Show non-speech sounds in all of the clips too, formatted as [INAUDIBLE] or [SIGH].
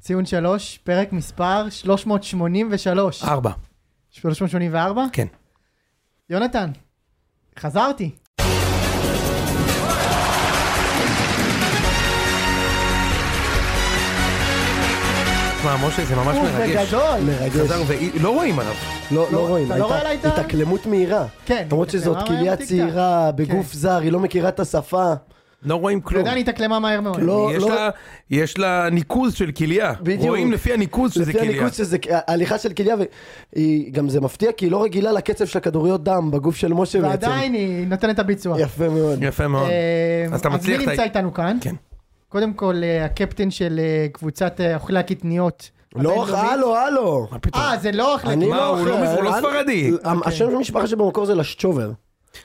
ציון 3, פרק מספר 383. ארבע. 384? כן. יונתן, חזרתי. תשמע, משה, זה ממש הוא מרגש. בגדול. מרגש. חזר ו... לא רואים עליו. לא, לא, לא רואים, אתה לא רואה הייתה לה איתה? התאקלמות מהירה. כן, למרות שזאת התאקלמה כליה מהר, צעירה, טיק-טק. בגוף זר, היא לא מכירה את השפה. לא רואים כלום. ועדיין התאקלמה מהר מאוד. לא. יש לה- יש לה ניקוז של כליה. בדיוק. רואים לפי הניקוז שזה לפי כליה. הניקוד שזה, ההליכה של כליה, וגם זה מפתיע, כי היא לא רגילה לקצב של הכדוריות דם בגוף של משה בעצם. ועדיין היא נותנת את הביצוע. יפה מאוד. יפה מאוד. אה, אז אתה מצליח... מי את ה- נמצא איתנו כאן? כן. קודם כל, אה, הקפטן של אה, קבוצת אה, אוכלי הקטניות. לא, הבינלאומית. הלו, הלו. מה פתאום? אה, זה אוקיי. לא אוכלי אני מה, הוא אוכל- לא- הוא לא אל- ספרדי. המ- השם של המשפחה שבמקור זה לשצ'ובר.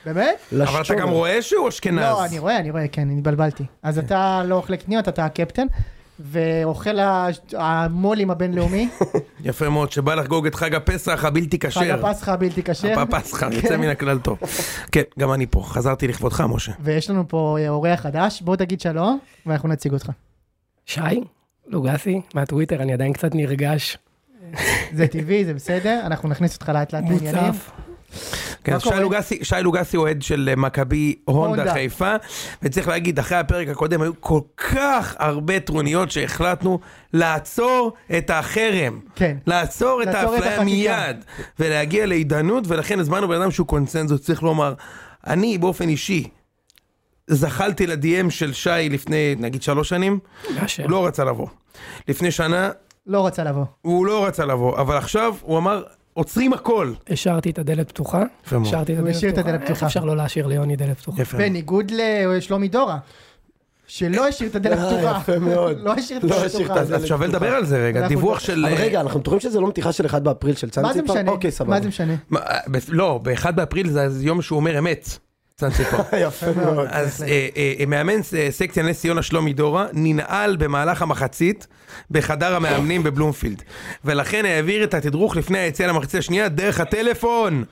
באמת? אבל אתה לשצ'ובר. גם רואה שהוא אשכנז. לא, אני רואה, אני רואה, כן, אני התבלבלתי. אז אתה לא אוכל קניות, אתה הקפטן, ואוכל ה- המו"לים הבינלאומי, יפה מאוד, שבא לחגוג את חג הפסח הבלתי חג כן. כשר. הפסחא הבלתי כשר, הפסחה, יוצא מן הכלל טוב. כן, גם אני פה, חזרתי לכבודך, משה. ויש לנו פה אה, אורח חדש, בוא תגיד שלום, ואנחנו נציג אותך. שי לוגסי מהטוויטר, אני עדיין קצת נרגש, [LAUGHS] זה טבעי, זה בסדר, אנחנו נכניס אותך לאט לאט לעניינים. מוצף. כן, מה אז שי קורה? לוגסי- שי לוגסי אוהד של אה, מכבי הונדה. הונדה חיפה, וצריך להגיד, אחרי הפרק הקודם היו כל כך הרבה טרוניות שהחלטנו לעצור את החרם. כן. לא- לעצור את לעצור את האפליה החקיקה. מיד, ולהגיע לעידנות, ולכן הזמנו בן אדם שהוא קונצנזוס, צריך לומר, אני באופן אישי. זחלתי לדי.אם של שי לפני נגיד שלוש שנים, מאשר. כן. הוא לא רצה לבוא. לפני שנה לא רצה לבוא. הוא לא רצה לבוא, אבל עכשיו הוא אמר, עוצרים הכל. השארתי את הדלת פתוחה. יפה מאוד. השארתי את הוא הדלת השאיר את פתוחה. הדלת איך פתוחה. אפשר לא להשאיר ליוני דלת פתוחה? יפה. בניגוד לשלומי דורה, שלא השאיר את הדלת אה, פתוחה. יפה מאוד. [LAUGHS] לא השאיר את לא הדלת השאיר את פתוחה. אז אז שווה לדבר על זה רגע, אנחנו- דיווח של... אבל אה, רגע, אנחנו בטוחים שזה לא מתיחה של 1 באפריל של צאנציפר? מה זה משנה? אוקיי, סבבה. מה זה משנה? מה, ב- לא, ב-1 באפריל זה אז יום שהוא אומר אמת. [LAUGHS] צאנציפר. יפה מאוד. אז אה, אה, מאמן אה, סקציה נס ציונה שלומי דורה ננעל במהלך המחצית בחדר המאמנים בבלומפילד ולכן העביר את התדרוך לפני היציאה למחצית השנייה דרך הטלפון.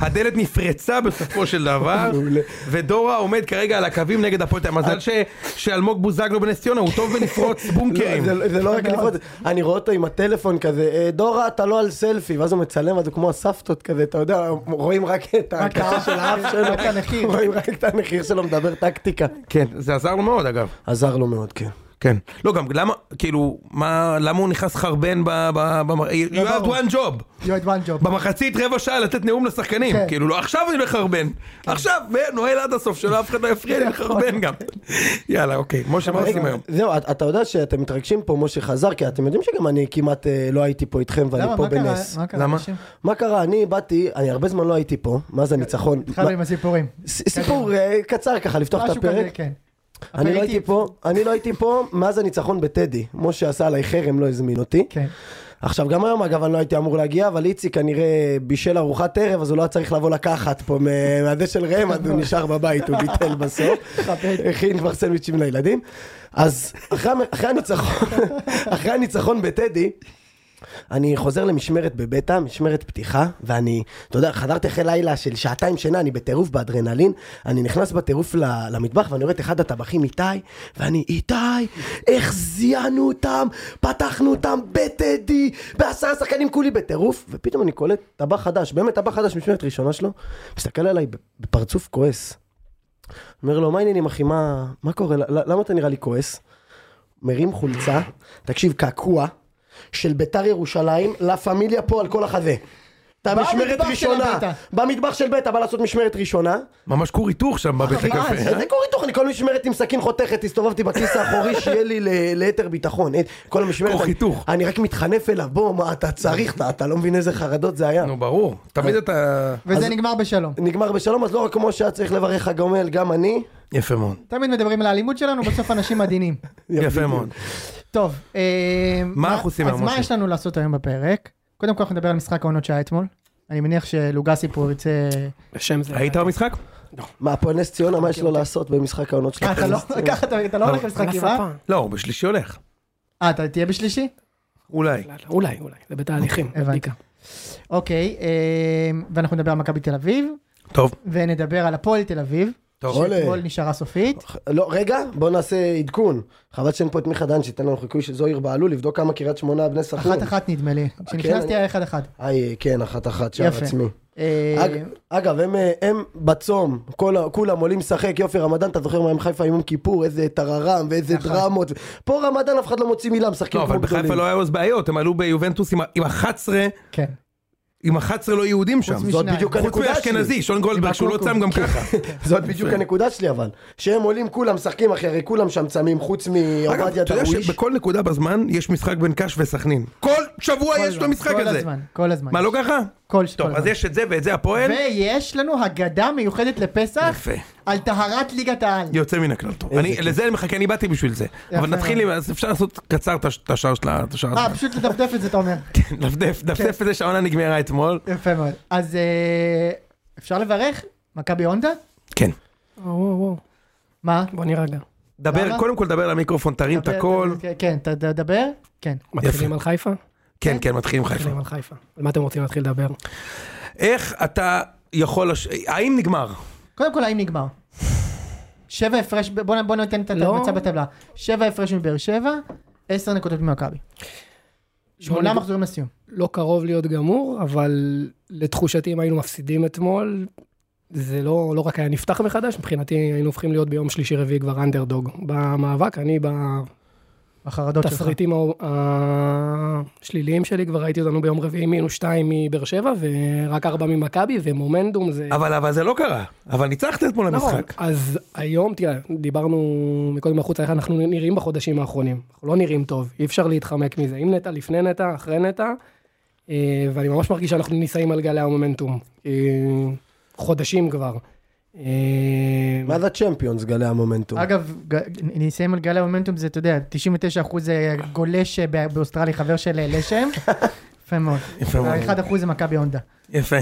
הדלת נפרצה בסופו של דבר [LAUGHS] מעולה. אה. ודורה עומד כרגע על הקווים נגד הפועל תל אביב. מזל ש- שאלמוג בוזגלו בנס ציונה הוא טוב בלפרוץ בונקרים. [LAUGHS] כן. לא, זה- זה לא רק לפרוט, אני רואה אותו עם הטלפון כזה, "אה, דורה אתה לא על סלפי, ואז הוא מצלם, אז הוא כמו הסבתות כזה, אתה יודע, רואים רק את ההקעה של [LAUGHS] האף שלו, רק הנחיר. רואים רק את הנחיר שלו מדבר טקטיקה. כן, זה עזר לו מאוד אגב. עזר לו מאוד, כן. כן. לא, גם למה, כאילו, מה, למה הוא נכנס חרבן ב... ב, ב you have ברור. one job. You had one [LAUGHS] job. במחצית רבע שעה לתת נאום לשחקנים. כן. כאילו, לא, עכשיו אני לחרבן. עכשיו, ונועל עד הסוף, שלא אף אחד לא יפריע לי לחרבן גם. יאללה, אוקיי. משה, מה עושים היום? זהו, את- אתה יודע שאתם מתרגשים פה, משה חזר, כי אתם יודעים שגם אני כמעט אה, לא הייתי פה איתכם, ואני למה? פה מה קרה? בנס. מה קרה? למה? אנשים? מה קרה? אני באתי, אני הרבה זמן לא הייתי פה, מאז הניצחון. אה, התחלנו עם הסיפורים. ס- סיפור אה, קצר ככה, לפתוח לא. את משהו כזה, הפרק. כן. אני לא הפריטיב. הייתי פה, אני לא הייתי פה מאז הניצחון בטדי. משה עשה עליי חרם, לא הזמין אותי. כן. עכשיו, גם היום אגב אני לא הייתי אמור להגיע, אבל איציק כנראה בישל ארוחת ערב, אז הוא לא היה צריך לבוא לקחת פה מה- מהזה של ראם, אז הוא נשאר בבית, הוא ביטל בסוף. הכין כבר סנדוויצ'ים לילדים. אז אחרי המ- אחרי הניצחון, אחרי הניצחון בטדי, אני חוזר למשמרת בבטא, משמרת פתיחה, ואני, אתה יודע, חזרתי אחרי לילה של שעתיים שינה, אני בטירוף באדרנלין, אני נכנס בטירוף ל- למטבח ואני רואה את אחד הטבחים איתי, ואני, איתי, איך זיינו אותם, פתחנו אותם בטדי, בעשרה שחקנים כולי בטירוף, ופתאום אני קולט טבח חדש, באמת טבח חדש, משמרת ראשונה שלו, מסתכל עליי בפרצוף כועס. אומר לו, מה העניינים אחי, מה, מה קורה, ל- ל- למה אתה נראה לי כועס? מרים חולצה, תקשיב, קעקוע של ביתר ירושלים, לה פמיליה פה על כל החזה. אתה במטבח משמרת של ראשונה, הבית"ר. במטבח של ביתא, בא לעשות משמרת ראשונה. ממש כור היתוך שם בבית הקפה. אז איזה קורי תוכן, כל משמרת עם סכין חותכת, הסתובבתי בכיס האחורי שיהיה לי ל- ליתר ביטחון. אה, כל המשמרת, כור אני- חיתוך. אני רק מתחנף אליו, בוא, מה אתה צריך, אתה- אתה לא מבין איזה חרדות זה היה. נו, ברור. תמיד אתה... וזה נגמר בשלום. נגמר בשלום, אז לא רק כמו שהיה צריך לברך הגומל, גם אני. יפה מאוד. תמיד מדברים על האלימות שלנו, בסוף אנשים עדינים. יפה מאוד. טוב, אה, מה אנחנו עושים אז היום, מה משה? יש לנו לעשות היום בפרק? קודם כל אנחנו נדבר על משחק העונות שהיה אתמול. אני מניח שלוגסי פה ירצה... לשם זה. היית במשחק? מה, הפועל נס ציונה, מה יש לו לעשות במשחק העונות שלו? אה, אתה לא- אוקיי, ככה אתה- אתה לא הולך למשחקים, אה? לא, הוא בשלישי הולך. אה, אתה תהיה בשלישי? אולי. לא, אולי, אולי, זה בתהליכים. הבנתי. בדיקה. אוקיי, אה, ואנחנו נדבר על מכבי תל אביב, טוב. ונדבר על הפועל תל אביב, טוב. לא, אולי. שאתמול נשארה סופית. לא, רגע, בוא נעשה עדכון. חבל שאין פה את מיכה דן שייתן לנו חיקוי של זוהיר בהלול, לבדוק כמה קריית שמונה בני סכנין. אחת אחת נדמה לי. כשנכנסתי אני- היה אחד אחד. איי, כן, אחת אחת, שער יפה. עצמי. אה, אג- אגב, הם, אה, הם בצום, כל, ה- כולם עולים לשחק, יופי רמדאן, אתה זוכר מה עם חיפה עם יום כיפור, איזה טררם ואיזה נכון. דרמות. פה רמדאן אף אחד לא מוציא מילה, משחקים לא, אבל כמו בחיפה גדולים. לא היה אז בעיות, הם עלו ביובנטוס עם ה- עם 11, כן. עם 11 לא יהודים שם. מ- זאת משניים. בדיוק חוץ הנקודה שלי. מאשכנזי, שון גולדברג, שהוא לא הקורקום. צם גם ככה. זאת בדיוק הנקודה שלי אבל. שהם עולים כולם משחקים אחי, הרי כולם שם צמים חוץ אגב, מעובדיה אתה יודע דרוויש. שבכל נקודה בזמן יש משחק בין קאש וסכנין. כל שבוע אה, יש לו הזמן, משחק כל הזה. הזמן, כל הזמן. מה, לא יש. ככה? כל כל טוב, אז הזמן. יש את זה ואת זה הפועל. ויש לנו הגדה מיוחדת לפסח יפה. על טהרת ליגת העל. יוצא מן הכלל טוב. אני- כיף. לזה אני מחכה, אני באתי בשביל זה. אבל מאוד. נתחיל, עם- אז אפשר לעשות קצר את הש- את השער של ה... את השער אה, כן. הזה. פשוט לדפדף את זה, אתה אומר. [LAUGHS] דפדף, דפדף את זה שהעונה נגמרה אתמול. יפה מאוד. אז אה, אפשר לברך? מכבי הונדה? כן. וואו, וואו, וואו. מה? בוא נירגע. דבר, למה? קודם כל דבר למיקרופון, תרים את דבר, הכל. כן, כן, ת- תדבר? כן. מתחילים על חיפה? כן, כן, מתחילים חיפה. מתחילים על חיפה. על מה אתם רוצים להתחיל לדבר? איך אתה יכול... לש- האם נגמר? קודם כל, האם נגמר? שבע הפרש, בוא נ- בוא ניתן את לא. המצב בטבלה. שבע הפרש מבאר שבע, עשר נקודות ממכבי. שמונה נג- מחזורים לסיום. לא קרוב להיות גמור, אבל לתחושתי אם היינו מפסידים אתמול, זה לא, לא רק היה נפתח מחדש, מבחינתי היינו הופכים להיות ביום שלישי-רביעי כבר אנדרדוג. במאבק, אני החרדות שלך. בתסריטים ה- השליליים שלי כבר ראיתי אותנו ביום רביעי מינוס שתיים מבאר שבע, ורק ארבע ממכבי, ומומנדום זה... אבל אבל זה לא קרה. אבל ניצחת אתמול נכון. המשחק. אז היום, תראה, דיברנו מקודם בחוץ, איך אנחנו נראים בחודשים האחרונים. אנחנו לא נראים טוב, אי אפשר להתחמק מזה. עם נטע, לפני נטע, אחרי נטע, אה, ואני ממש מרגיש שאנחנו נישאים על גלי המומנטום. אה, חודשים כבר. אה, מה זה צ'מפיונס גלי המומנטום? אגב, ג- אני אסיים על גל המומנטום, זה, אתה יודע, 99% זה אה, גולש בא- באוסטרלי, חבר של אה, [LAUGHS] לשם. יפה מאוד. יפה מאוד. ה-1% זה מכבי הונדה. יפה.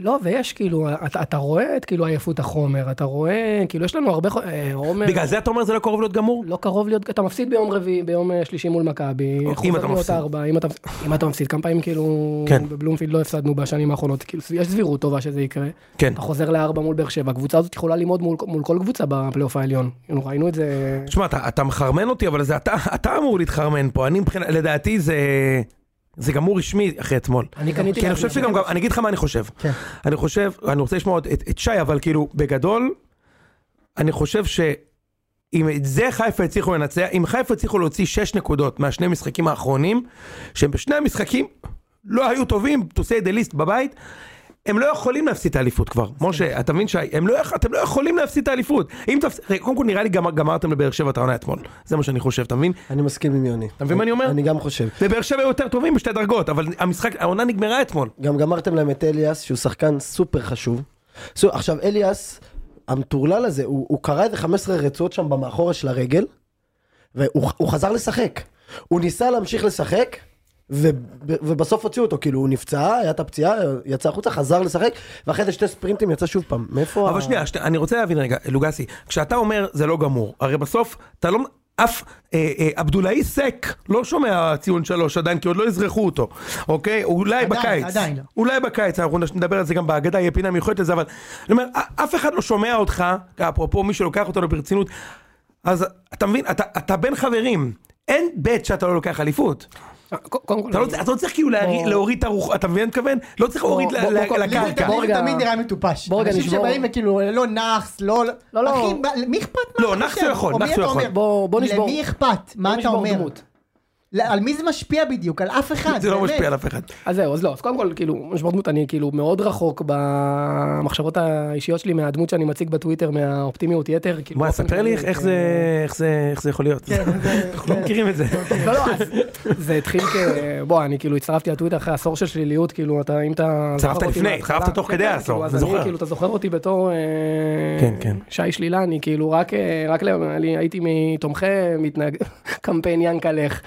לא, ויש כאילו, אתה, אתה רואה את כאילו עייפות החומר, אתה רואה, כאילו יש לנו הרבה חו- אה, עומר. בגלל זה אתה אומר זה לא קרוב להיות גמור? לא קרוב להיות, אתה מפסיד ביום רביעי, ביום אה, שלישי מול מכבי, אם חוזר אתה להיות מפסיד. ארבע, אם אתה, אם אתה מפסיד, כמה פעמים כאילו, כן. בבלומפילד לא הפסדנו בשנים האחרונות, כאילו יש סבירות טובה שזה יקרה, כן. אתה חוזר לארבע מול באר שבע, הקבוצה הזאת יכולה ללמוד מול, מול כל קבוצה בפלייאוף העליון, כאילו, ראינו את זה, תשמע, אתה, אתה מחרמן אותי, אבל זה אתה, אתה אמור להתחרמן פה. אני מבחינת, לדעתי זה... זה גמור רשמי אחרי אתמול. אני קניתי, כן, כי אני חושב שגם, גם, אני אגיד לך מה אני חושב. כן. אני חושב, אני רוצה לשמוע עוד את, את שי, אבל כאילו, בגדול, אני חושב שאם את זה חיפה הצליחו לנצח, אם חיפה הצליחו להוציא 6 נקודות מהשני המשחקים האחרונים, שהם בשני המשחקים לא היו טובים, to say the least בבית, הם לא יכולים להפסיד את האליפות כבר. משה, אתה מבין שי, הם לא, יכ- אתם לא יכולים להפסיד את האליפות. אם תפס... רגע, קודם כל נראה לי גמר, גמרתם לבאר שבע את העונה אתמול. זה מה שאני חושב, אתה מבין? אני מסכים עם יוני. אתה מבין מה אני אומר? אני גם חושב. ובאר שבע היו יותר טובים בשתי דרגות, אבל המשחק, העונה נגמרה אתמול. גם גמרתם להם את אליאס, שהוא שחקן סופר חשוב. סו- עכשיו, אליאס, המטורלל הזה, הוא, הוא קרא איזה 15 רצועות שם במאחורה של הרגל, והוא הוא חזר לשחק. הוא ניסה להמשיך לשחק, ו, ובסוף הוציאו אותו, כאילו, הוא נפצע, היה את הפציעה, יצא החוצה, חזר לשחק, ואחרי זה שתי ספרינטים יצא שוב פעם. מאיפה אבל שנייה, שני, אני רוצה להבין רגע, לוגסי, כשאתה אומר זה לא גמור, הרי בסוף אתה לא... אף אה, אה, עבדולאי סק לא שומע ציון שלוש עדיין, כי עוד לא אזרחו אותו, אוקיי? אולי עדיין, בקיץ. עדיין לא. אולי בקיץ, אנחנו נש- נדבר על זה גם בהגדה, יהיה פינה מיוחדת לזה, אבל אני אומר, א- אף אחד לא שומע אותך, אפרופו מי שלוקח אותנו ברצינות, אז אתה מבין, אתה, אתה בין חברים, אין בית שאתה לא לוקח אליפות. אה, קודם כל, אתה לא, אני- אתה לא צריך כאילו להרי- בוא. להוריד את הרוח, אתה מבין מה אני מתכוון? לא צריך להוריד ל- בוא- בוא- ל- בוא- לקרקע. בוא- לי זה רגע- תמיד נראה מטופש. בוא רגע אנשים נשבור. שבאים וכאילו לא נח, לא... לא, לא. אחי, מה- מי אכפת? מה לא, אתה נח חושב? הוא יכול, או מי נח הוא אתה יכול. אומר? בוא- בוא נשבור. למי אכפת? מה אתה נשבור אומר? דמות. לא, על מי זה משפיע בדיוק? על אף אחד. זה לא באמת. משפיע על אף אחד. אז זהו, אז לא, אז קודם כל, כאילו, משמעות דמות, אני כאילו מאוד רחוק במחשבות האישיות שלי מהדמות שאני מציג בטוויטר, מהאופטימיות יתר, כאילו, מה, באופן ספר לי כללי, כן, איך- איך אה, זה- איך זה איך זה יכול להיות. [LAUGHS] אנחנו לא מכירים את זה. לא, לא, אז זה התחיל כ... בוא, אני כאילו הצטרפתי לטוויטר אחרי עשור של שליליות, כאילו, אתה, אם אתה... הצטרפת זוכר אותי לפני, מההתחלה- הצטרפת תוך כן, כדי כן, העשור, כאילו, אז אני אני, זוכר. כאילו, אתה זוכר אותי בתור... אה, כן, כן. שי שלילה, אני כאילו רק... אה, רק ל- אני הייתי מתומכי מתנהג... [LAUGHS] קמפיין ינקלך.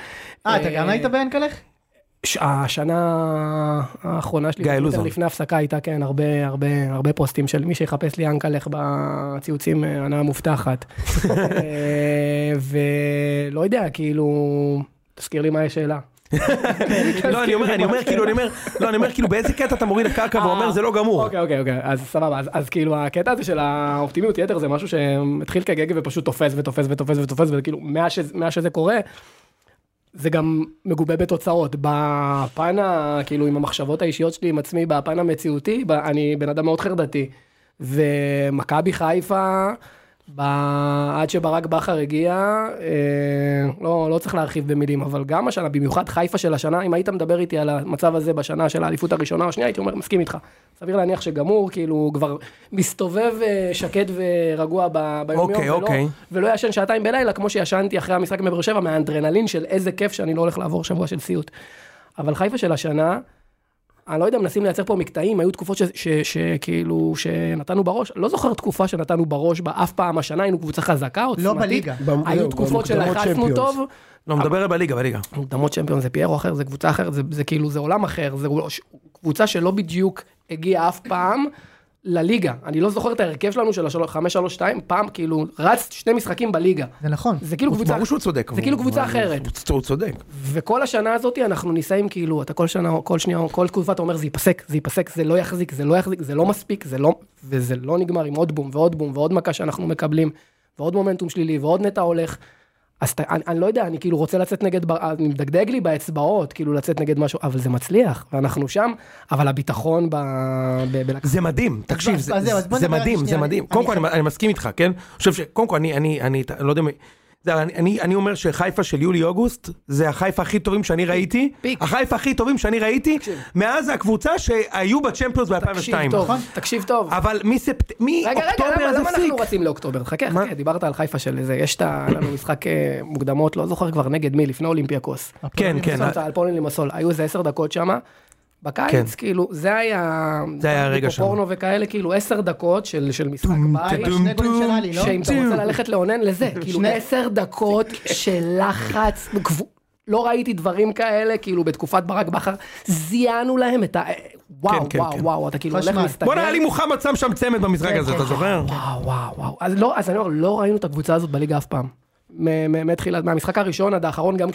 אה, אתה גם היית ביאנקלך? ש- השנה האחרונה שלי, גיא בטוויטר לוזון. לפני הפסקה הייתה כן הרבה הרבה הרבה פוסטים של מי שיחפש לי אנקלך בציוצים אה, ענה [LAUGHS] מובטחת. אה, ולא יודע כאילו תזכיר לי מה השאלה. לא, אני אומר, אני אומר, כאילו, אני אומר, לא, אני אומר, כאילו, באיזה קטע אתה מוריד הקרקע ואומר, זה לא גמור. אה, אוקיי, אוקיי, אוקיי, אז סבבה, אז, אז כאילו הקטע הזה של האופטימיות יתר זה משהו שהתחיל כגג ופשוט תופס ותופס ותופס ותופס, וכאילו מאז שזה, מאז שזה קורה, זה גם מגובה בתוצאות. בפן, ה- כאילו עם המחשבות האישיות שלי עם עצמי, בפן המציאותי, ב- אני בן אדם מאוד חרדתי. ומכבי חיפה, ב... עד שברק בכר הגיע, אה, לא, לא צריך להרחיב במילים, אבל גם השנה, במיוחד חיפה של השנה, אם היית מדבר איתי על המצב הזה בשנה של האליפות הראשונה או השנייה, הייתי אומר, מסכים איתך. סביר להניח שגמור, כאילו, הוא כבר מסתובב אה, שקט ורגוע ב... ביום-יום, אוקיי, ולא, אוקיי. ולא ישן שעתיים בלילה, כמו שישנתי אחרי המשחק בבאר שבע, מהאנדרנלין של איזה כיף שאני לא הולך לעבור שבוע של סיוט. אבל חיפה של השנה, אני לא יודע, מנסים לייצר פה מקטעים, היו תקופות ש- ש- שכאילו, שנתנו בראש, לא זוכר תקופה שנתנו בראש בה אף פעם השנה, היינו קבוצה חזקה, עוצמתית. בליגה. במ- היו זהו, תקופות במוקדמות שלחצנו צ'מפיונס. טוב. לא, מדבר בליגה, בליגה. מוקדמות צ'מפיון זה פיירו אחר, זה קבוצה אחרת, זה, זה כאילו, זה עולם אחר, זה ש- קבוצה שלא בדיוק הגיעה אף פעם לליגה. אני לא זוכר את ההרכב שלנו של ה-5-3-2, פעם כאילו, רץ שני משחקים בליגה. זה נכון. כן, זה כאילו קבוצה... ברור שהוא צודק. זה כאילו הוא- קבוצה הוא- אחרת. הוא- הוא צודק. וכל השנה הזאת אנחנו ניסעים כאילו, אתה כל שנה, כל שנייה, כל תקופה אתה אומר זה ייפסק, זה ייפסק, זה לא יחזיק, זה לא יחזיק, זה לא מספיק, זה לא, וזה לא נגמר עם עוד בום ועוד בום ועוד מכה שאנחנו מקבלים, ועוד מומנטום שלילי ועוד נטע הולך. אז אתה, אני, אני לא יודע, אני כאילו רוצה לצאת נגד, בר- אני מדגדג לי באצבעות, כאילו לצאת נגד משהו, אבל זה מצליח, ואנחנו שם, אבל הביטחון ב... ב, ב זה מדהים, תקשיב, אז- זה, אז זהו, אז בוא זה נדבר על מדהים, שנייה. זה מדהים. קודם כל, אני- אני, אני מסכים איתך, כן? אני חושב ש... קודם כל, אני, אני, אני, אני לא יודע, מי- זה, אני, אני, אני אומר שחיפה של יולי-אוגוסט, זה החיפה הכי טובים שאני ראיתי. פיק. החיפה הכי טובים שאני ראיתי, מאז הקבוצה שהיו בצ'מפיונס ב-2002. תקשיב טוב, נכון? תקשיב טוב. אבל מספט... רגע, רגע, למה, מאוקטובר זה למה פסיק. אנחנו רצים לאוקטובר? חכה, מה? חכה, דיברת על חיפה של איזה, יש את ה... היה לנו משחק אה, מוקדמות, לא זוכר כבר נגד מי, לפני אולימפיאקוס. כן, כן. בסוף, על פולין למסול, היו איזה עשר דקות שמה. כן. בקיץ, כאילו, זה היה... זה היה הרגע שם. פורנו וכאלה, כאילו, עשר דקות של של משחק בית. טום, שני גולים של טום. עלי, לא? שאם אתה רוצה ללכת לאונן לזה, [LAUGHS] כאילו שני- עשר דקות של לחץ, גבו- לא ראיתי דברים כאלה, כאילו בתקופת ברק בכר, זיהנו להם את ה... אה, וואו, כן, וואו, כן. וואו, אתה כאילו הולך חשמל. להסתגר. בואנה, עלי מוחמד שם שם צמד כן, במשחק הזה, אתה זוכר? וואו, וואו, וואו. אז לא, אז אני אומר, לא ראינו את הקבוצה הזאת בליגה אף פעם. מ- מ- מתחילת, מהמשחק הראשון עד האחרון, גם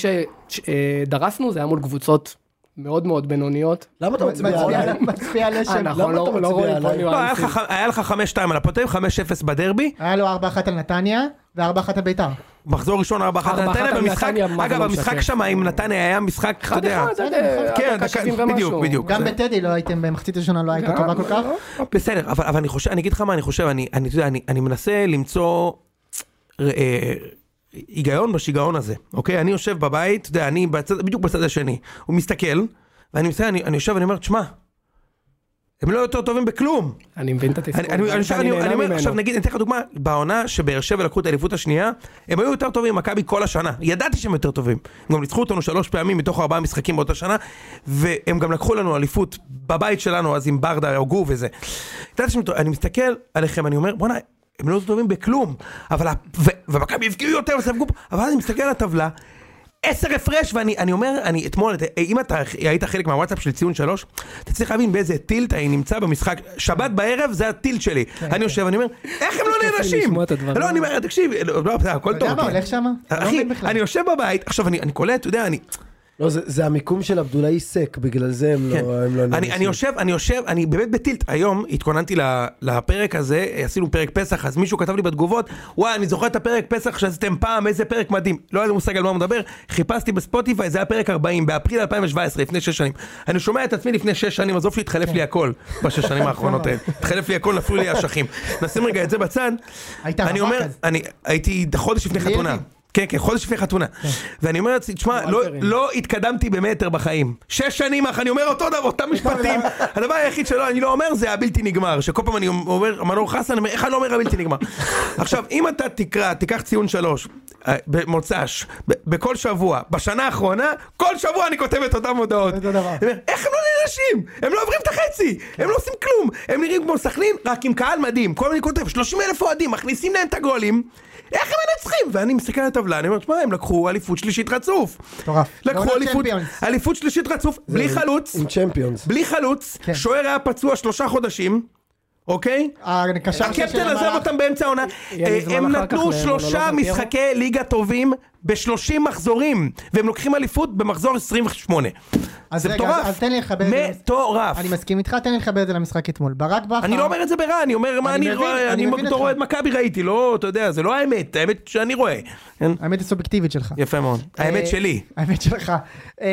כשדרסנו, זה היה מול קבוצות מאוד מאוד בינוניות. למה אתה מצביע מצביע עליי? על- מצביע על אה, לשם. נכון, למה אתה לא לא מצביע רואים פה עליי? לא, היה לך ניואנסים. ח- היה לך 5-2 על הפוטר, 5-0 בדרבי, היה לו 4-1 על נתניה, ו-4-1 על ביתר. מחזור ראשון 4-1 4-1 נתניה על במשחק, נתניה, מה זה אגב לא המשחק משקף? שם עם נתניה היה משחק, אתה אחד יודע, אחד, אה, כן, עד דקה דקה- 70 ומשהו. בדיוק, בדיוק. גם זה- בטדי לא הייתם, במחצית הראשונה לא אה, הייתה טובה כל כך. בסדר, אבל, אבל אני חושב, אני אגיד לך מה אני חושב, אני, אני, אתה יודע, אני, אני מנסה למצוא ר- אה, היגיון בשיגעון הזה, אוקיי? אני יושב בבית, אתה יודע, אני בצד, בדיוק בצד השני, הוא מסתכל, ואני מסתכל, אני, אני יושב ואני אומר, תשמע, הם לא יותר טובים בכלום. אני מבין את התסכול. אני, אני, אני, אני, אני, אני אומר, עכשיו נגיד, אני אתן לך דוגמה, בעונה שבאר שבע לקחו את האליפות השנייה, הם היו יותר טובים ממכבי כל השנה, ידעתי שהם יותר טובים. הם גם ניצחו אותנו שלוש פעמים מתוך ארבעה משחקים באותה שנה, והם גם לקחו לנו אליפות בבית שלנו, אז עם ברדה, הוגו וזה. ידעתי שהם, אני מסתכל עליכם, אני אומר, בואנה, הם לא יותר טובים בכלום, אבל, ה- ו- ומכבי הבקיעו יותר וספגו, פ- אבל אז אני מסתכל על הטבלה, עשר הפרש, ואני אני אומר, אני אתמול, אתה- אם אתה היית חלק מהוואטסאפ של ציון שלוש, אתה צריך להבין באיזה טילט אני נמצא במשחק, שבת בערב זה הטילט שלי. כן, אני יושב, אני אומר, איך הם לא נענשים? לשמוע את הדברים. לא, אני אומר, תקשיב, לא, לא, בסדר, הכל אתה טוב. יודע מה כן. הולך שם? אתה לא אחי, מבין בכלל. אני יושב בבית, עכשיו אני אני קולט, אתה יודע, אני... לא, זה- זה המיקום של עבדולאי סק, בגלל זה הם כן. לא... הם לא אני, אני נראים. יושב, אני יושב, אני באמת בטילט. היום התכוננתי ל- לפרק הזה, עשינו פרק פסח, אז מישהו כתב לי בתגובות, וואי, אני זוכר את הפרק פסח שעשיתם פעם, איזה פרק מדהים. לא היה לי מושג על מה הוא מדבר, חיפשתי בספוטיפיי, זה היה פרק 40, באפריל 2017, לפני 6 שנים. אני שומע את עצמי לפני 6 שנים, עזוב שהתחלף כן. לי הכל בשש שנים [LAUGHS] האחרונות לא, האלה. התחלף לי הכל, נפלו לי האשכים. נשים רגע את זה בצד. הייתה אני רמה אומר, כזאת. אני הייתי חודש לפני בלי חתונה. ילדים. כן, כן, חודש לפני חתונה. ואני אומר לעצמי, תשמע, לא- וולטרים. לא התקדמתי במטר בחיים. שש שנים אחרי, אני אומר אותו דבר, [LAUGHS] אותם משפטים. הדבר היחיד שלא, אני לא אומר, זה הבלתי נגמר. שכל פעם אני אומר, מנור חסן, אומר, איך אני לא אומר הבלתי [LAUGHS] נגמר? עכשיו, אם אתה תקרא, תיקח ציון שלוש, אה, במוצ"ש, ב- בכל שבוע, בשנה האחרונה, כל שבוע אני כותב את אותן הודעות. אותו דבר. אני אומר, איך הם לא נענשים? הם לא עוברים את החצי, הם לא עושים כלום. הם נראים כמו סכנין, רק עם קהל מדהים. כל מיני כותב, 30 אלף אוהדים, מכניסים להם את הגולים. איך הם מנצחים? ואני מסתכל על הטבלה, אני אומר, תשמע, הם לקחו אליפות שלישית רצוף. מטורף. לקחו לא אליפות, צ'מפיונס. אליפות שלישית רצוף, בלי חלוץ, עם צ'מפיונס. בלי חלוץ, כן. שוער היה פצוע שלושה חודשים, אוקיי? הקשר הקפטן עזב אותם באמצע העונה, יהיה לי אה, זמן הם אחר כך נתנו למונולוג שלושה על פיירו? משחקי ליגה טובים ב-30 מחזורים, והם לוקחים אליפות במחזור 28. אז זה רגע, מטורף. אז- אז תן לי לחבר את זה. מטורף. אני מסכים איתך, תן לי לחבר את זה למשחק אתמול. ברק בכר... אני לא אומר את זה ברע, אני אומר מה אני אני מבין, רואה, אני אני מבין בתור אותך. אוהד מכבי ראיתי, לא, אתה יודע, זה לא האמת, האמת שאני רואה. כן? האמת הסובייקטיבית שלך. יפה מאוד. האמת אה, שלי. האמת שלך. אה,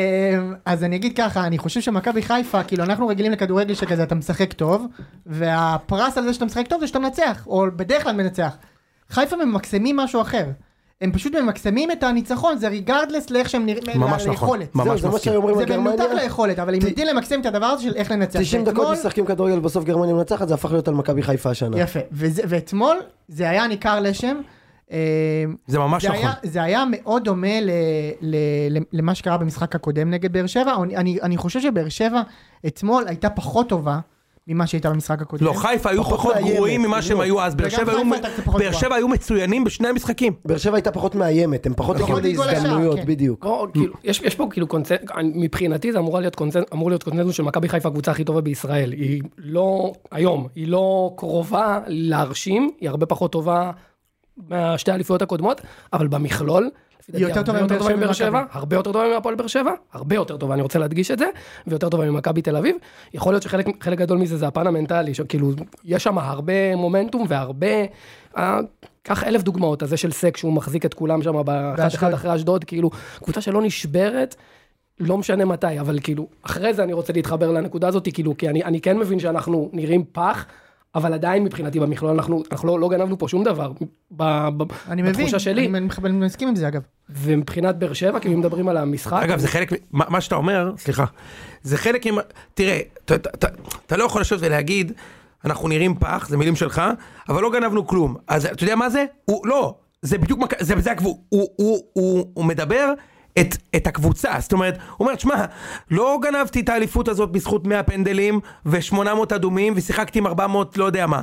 אז אני אגיד ככה, אני חושב שמכבי חיפה, כאילו אנחנו רגילים לכדורגל שכזה, אתה משחק טוב, והפרס על זה שאתה משחק טוב זה שאתה מנצח, או בדרך כלל מנצח. חיפה ממקסמים משהו אחר. הם פשוט ממקסמים את הניצחון, זה ריגרדלס לאיך שהם נראים, אה, ממש נכון. ליכולת. זהו, ממש זה מה מסכים. שאומרים זה על גרמניה. במנותק ליכולת, אבל הם יודעים למקסם את הדבר הזה של איך לנצח. 90 דקות ואתמול- משחקים כדורגל, בסוף גרמניה מנצחת, זה הפך להיות על מכבי חיפה השנה. יפה, וזה- ואתמול זה היה ניכר לשם. אה, זה ממש זה נכון. היה, זה היה מאוד דומה ל, ל, ל, למה שקרה במשחק הקודם נגד באר שבע. אני, אני, אני חושב שבאר שבע אתמול הייתה פחות טובה ממה שהייתה במשחק הקודם. לא, חיפה היו פחות מאיימת, גרועים ממה שהם בדיוק. היו אז. באר לא. וגם שבע היו- חיפה הייתה קצת פחות באר גרועה. שבע היו מצוינים בשני המשחקים. באר שבע הייתה פחות מאיימת, הם פחות הגיעו פחות הגיעו לשער, להזדמנויות, כן. בדיוק. לא, כאילו, יש, יש פה כאילו קונצנזוס, מבחינתי זה אמור להיות, קונצנ... אמור להיות קונצנזוס של מכבי חיפה הקבוצה הכי טובה בישראל. היא לא, היום, היא לא קרובה להרשים, היא הרבה פחות טובה מהשתי האליפויות הקודמות, אבל במכלול, לפי דעתי, היא יותר הרבה טובה מבאר שבע מבאר שבע, ומכבי. הרבה יותר טובה מהפועל באר שבע, הרבה יותר טובה, אני רוצה להדגיש את זה, ויותר טובה ממכבי תל אביב. יכול להיות שחלק חלק גדול מזה זה הפן המנטלי, שכאילו, יש שם הרבה מומנטום והרבה... אה, קח אלף דוגמאות, הזה של סק שהוא מחזיק את כולם שם באחד באשדוד. אחד אחרי אשדוד, כאילו, קבוצה שלא נשברת, לא משנה מתי, אבל כאילו, אחרי זה אני רוצה להתחבר לנקודה הזאת, כאילו, כי אני, אני כן מבין שאנחנו נראים פח, אבל עדיין מבחינתי במכלול, אנחנו, אנחנו לא, לא גנבנו פה שום דבר, ב, ב, אני בתחושה מבין, שלי, אני, אני, אני מסכים עם זה אגב. ומבחינת באר שבע, כאילו, אם מדברים על המשחק, נכון. אגב, זה חלק, מ- מה מה שאתה אומר, סליחה, זה חלק עם, תראה, אתה- אתה- אתה- אתה לא יכול לשבת ולהגיד, אנחנו נראים פח, זה מילים שלך, אבל לא גנבנו כלום. אז אתה יודע מה זה? הוא, לא, זה בדיוק, מה- זה זה הגבול, הוא- הוא- הוא הוא מדבר. את, את הקבוצה, זאת אומרת, הוא אומר, שמע, לא גנבתי את האליפות הזאת בזכות 100 פנדלים ו-800 אדומים ושיחקתי עם 400 לא יודע מה.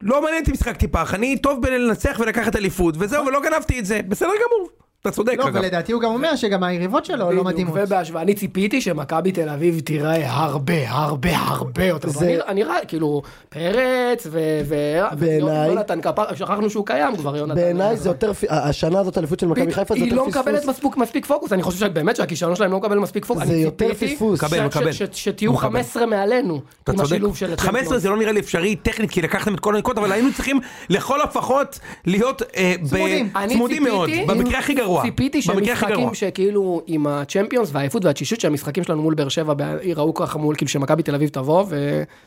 לא מעניין אותי משחק טיפח, אני טוב בלנצח ולקחת אליפות, וזהו, ולא גנבתי את זה, בסדר גמור, אתה צודק נכון. לא, אגב. ולדעתי הוא גם אומר שגם היריבות שלו לא בדיוק, מדהימות. ובהשוואה, אני ציפיתי שמכבי תל אביב תיראה הרבה, הרבה, הרבה יותר. זה- זה... אני, אני ראה, כאילו, פרץ ו... ו... בעיניי- ויונתן כפר, שכחנו שהוא קיים כבר, יונתן. לא- בעיניי זה יותר, פי- השנה הזאת האליפות של מכבי חיפה זה היא יותר לא פספוס. מקבלת מספיק, מספיק פוקוס, אני חושב שבאמת שהכישלון שלהם לא מקבל מספיק פוקוס. זה אני יותר ציפיתי פספוס. ש- מקבל, ש- מקבל. ש- שתהיו מקבל. 15 מעלינו, אתה עם צודק. השילוב של הצ'מפיונס. 15 זה לא נראה לי אפשרי טכנית, כי לקחתם את כל הנקודות, אבל היינו צריכים לכל הפחות להיות אה, ב- צמודים. אני צמודים מאוד, ציפיתי- במקרה הכי גרוע. ציפיתי במקרה הכי גרוע. שמשחקים שכאילו עם הצ'מפיונס והעייפות והתשישות שהמשחקים שלנו מול באר שבע ב- ייראו ככה מול כאילו שמכבי תל אביב תבוא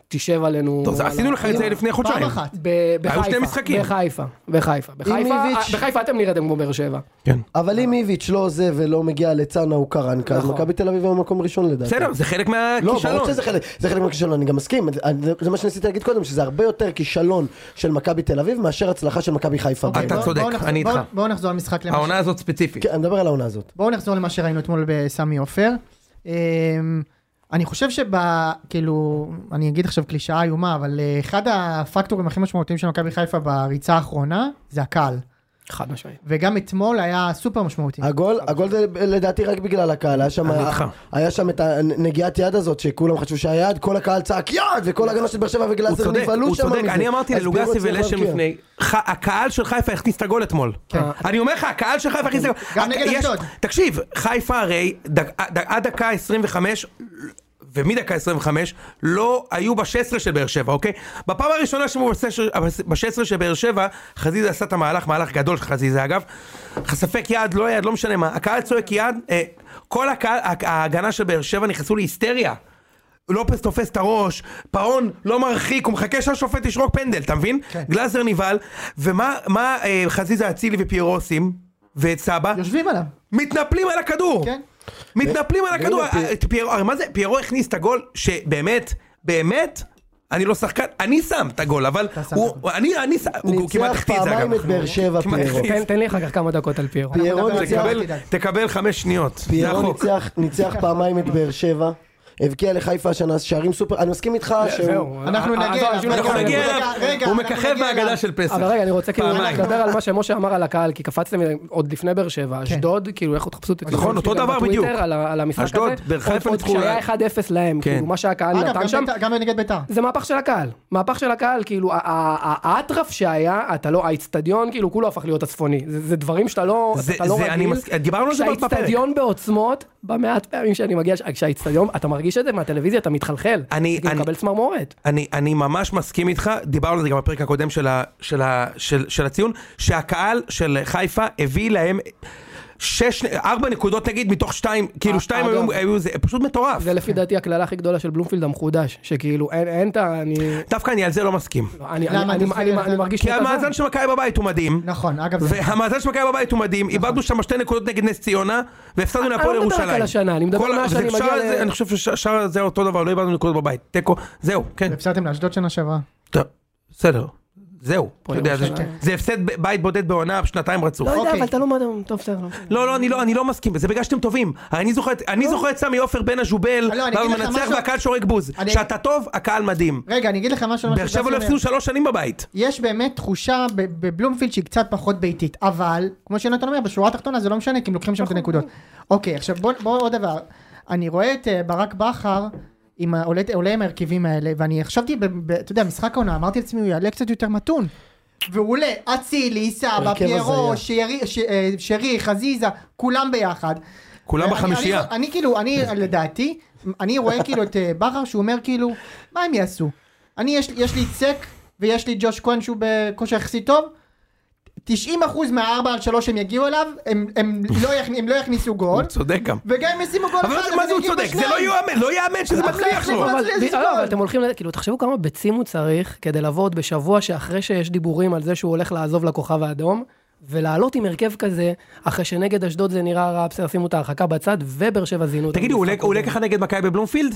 ותשב עלינו. טוב, זה- על עשינו ה- לך את זה לפני חודשיים. פעם אחת. ב- בחיפה, שני משחקים. בחיפה, בחיפה, בחיפה, איביץ'. בחיפה אתם נראיתם כמו באר שבע. כן. אבל אם איביץ' לא עוזב ולא מגיע לצאנה או קרנקה, אז נכון. מכבי תל אביב היום מקום ראשון לדעתי. בסדר, זה חלק לא, ברור מהכישלון. שזה חלק, זה חלק מהכישלון, אני גם מסכים, אני- זה- זה מה שניסיתי להגיד קודם, שזה הרבה יותר כישלון של מכבי תל אביב מאשר הצלחה של מכבי חיפה. אוקיי, אתה בואו- צודק, בואו נחזור- אני בואו- איתך. בואו נחזור למשחק. למה העונה הזאת ספציפית. כן, אני מדבר על העונה הזאת. בואו נחזור למה שראינו אתמול בסמי עופר. אמ, אני חושב שב... כאילו, אני אגיד עכשיו קלישאה איומה, אבל אה, אחד הפקטורים הכי משמעותיים של מכבי חיפה בריצה האחרונה זה הקהל. חד משמעית. וגם אתמול היה סופר משמעותי. הגול, הגול זה לדעתי רק בגלל הקהל, היה שם, אני איתך. היה שם את הנגיעת יד הזאת שכולם חשבו שהיה יד, כל הקהל צעק יד, וכל הגנה של באר שבע הוא וגלאזר צודק, נבהלו הוא שם. צודק, מזה. אני אמרתי אז ללוגסי פירו צריך ולשם להבקיע. לפני, ח- הקהל של חיפה הכניס את הגול אתמול. כן. אני אומר לך, הקהל של חיפה הכניס את הגול. גם הק- נגד יש- אשדוד. תקשיב, חיפה הרי, דק- עד- עד דקה 25, ומדקה 25, לא היו ב-16 של באר שבע, אוקיי? בפעם הראשונה שהם היו ב-16 של באר שבע, חזיזה עשה את המהלך, מהלך גדול של חזיזה אגב. ספק יעד, לא יעד, לא משנה מה. הקהל צועק יעד, אה, כל הקהל, הה- ההגנה של באר שבע נכנסו להיסטריה. לופס תופס את הראש, פאון לא מרחיק, הוא מחכה שהשופט ישרוק פנדל, אתה מבין? כן. גלאזר נבהל, ומה מה, אה, חזיזה אצילי ופיירו עושים? ואת סבא? יושבים עליו. מתנפלים על הכדור! כן. מתנפלים על והנה הכדור! פי- אה, פיירו, הרי מה זה? פיירו הכניס את הגול שבאמת, באמת, אני לא שחקן, אני שם את הגול, אבל שם את הוא, אני, אני, שם- הוא כמעט ניצח החטיא את זה פעמיים אגב. את באר שבע כמעט פיירו. החטיא. תן- תן לי אחר כך כמה דקות על פיירו. פיירו נדבר על זה. ניצח- כן. תקבל- תקבל חמש שניות, זה פיירו החוק. ניצח- ניצח פעמיים את באר שבע. הבקיע לחיפה השנה שערים סופר, אני מסכים איתך שהוא... זהו. אנחנו אה, אה, נגיע אה, אליו, אנחנו נגיע רגע, אליו, רגע, הוא אנחנו מככב נגיע בהגדה אליו. של פסח. אבל רגע, אני רוצה כאילו פעמיים. לדבר על מה שמשה אמר על הקהל, כי קפצתם עוד לפני באר שבע, כן. אשדוד, כאילו איך עוד חפשו את התמונות נכון, אותו שלי גם דבר בטוויטר בדיוק. על ה- על המשחק הזה. אשדוד, באר חיפה עוד ניצחו, כשהיה אה? 1-0 להם, כן. כאילו מה שהקהל אגב, נתן גם שם, בית"ר- גם נגד בית"ר. זה מהפך של הקהל, מהפך של הקהל, כאילו ה- ה- ה- האטרף שהיה, אתה לא, האיצטדיון כאילו כולו הפך להיות הצפוני, זה זה דברים שאתה לא, זה- אתה לא זה- אני רגיל, מס- דיברנו על זה בפרק. כשהאיצטדיון בעוצמות, במעט פעמים שאני מגיע, כשהאיצטדיון, אתה מרגיש את זה מהטלוויזיה, אתה מתחלחל, אני- אתה כאילו אני- מקבל צמרמורת. אני, אני ממש מסכים איתך, דיברנו על זה גם בפרק הקודם של, ה, של, ה, של, של הציון, שהקהל של חיפה הביא להם שש, ארבע נקודות נגיד מתוך שתיים, כאילו אה, שתיים אגב. היו, היו זה פשוט מטורף. זה לפי דעתי הקללה הכי גדולה של בלומפילד המחודש, שכאילו אין, אין את ה... אני... דווקא אני על זה לא מסכים. לא, אני, למה, אני, אני, אתה אני, מסכים? אני מרגיש כי מתאזן. המאזן של מכבי בבית הוא מדהים. נכון, אגב, זה- והמאזן של מכבי בבית הוא מדהים, נכון. איבדנו שם שתי נקודות נגד נס ציונה, והפסדנו אני לא להפועל מדבר רק ירושלים. על השנה, אני מדבר כל ה- מאז שאני זה- מגיע שאר ל- הזה- אני חושב שהשאר זה אותו דבר, לא איבדנו נקודות בבית, תיקו, זהו, כן. הפסדתם לאשדוד שנה שעברה. טוב, בסדר, זהו, אתה יודע, זה- ירושלים. זה הפסד ב- בית בודד בעונה, שנתיים רצוף. לא יודע, אוקיי. אבל אתה לא מדהים, טוב, בסדר. לא. לא, לא, אני לא, אני לא מסכים, זה בגלל שאתם טובים. אני זוכר, את- אני זוכר את סמי עופר בין הז'ובל, לא, אני והוא אגיד לך מנצח משהו- והקהל שורק בוז. אני- שאתה טוב, הקהל מדהים. רגע, אני אגיד לך משהו. על מה באר שבע שדסי לא אומר. הפסידו שלוש שנים בבית. יש באמת תחושה ב- בבלומפילד שהיא קצת פחות ביתית, אבל, כמו שנתן אומר, בשורה התחתונה זה לא משנה, כי הם לוקחים שם את הנקודות. אוקיי, עכשיו בוא, בוא עוד דבר. אני רואה את אה, ברק בכר, עם ה- עולה, עולה עם ההרכבים האלה, ואני חשבתי, ב- ב- אתה יודע, משחק העונה, אמרתי לעצמי, הוא יעלה קצת יותר מתון. והוא עולה, אצילי, סבא, הרכב פיירו, הזיה. שרי, ש- אה, שרי, חזיזה, כולם ביחד. כולם לא, אני- בחמישייה. אני, אני כאילו, אני לדעתי, אני רואה כאילו את אה, בכר שהוא אומר כאילו, מה הם יעשו? אני, יש, לי- יש לי צק ויש לי ג'וש כהן שהוא בכושר יחסית טוב. 90% מהארבע על שלוש הם יגיעו אליו, הם, הם, לא, יכ, הם לא יכניסו הוא גול, צודק גם. וגם אם ישימו גול אבל אחד, מה זה הוא יגיעו צודק? זה לא בשניים. יאמן, לא יאמן שזה אבל מצליח זה לו. כבר- אבל- להצליח לסגור. לא, אבל אתם הולכים, ל- כאילו, תחשבו כמה ביצים הוא צריך כדי לבוא עוד בשבוע שאחרי שיש דיבורים על זה שהוא הולך לעזוב לכוכב האדום, ולעלות עם הרכב כזה, אחרי שנגד אשדוד זה נראה רע, בסדר, שימו את ההרחקה בצד, ובאר שבע זינו אותם. תגידו, הוא עולה- במשחק הוא עולה הזה. ככה נגד מכבי בבלומפילד?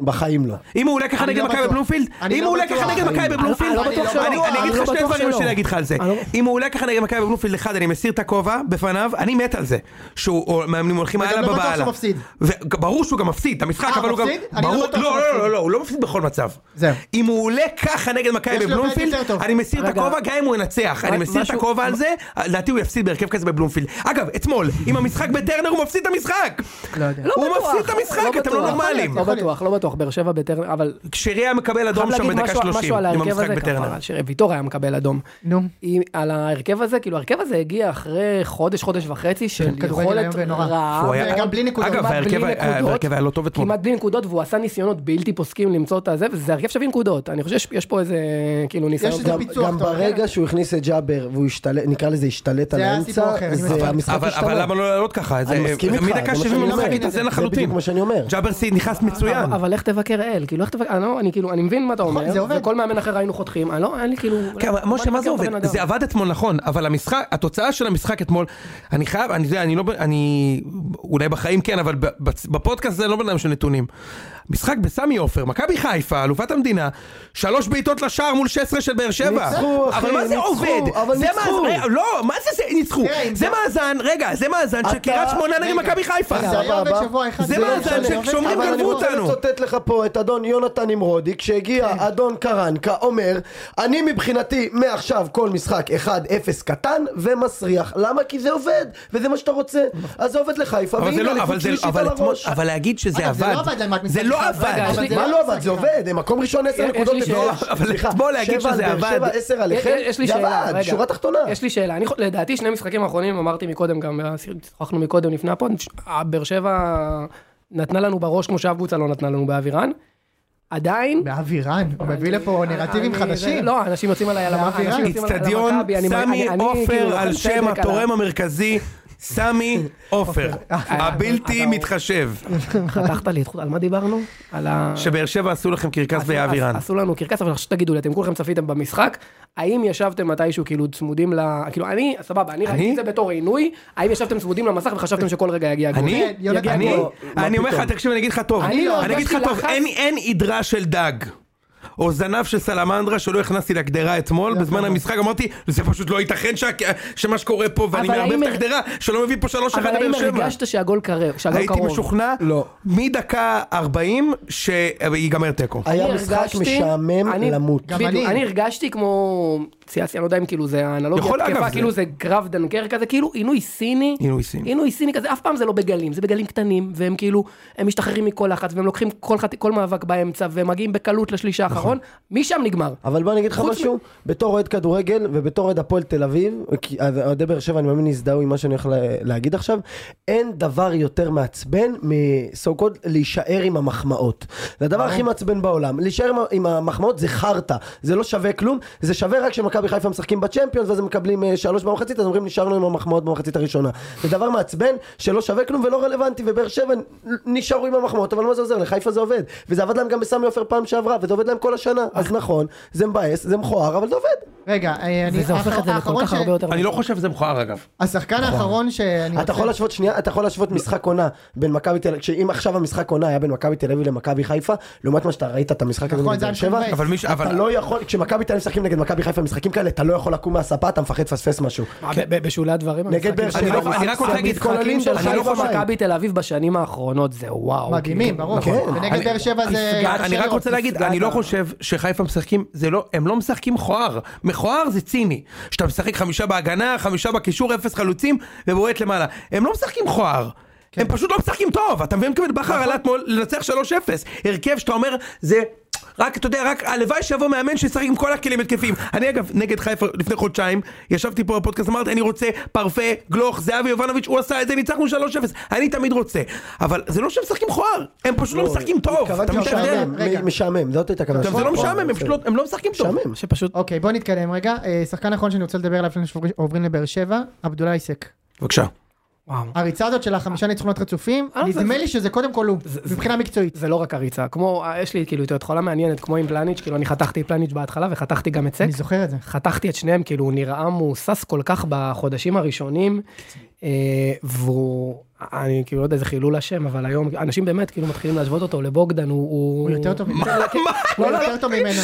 בחיים לא. אם הוא עולה ככה אני נגד לא מכבי בטוח. בבלומפילד? אני אם לא הוא עולה בטוח. ככה נגד אני- מכבי אני לא בבלומפילד? בטוח שלא. אני- אני אני אגיד לא לך שני בטוח דברים שלא. שאני אגיד לך על זה. אני לא- אם הוא עולה ככה נגד מכבי בבלומפילד, אחד, אני מסיר את הכובע בפניו, אני מת על זה. שהוא, או מאמנים הולכים וגם הלאה לא בטוח בבעלה. שהוא מפסיד. ו- ברור שהוא גם מפסיד, את המשחק, אה, אבל הוא גם... מפסיד? אני לא ברור- בטוח שהוא לא, לא, מפסיד. לא, לא, הוא לא מפסיד בכל מצב. זהו. אם הוא עולה ככה נגד מכבי יש לו בית בבלומפילד, יותר טוב. אני מסיר את רגע. הכובע גם אם הוא ינצח. אני מה- מסיר את משהו- הכובע על זה, לדעתי הוא יפסיד בהרכב כזה בבלומפילד. אגב, אתמול, עם המשחק בטרנר הוא מפסיד את המשחק! לא יודע. לא הוא בטוח, מפסיד את המשחק, אתם לא בטוח. נורמלים. לא בטוח, לא בטוח, באר שבע בטרנר, אבל... כשריה מקבל אדום חייב שם להגיד בדקה משהו- 30, משהו על עם ההרכב המשחק הזה, בטרנר. כפרה, שוויתור היה מקבל אדום. נו. עם- על ההרכב הזה, כאילו ההרכב הזה הגיע אחרי חודש, חודש וחצי של כן, כדורגל איום יכולת ונורא. רעה. אה, הוא היה- וגם בלי נקודות. אגב, כמעט ההרכב בלי היה- נקודות. ההרכב היה לא טוב אתמול. כמעט בלי נקודות, והוא עשה ניסיונות בלתי פוסקים למצוא את הזה, וזה הרכב שווה נקודות. אני חושב שיש פה איזה, כאילו, ניסיון. איזה גם- פיצוי. פיצוח, גם אתה אומר. ברגע שהוא הכניס את ג'אבר והוא השתלט, נקרא לזה השתלט על זה היה סיפור האמצע, אחר, אני מסכים. זה אה, המשחק אבל אבל השתנה. למה לא לעלות ככה? זה- אני מסכים איתך, זה מדקה מה 70 שאני המשחק אומר. התאזן זה לחלוטין. בדיוק מה שאני אומר. ג'אבר סי נכנס מצוין. אבל- אבל איך תבקר אל? כאילו, איך תבקר... אני לא- אני כאילו, אני מבין מה אתה נכון, זה אומר, עובד. וכל מאמן אחר היינו חותכים, אני לא, אין לי כאילו... כן, אבל בוא משה, מה זה נבקר את הבן עובד? אדם. זה עבד אתמול נכון, אבל המשחק, התוצאה של המשחק אתמול, אני חייב, אני יודע, אני לא, ב- אני, אולי בחיים כן, אבל ב- בפודקאסט זה לא בן אדם של נתונים. משחק בסמי עופר, מכבי חיפה, אלופת המדינה, שלוש בעיטות לשער מול 16 של באר שבע. ניצחו, אחי, אבל מה זה ניצחו, עובד? אבל זה ניצחו. מאזן- לא, מה זה זה ניצחו? תראה, אם זה זה- מאזן, רגע, זה מאזן של אתה- קריית שמונה נגד רגע, מכבי חיפה. זה היה עובד סבבה. שבוע אחד. זה לא מאזן משנה. שכשאומרים אבל גנבו אני אבל רוצה- אותנו. אני רוצה לצטט לך פה את אדון יונתן נמרודי, כשהגיע אדון קרנקה, אומר, אני מבחינתי מעכשיו כל משחק 1-0 קטן ומסריח. למה? כי זה עובד, וזה מה שאתה רוצה. אז זה עובד לחיפה, אבל זה לא, והנה אבל אליפות זה, שלישית אבל על אתמול, הראש. אבל להגיד שזה אגב, זה עבד, לא עבד להם רק זה משחק לא אחד. עבד, רגע, יש לי- מה לא עבד? זה עובד, הם מקום ראשון 10 יש לי נקודות. שאלה. הבדל. אבל סליחה, אתמול להגיד שבע על שזה באר עבד. שבע, 10 עליכם, יש לי זה שאלה, עבד, רגע. שורה תחתונה. יש לי שאלה, אני, חו- לדעתי שני משחקים האחרונים, אמרתי מקודם, גם שוחחנו מקודם לפני הפוד, ש- באר שבע נתנה לנו בראש כמו שאבוצה לא נתנה לנו באווירן, עדיין... באווירן, הוא מביא לפה נרטיבים אני- חדשים. זה- לא, אנשים יוצאים עליי על המאפירן. באווירן. איצטדיון סמי כאילו עופר על שם התורם המרכזי, סמי עופר, הבלתי מתחשב, חתכת לי את חוט, על מה דיברנו? על ה... שבאר שבע עשו לכם קרקס עשו- ויעבירן. עש- עשו לנו קרקס, אבל עכשיו תגידו לי, אתם כולכם צפיתם במשחק, האם ישבתם מתישהו כאילו צמודים ל... כאילו אני, סבבה, אני ראיתי את זה בתור עינוי, האם ישבתם צמודים למסך וחשבתם שכל רגע יגיע גול? אה, אני? כן, יונתן, אני? מה אני אומר לך, פתאום? תקשיב, אני אגיד לך טוב. לא, אני לא אני אגיד לך הרגשתי טוב, לחץ. אין- אין עדרה של דג. או זנב של סלמנדרה שלא הכנסתי לגדרה אתמול, בזמן המשחק אמרתי, זה פשוט לא ייתכן שה- שמה שקורה פה, ואני אבל מערבב האם את הר- הגדרה, שלא מביא פה 3-1 אבל לבאר האם שבע. הרגשת שהגול קרב? שהגול הייתי קרוב? משוכנע, לא. מדקה 40 שיגמר תיקו. היה אני משחק הרגשתי- משעמם אני- למות. גם בדיוק, אני. אני הרגשתי כמו ציאסי, אני לא יודע אם כאילו זה האנלוגיה יכול, אגב, תקפה, זה- כאילו זה קרב דנקר כזה, כאילו עינוי סיני, עינוי סיני. עינוי סיני כזה, אף פעם זה לא בגלים, זה בגלים קטנים, והם כאילו, הם משתחררים מכל לחץ, והם לוקחים כל חת- כל מאבק באמצע, והם מגיעים בקלות לשליש נכון. האחרון, משם נגמר. אבל בוא אני אגיד לך חוץ משהו, בתור אוהד כדורגל ובתור אוהד הפועל תל אביב, כי אוהדי באר שבע אני מאמין הזדהו עם מה שאני הולך לה- להגיד עכשיו, אין דבר יותר מעצבן מסו קוד להישאר עם המחמאות. זה הדבר הכי מעצבן בעולם, להישאר עם ה- עם המחמאות זה חרטא, זה לא שווה כלום, זה שווה רק כשמכבי חיפה משחקים בצ'מפיונס ואז הם מקבלים אה, שלוש במחצית, אז אומרים נשארנו עם המחמאות במחצית הראשונה. זה דבר מעצבן שלא שווה כלום ולא רלוונטי, ובאר שבע נשארו עם המחמאות, אבל מה זה עוזר? לחיפה זה עובד. וזה עבד להם גם בסמי עופר פעם שעברה, וזה עובד להם כל השנה. אז נכון, זה מבאס, זה מכוער, אבל זה עובד. רגע, אה, אני... וזה הופך את זה לכל האחרון כך ש- הרבה יותר... אני לא חושב שזה מכוער אגב. השחקן האחרון שאני... אתה רוצה- יכול להשוות שנייה, אתה יכול להשוות משחק עונה בין מכבי תל אביב, שאם עכשיו המשחק עונה היה בין מכבי תל אביב למכבי חיפה, לעומת מה שאתה ראית את המשחק הזה נכון, נגד זה באר היה שבע, מבאס. אבל מי ש... אתה אבל... לא יכול, כשמכבי תל אביב משחקים נגד מכבי חיפה משחקים כאלה, אתה לא יכול לקום מהספה, אתה מפחד לפספס משהו. מה, ב- ב- בשולי הדברים, נגד באר המשחקים- אני שבע, לא- אני רק רוצה להגיד, כל הלינק של של אני לא חיפה חיפה חושב- מכבי תל אביב בשנים האחרונות זה וואו. מדהימים, כאילו. ברור. נכון. ונגד אוקיי. אני- באר שבע זה... פסגת- אני רק רוצה להגיד, אני לא חושב שחיפה משחקים, זה לא, הם לא משחקים מכוער. מכוער זה ציני. שאתה משחק חמישה בהגנה, חמישה בקישור, אפס חלוצים, ובועט למעלה. הם לא משחקים מכוער. הם פשוט לא משחקים טוב, אתה מבין? כאילו בכר עלה אתמול לנצח 3-0. הרכב שאתה אומר, זה... רק, אתה יודע, רק הלוואי שיבוא מאמן שישחק עם כל הכלים התקפיים. אני אגב, נגד חיפה לפני חודשיים, ישבתי פה בפודקאסט, אמרתי, אני רוצה פרפה, גלוך, זהבי יובנוביץ', הוא עשה את זה, ניצחנו 3-0. אני תמיד רוצה. אבל זה לא שהם משחקים מכוער, הם פשוט לא משחקים טוב. אתה התכוונתי מבין את ההבדל? משעמם, רגע. מ- משעמם, זאת הייתה הכוונה. כן, גם זה לא נכון, משעמם, הם פשוט לא- הם לא משחקים טוב. משעמם. שפשוט, אוקיי, בוא נתקדם רגע. אה, שחקן אחרון שאני רוצה לדבר עליו לפני שעוברים לבאר שבע, עבדולאי סק. בבקשה. וואו. הריצה הזאת של החמישה ניצחונות רצופים, אה, זה- נדמה לי שזה קודם כל הוא, מבחינה מקצועית. זה לא רק הריצה, כמו, אה, יש לי כאילו את התחולה מעניינת, כמו עם פלניץ', כאילו אני חתכתי את פלניץ' בהתחלה וחתכתי גם את סק. אני זוכר את זה. חתכתי את שניהם, כאילו הוא נראה מהוסס כל כך בחודשים הראשונים, אה, והוא, אני כאילו לא יודע איזה חילול השם, אבל היום אנשים באמת כאילו מתחילים להשוות אותו לבוגדן, הוא... הוא יותר טוב ממנו. הוא לא, לא, יותר לא. טוב ממנו.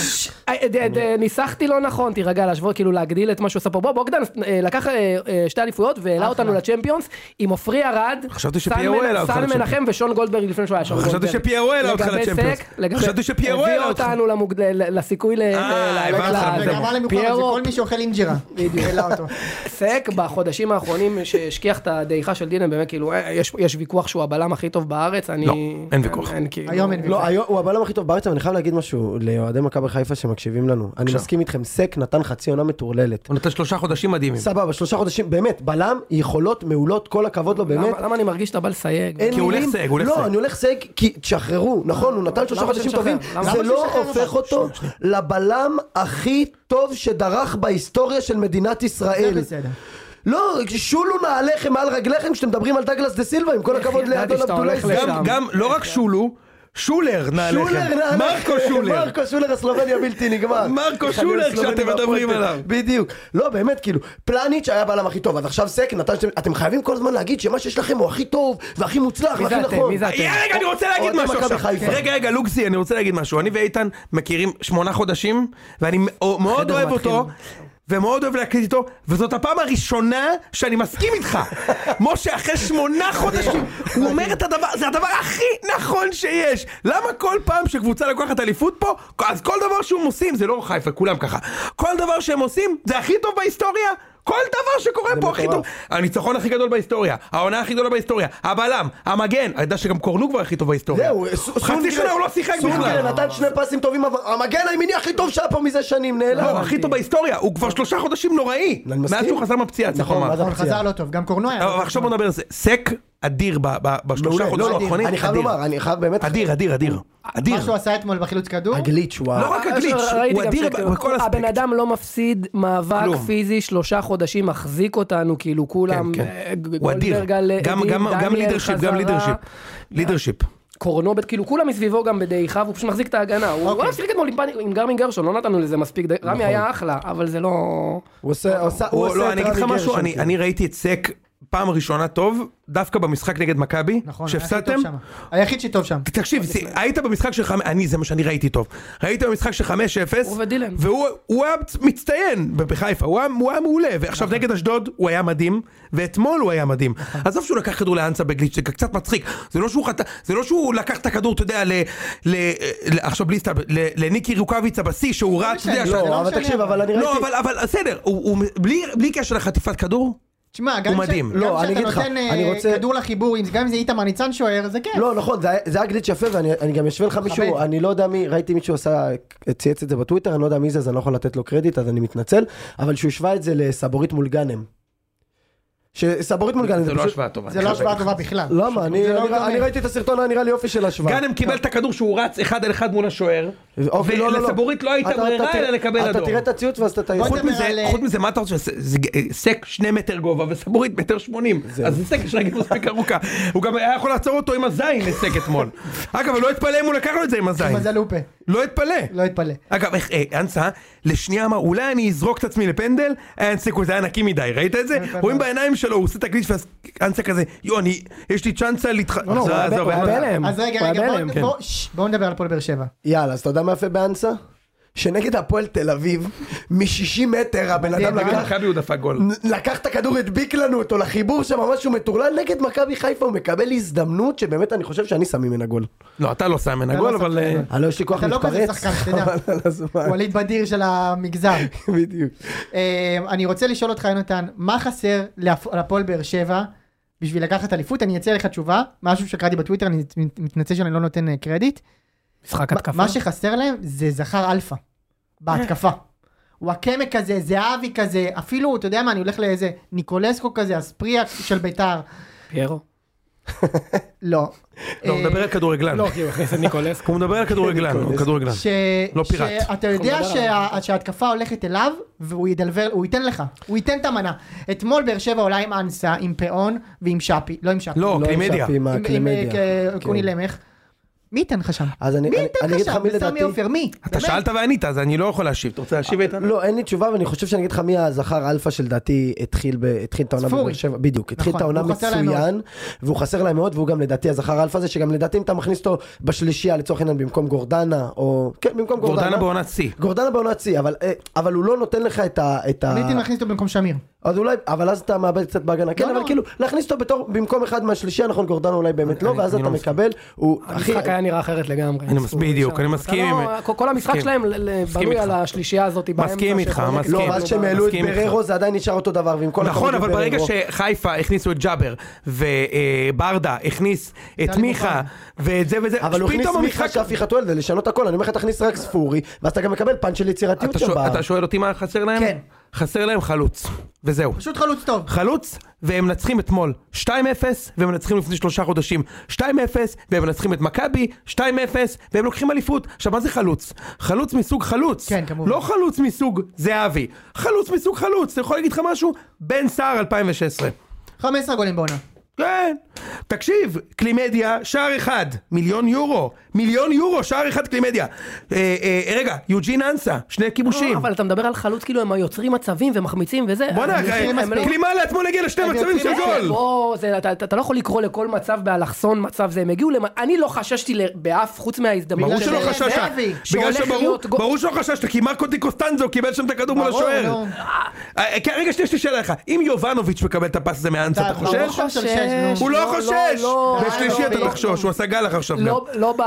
אה, ד- ד- ניסחתי לא נכון, תירגע, להשוות, כאילו להגדיל את מה שהוא עשה פה. בוא, בוגדן אה, לקח אה, אה, שתי אליפויות והעלה אותנו לצ'מפיונס עם עופרי ארד, חשבתי סן שפיירו מנ- העלה אותך סן לצ'מפיונס. מנחם ושון גולדברג לפני שהוא היה שון חשבתי גולדברג. שפיירו העלה אותך לגבי לצ'מפיונס. סק, לגבי- חשבתי שפיירו הביא העלה אותך. אה, אותנו למוגד- ל- לסיכוי ל... ל- הבנתי, לעלות ל- הבנתי. וגם עלי מוחמד, זה פיירו, כל מי שאוכל אינג'ירה. בדיוק. העלה אותו. סק בחודשים האחרונים שהשכיח את הדעיכה של דינם, באמת כאילו, אה, יש, יש ויכוח שהוא הבלם הכי טוב בארץ, אני... לא, אין ויכוח. אין, כאילו... היום אין לא, היום- הוא הבלם הכי טוב בארץ, אבל אני חייב להגיד משהו לאוהדי מכבי חיפה שמקשיבים לנו. אני מסכים איתכם, סק נתן חצי עונה מטורללת. הוא נתן שלושה חודשים מדהימים. סבבה, שלושה חודשים, באמת, בלם, יכולות מעולות, כל הכבוד לו, באמת. לא, למה, למה אני מרגיש שאתה בא לסייג? אין כי הוא הולך מילים. סייג, הוא הולך לא, סייג. אני הולך סייג כי תשחררו, נכון, הוא נתן שלושה למה חודשים שמשחרר? טובים, למה זה שהוא לא שחרר הופך אבל? אותו לבלם הכי טוב שדרך בהיסטוריה של מדינת ישראל. זה בסדר. לא, שולו נא עליכם מעל רגליכם כשאתם מדברים על דגלס דה סילבה, עם כל הכבוד ידעתי לאדון שאתה אבדולאי הולך לשם. סילבה. גם, גם, לא רק שולו, שולר נא כן. שולר, נא עליכם. עליכם. מרקו שולר. מרקו שולר הסלובני הבלתי נגמר. מרקו אחד שולר, מהסלובנים כשאתם מדברים והפועל תל- עליו. בדיוק. לא, באמת, כאילו, פלניץ' היה בעלם הכי טוב, אז עכשיו סק נתן שאתם... אתם חייבים כל הזמן להגיד שמה שיש לכם הוא הכי טוב, והכי מוצלח, מי והכי זה אתם? נכון. מי זה אתם? יא, רגע, אני רוצה להגיד אוהדי משהו מכבי עכשיו. חיפה. רגע, רגע, לוקסי, אני רוצה להגיד משהו. אני ואיתן מכירים שמונה חודשים, ואני מאו- מאוד חדר אוהב מתחיל. אותו. ומאוד אוהב להקליט איתו, וזאת הפעם הראשונה שאני מסכים [LAUGHS] איתך. משה, אחרי שמונה חודשים, הוא אומר את הדבר, זה הדבר הכי נכון שיש. למה כל פעם שקבוצה לוקחת אליפות פה, אז כל דבר שהם עושים, זה לא חיפה, כולם ככה. כל דבר שהם עושים, זה הכי טוב בהיסטוריה? כל דבר שקורה פה הכי טוב. מטורף. הניצחון הכי גדול בהיסטוריה, העונה הכי גדולה בהיסטוריה, הבלם, המגן, אני יודע שגם קורנו כבר הכי טוב בהיסטוריה. זהו, אה, ס- חצי סונגרן- שנה הוא לא שיחק בכלל. סונגרן נתן שני פסים טובים, אבל המגן הימיני הכי טוב שהיה פה מזה שנים, הוא נעלם. לא, הכי טוב בהיסטוריה, הוא כבר שלושה חודשים נוראי. לא, אני מסכים. מאז שהוא חזר מהפציעה, צריך נכון, לומר. מה זה אבל חזר לא טוב, גם קורנו היה. לא אבל טוב. אה, עכשיו בוא נדבר על זה. סק אדיר ב- ב- בשלושה מעולה. חודשים לא, האחרונים. אני חייב אדיר. לומר, אני חייב באמת... אדיר, אדיר, אדיר. אדיר. מה שהוא עשה אתמול בחילוץ כדור, הגליץ', וואו. לא רק הגליץ', אה, ראיתי הוא גם אדיר שכאילו, בכל הבן אספקט. אדם לא מפסיד מאבק כלום. פיזי שלושה חודשים, מחזיק אותנו, כאילו כולם... כן, כן. אה, הוא גולדברג אדיר. על אה, גם- עדים, גם- גם דניאל לידרשיפ, גם חזרה, לידרשיפ. לידרשיפ. קורנובט, כאילו כולם מסביבו גם בדעיכה, והוא פשוט מחזיק את ההגנה. הוא הוא לא שיחק אתמול עם פאני- עם גרמין גרשון, לא נתנו לזה מספיק, ד- נכון. רמי היה אחלה, אבל זה לא... הוא עושה... הוא עושה- הוא הוא- עושה לא, את אני אגיד לך רמי משהו, גרשון, אני כאילו. אני ראיתי את סק פעם ראשונה טוב, דווקא במשחק נגד מכבי, נכון, היה הכי טוב שהפסדתם, שם. היחיד שטוב שם. תקשיב, זה- היית במשחק של חמש, אני, זה מה שאני ראיתי טוב. היית במשחק של 5-0, הוא ודילן. והוא הוא היה מצטיין ב- בחיפה, הוא היה- הוא היה מעולה, ועכשיו נכון. נגד אשדוד הוא היה מדהים, ואתמול הוא היה מדהים. עזוב שהוא לקח כדור לאנסה בגליץ', זה קצת מצחיק, זה לא שהוא חטא- זה לא שהוא לקח את הכדור, אתה יודע, ל- ל- ל- עכשיו בלי סתם, ל- לניקי רוקאביצה בשיא, שהוא רץ, אתה יודע, משנה, שה- לא לא, אבל משנה, תקשיב, אבל- אבל אני לא, ראיתי... אבל- אבל בסדר, הוא- הוא- בלי- בלי קשר לחטיפת כדור, תשמע, גם הוא כש- מדהים. גם לא, אני כשאתה אגיד לך, נותן אה, אני רוצה- כדור לחיבור, אם- גם אם זה איתמר ניצן שוער, זה כן. כיף. לא, נכון, זה היה- זה היה גליץ' יפה, ואני אני גם אשווה לך מישהו, מכבד. אני לא יודע מי, ראיתי מישהו עשה, צייץ את זה בטוויטר, אני לא יודע מי זה, אז אני לא יכול לתת לו קרדיט, אז אני מתנצל, אבל שהוא השווה את זה לסבורית מול גאנם. שסבורית מול גאנם, זה לא השוואה טובה. זה לא השוואה טובה בכלל. למה? אני- זה לא אני דומה. אני ראיתי את הסרטון, היה נראה לי יופי של השוואה. גאנם קיבל את הכדור שהוא רץ אחד על אחד מול השוער, אוקיי, לא, לא, לא. ולסבורית לא הייתה אתה- ברירה אתה- אלא לקבל אדום. אתה תראה את הציוץ ואז אתה תעיר. בוא חוץ נדבר מזה, על, אה, חוץ מזה, מה אתה רוצה? זה- זה אה, סק שני מטר גובה וסבורית מטר שמונים. אז זה סק יש רגל מספיק ארוכה. הוא גם היה יכול לעצור אותו עם הזין לסק אתמול. אגב, לא אתפלא אם הוא לקח לו את זה עם הזין. מזל לופה, לא אתפלא. לא אתפלא. אגב, איך, אה, אנסה, לשנייה אמר, אולי אני אזרוק את עצמי לפנדל, היה אין סיכוי, זה היה נקי מדי, ראית את זה? רואים בעיניים שלו, הוא עושה את הקליץ' ואז אנסה כזה, יו, אני, יש לי צ'אנסה להתח... לא, הוא עזוב, היה ב- עזוב, הוא היה אין מה- אה, בהלם. אז רגע, הוא היה רגע, בוא- כן. בהלם. בוא- ששש, בואו נדבר על הפועל באר שבע. יאללה, אז אתה יודע מה יפה באנסה? שנגד הפועל תל אביב, מ-60 מטר הבן אדם נגד לקח... מכבי הוא דפק גול. לקח את הכדור, הדביק לנו אותו לחיבור שם, משהו מטורלל נגד מכבי חיפה, הוא מקבל הזדמנות שבאמת אני חושב שאני שם ממנה גול. לא, אתה לא שם מן לא הגול, שם אבל... מן אה, הגול. אני לא, יש לי כוח אתה לא כזה להתפרץ, שחקן, שתדע. חבל על הזמן. ווליד בדיר של [LAUGHS] המגזר. בדיוק. אה, אני רוצה לשאול אותך, יונתן, מה חסר להפ- להפועל באר שבע בשביל לקחת אליפות? אני אציע לך תשובה, משהו שקראתי בטוויטר, אני מת- מתנצל שאני לא נותן אה, קרדיט. משחק מה- התקפה. מה שחסר להם זה זכר אלפא, בהתקפה. וואקמה כזה, זהבי כזה, אפילו, אתה יודע מה, אני הולך לאיזה ניקולסקו כזה, אספריה של ביתר. פיירו. לא. לא, הוא אה, מדבר על כדורגלן. לא, כי הוא הכניס את ניקולס. הוא מדבר על כדורגלן, הוא כדורגלן. ש... לא פיראט. שאתה יודע אנחנו נדבר שה... שההתקפה הולכת אליו והוא ידלבר, הוא ייתן לך, הוא ייתן את המנה. אתמול באר שבע עולה עם אנסה, עם פאון ועם שפי, לא עם שפי. לא, לא קלימדיה. המשכתי עם עם- עם הקלימדיה. אה, כן. קוני למך. מי ייתן לך שם? אז אני- מי אני- ייתן אני לך אגיד לך שם? מי וסמי לדעתי- עופר, מי? אתה באמת? שאלת וענית, אז אני לא יכול להשיב. אתה רוצה להשיב איתן? לא, אין לי תשובה, ואני חושב שאני אגיד לך מי הזכר אלפא שלדעתי התחיל ב- התחיל את העונה ספורי. בבאר שבע, בדיוק, התחיל נכון, את העונה הוא חסר להם מצוין, והוא חסר להם מאוד, והוא גם לדעתי הזכר אלפא הזה, שגם לדעתי אם אתה מכניס אותו בשלישייה לצורך העניין במקום גורדנה, או... כן, במקום גורדנה גורדנה. לא, בעונת שיא. גורדנה בעונת שיא, אבל, אה, אבל הוא לא נותן לך את ה... את ה... אני הייתי מכניס אותו במקום שמיר. אז אולי, אבל אז אתה מאבד קצת בהגנה, כן, לא, אבל לא. כאילו, להכניס אותו בתור, במקום אחד מהשלישייה, נכון, גורדנה אולי באמת לא, אני- ואז אני אתה לא מסכים. מקבל, הוא, אחי, המשחק היה נראה אחרת לגמרי. אני אסור, מסכים, בדיוק, אי אפשר. אני אתה מסכים לא- עם- כל- כל המשחק מסכים. שלהם ל- ל- מסכים בנוי איתך. על השלישייה הזאת באמצע. מסכים איתך, שיכולה- מסכים. לא, כן, ואז כשהם העלו את מסכים איתך. בררו זה עדיין נשאר אותו דבר, ועם כל הכבוד נכון, אבל לבררו. ברגע שחיפה הכניסו את ג'אבר, וברדה הכניס את טלי מיכה, ואת זה וזה, אבל הוא הכניס פתאום מיכה המשחק... שהפי חתואל זה לשנות הכל, אני אומר לך תכניס רק ספורי, ואז אתה גם מקבל פאנץ' של יצירתיות אתה שם שואל- בארץ. אתה שואל אותי מה חסר להם? כן. חסר להם חלוץ, וזהו. פשוט חלוץ טוב. חלוץ, והם מנצחים אתמול 2-0, והם מנצחים לפני שלושה חודשים 2-0, והם מנצחים את מכבי 2-0, והם לוקחים אליפות. עכשיו, מה זה חלוץ? חלוץ מסוג חלוץ. כן, כמובן. לא חלוץ מסוג זהבי, חלוץ מסוג חלוץ. אתה יכול להגיד לך משהו? בן סער 2016. 15 גולים בעונה. כן. תקשיב, קלימדיה, שער אחד, מיליון יורו. מיליון יורו, שער אחד קלימדיה. אה, אה, רגע, יוג'ין אנסה, שני כיבושים. לא, אבל אתה מדבר על חלוץ, כאילו הם יוצרים מצבים ומחמיצים וזה. בואנה, אני- אה, הם לא- אה, כן, קלימלה אתמול הגיע לשני הם מצבים של יוצאים גול. בוא, זה- אתה- אתה אתה לא יכול לקרוא לכל מצב באלכסון מצב זה, הם הגיעו למ... אני לא חששתי ל- באף, חוץ מההזדמנות. ברור בגלל שלא שזה חששת, זהבי, בגלל שהולך שברור, להיות גול. ברור שלא חששת, כי מרקו די קוסטנזו קיבל שם את הכדור מול ברור, השוער. נו. אה, כן, רגע, שנייה, יש לי שאלה לך, אם יובנוביץ' מקבל את הפס הזה מאנצה, אתה- אתה אתה חושש? לא חושש. חושש. הוא לא חושש! לא, לא, בשלישי לא, אתה לא, תחשוש, הוא עשה גלח עכשיו גם. לא, לא ב...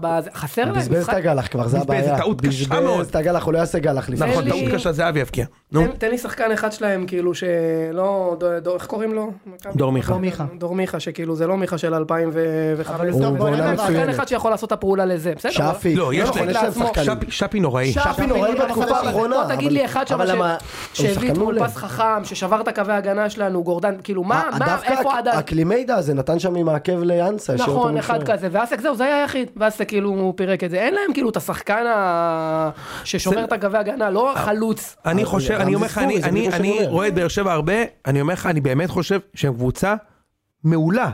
ב... זה- חסר להם בזבז את משחק. הגלח כבר, זה בזבז, הבעיה. זה טעות קשה מאוד. בזבז את הגלח, הוא לא יעשה גלח לפני. נכון, לי- טעות קשה, זהבי יבקיע. נו, תן, תן לי שחקן אחד שלהם, כאילו, שלא... דו- דו- איך קוראים לו? דור מיכה. דור לא, אה, מיכה. אה, דור מיכה, שכאילו, זה לא מיכה של 2005. אבל הוא טוב, בוא בעונה נדבר על- שחקן מצוינת. אחד שיכול לעשות את הפעולה לזה, בסדר? שפי, לא, יש נכון, להם- להם לעצמו. שחקנים. שפי- שפי נוראי. שפי נוראי נוראי בתקופה בתקופה האחרונה. לא תגיד לי אבל- אחד שם אבל למה- ש- הוא שהביא שחקן אתמול מעולה. פס חכם, ששבר את הקווי ההגנה שלנו, גורדן, כאילו, מה, ה- מה, אה, דווקא איפה הק- עדן? הקלימיידה הזה נתן שם עם העקב לאנסה. השאיר אותו נכון, מול אחד שוער. כזה, ואסק זהו, זה היה היחיד, ואסק כאילו הוא פירק את זה. אין להם כאילו את השחקן ה... ששובר זה- את הקווי הגנה, אה, לא החלוץ. אני אבל חושב, גם אני זה אומר לך, ספורי, אני- זה אני- בדיוק מה שאני אני אומר. רואה את באר שבע הרבה, אני אומר לך, אני באמת חושב שהם קבוצה מעולה.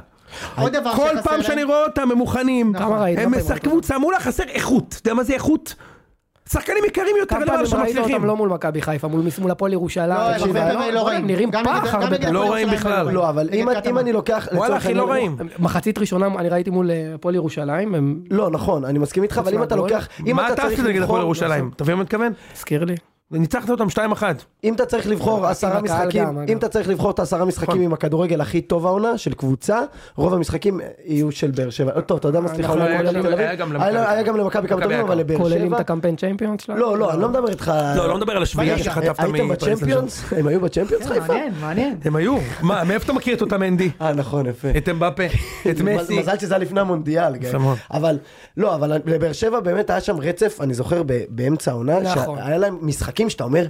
עוד דבר שחסר כל להם. נכון. פעם שאני רואה אותם הם מוכנים. כמה ראית? הם כמה משחק קבוצה מעולה, חסר איכות. אתה יודע מה זה איכות? שחקנים יקרים יותר, כמה אין למה פעמים ראית שמצליחים. אותם לא מול מכבי חיפה, מול מול הפועל ירושלים. לא, הם אה, תקשיב, הרבה הם- פעמים לא הם רואים. נראים גם נגד- פח גם הרבה נגד פעמים. לא הפועל רואים ירושלים בכלל. רואים. לא, אבל אם- נגד אם קטמון. אני לוקח... וואלה, לצורך אחי, העניין- לא רעים. מחצית ראשונה אני ראיתי מול אה, הפועל ירושלים, הם... לא, נכון, אני מסכים איתך, אבל אם אתה מהגול? לוקח... אם לא- מה אתה צריך עשית נגד לבחור- נכון. הפועל ירושלים? אתה מבין מה אני מתכוון? תזכיר לי. ניצחת אותם 2-1. אם אתה צריך לבחור עם עשרה הקהל משחקים, גם, אגב. אם אתה צריך לבחור את העשרה משחקים נכון. עם הכדורגל הכי טוב העונה, של קבוצה, רוב המשחקים יהיו של באר שבע. טוב, אתה יודע מה, סליחה, נכון, אולי היה כולל גם- תל היה אביב. גם היה למכבי לא- היה חיפה. גם למכבי כמה מכבי טובים, היה אבל כמה. לבאר כוללים שבע. את הקמפיין צ'מפיונס שלהם? לא, לא, אני לא מדבר איתך... לא, לא מדבר על השביעייה בליגה. שחטפת מ... הייתם בצ'מפיונס? הם היו בצ'מפיונס חיפה? מעניין, מעניין. הם היו. מה, מאיפה אתה מכיר את אותם אנדי? אה, נכון, יפה. את אמבפה? [LAUGHS] את מסי? מזל שזה היה לפני המונדיאל, גיא. יפה מאוד. אבל, לא, אבל לבאר שבע באמת היה שם רצף, אני זוכר ב- באמצע העונה, נכון. שהיה להם משחקים שאתה אומר,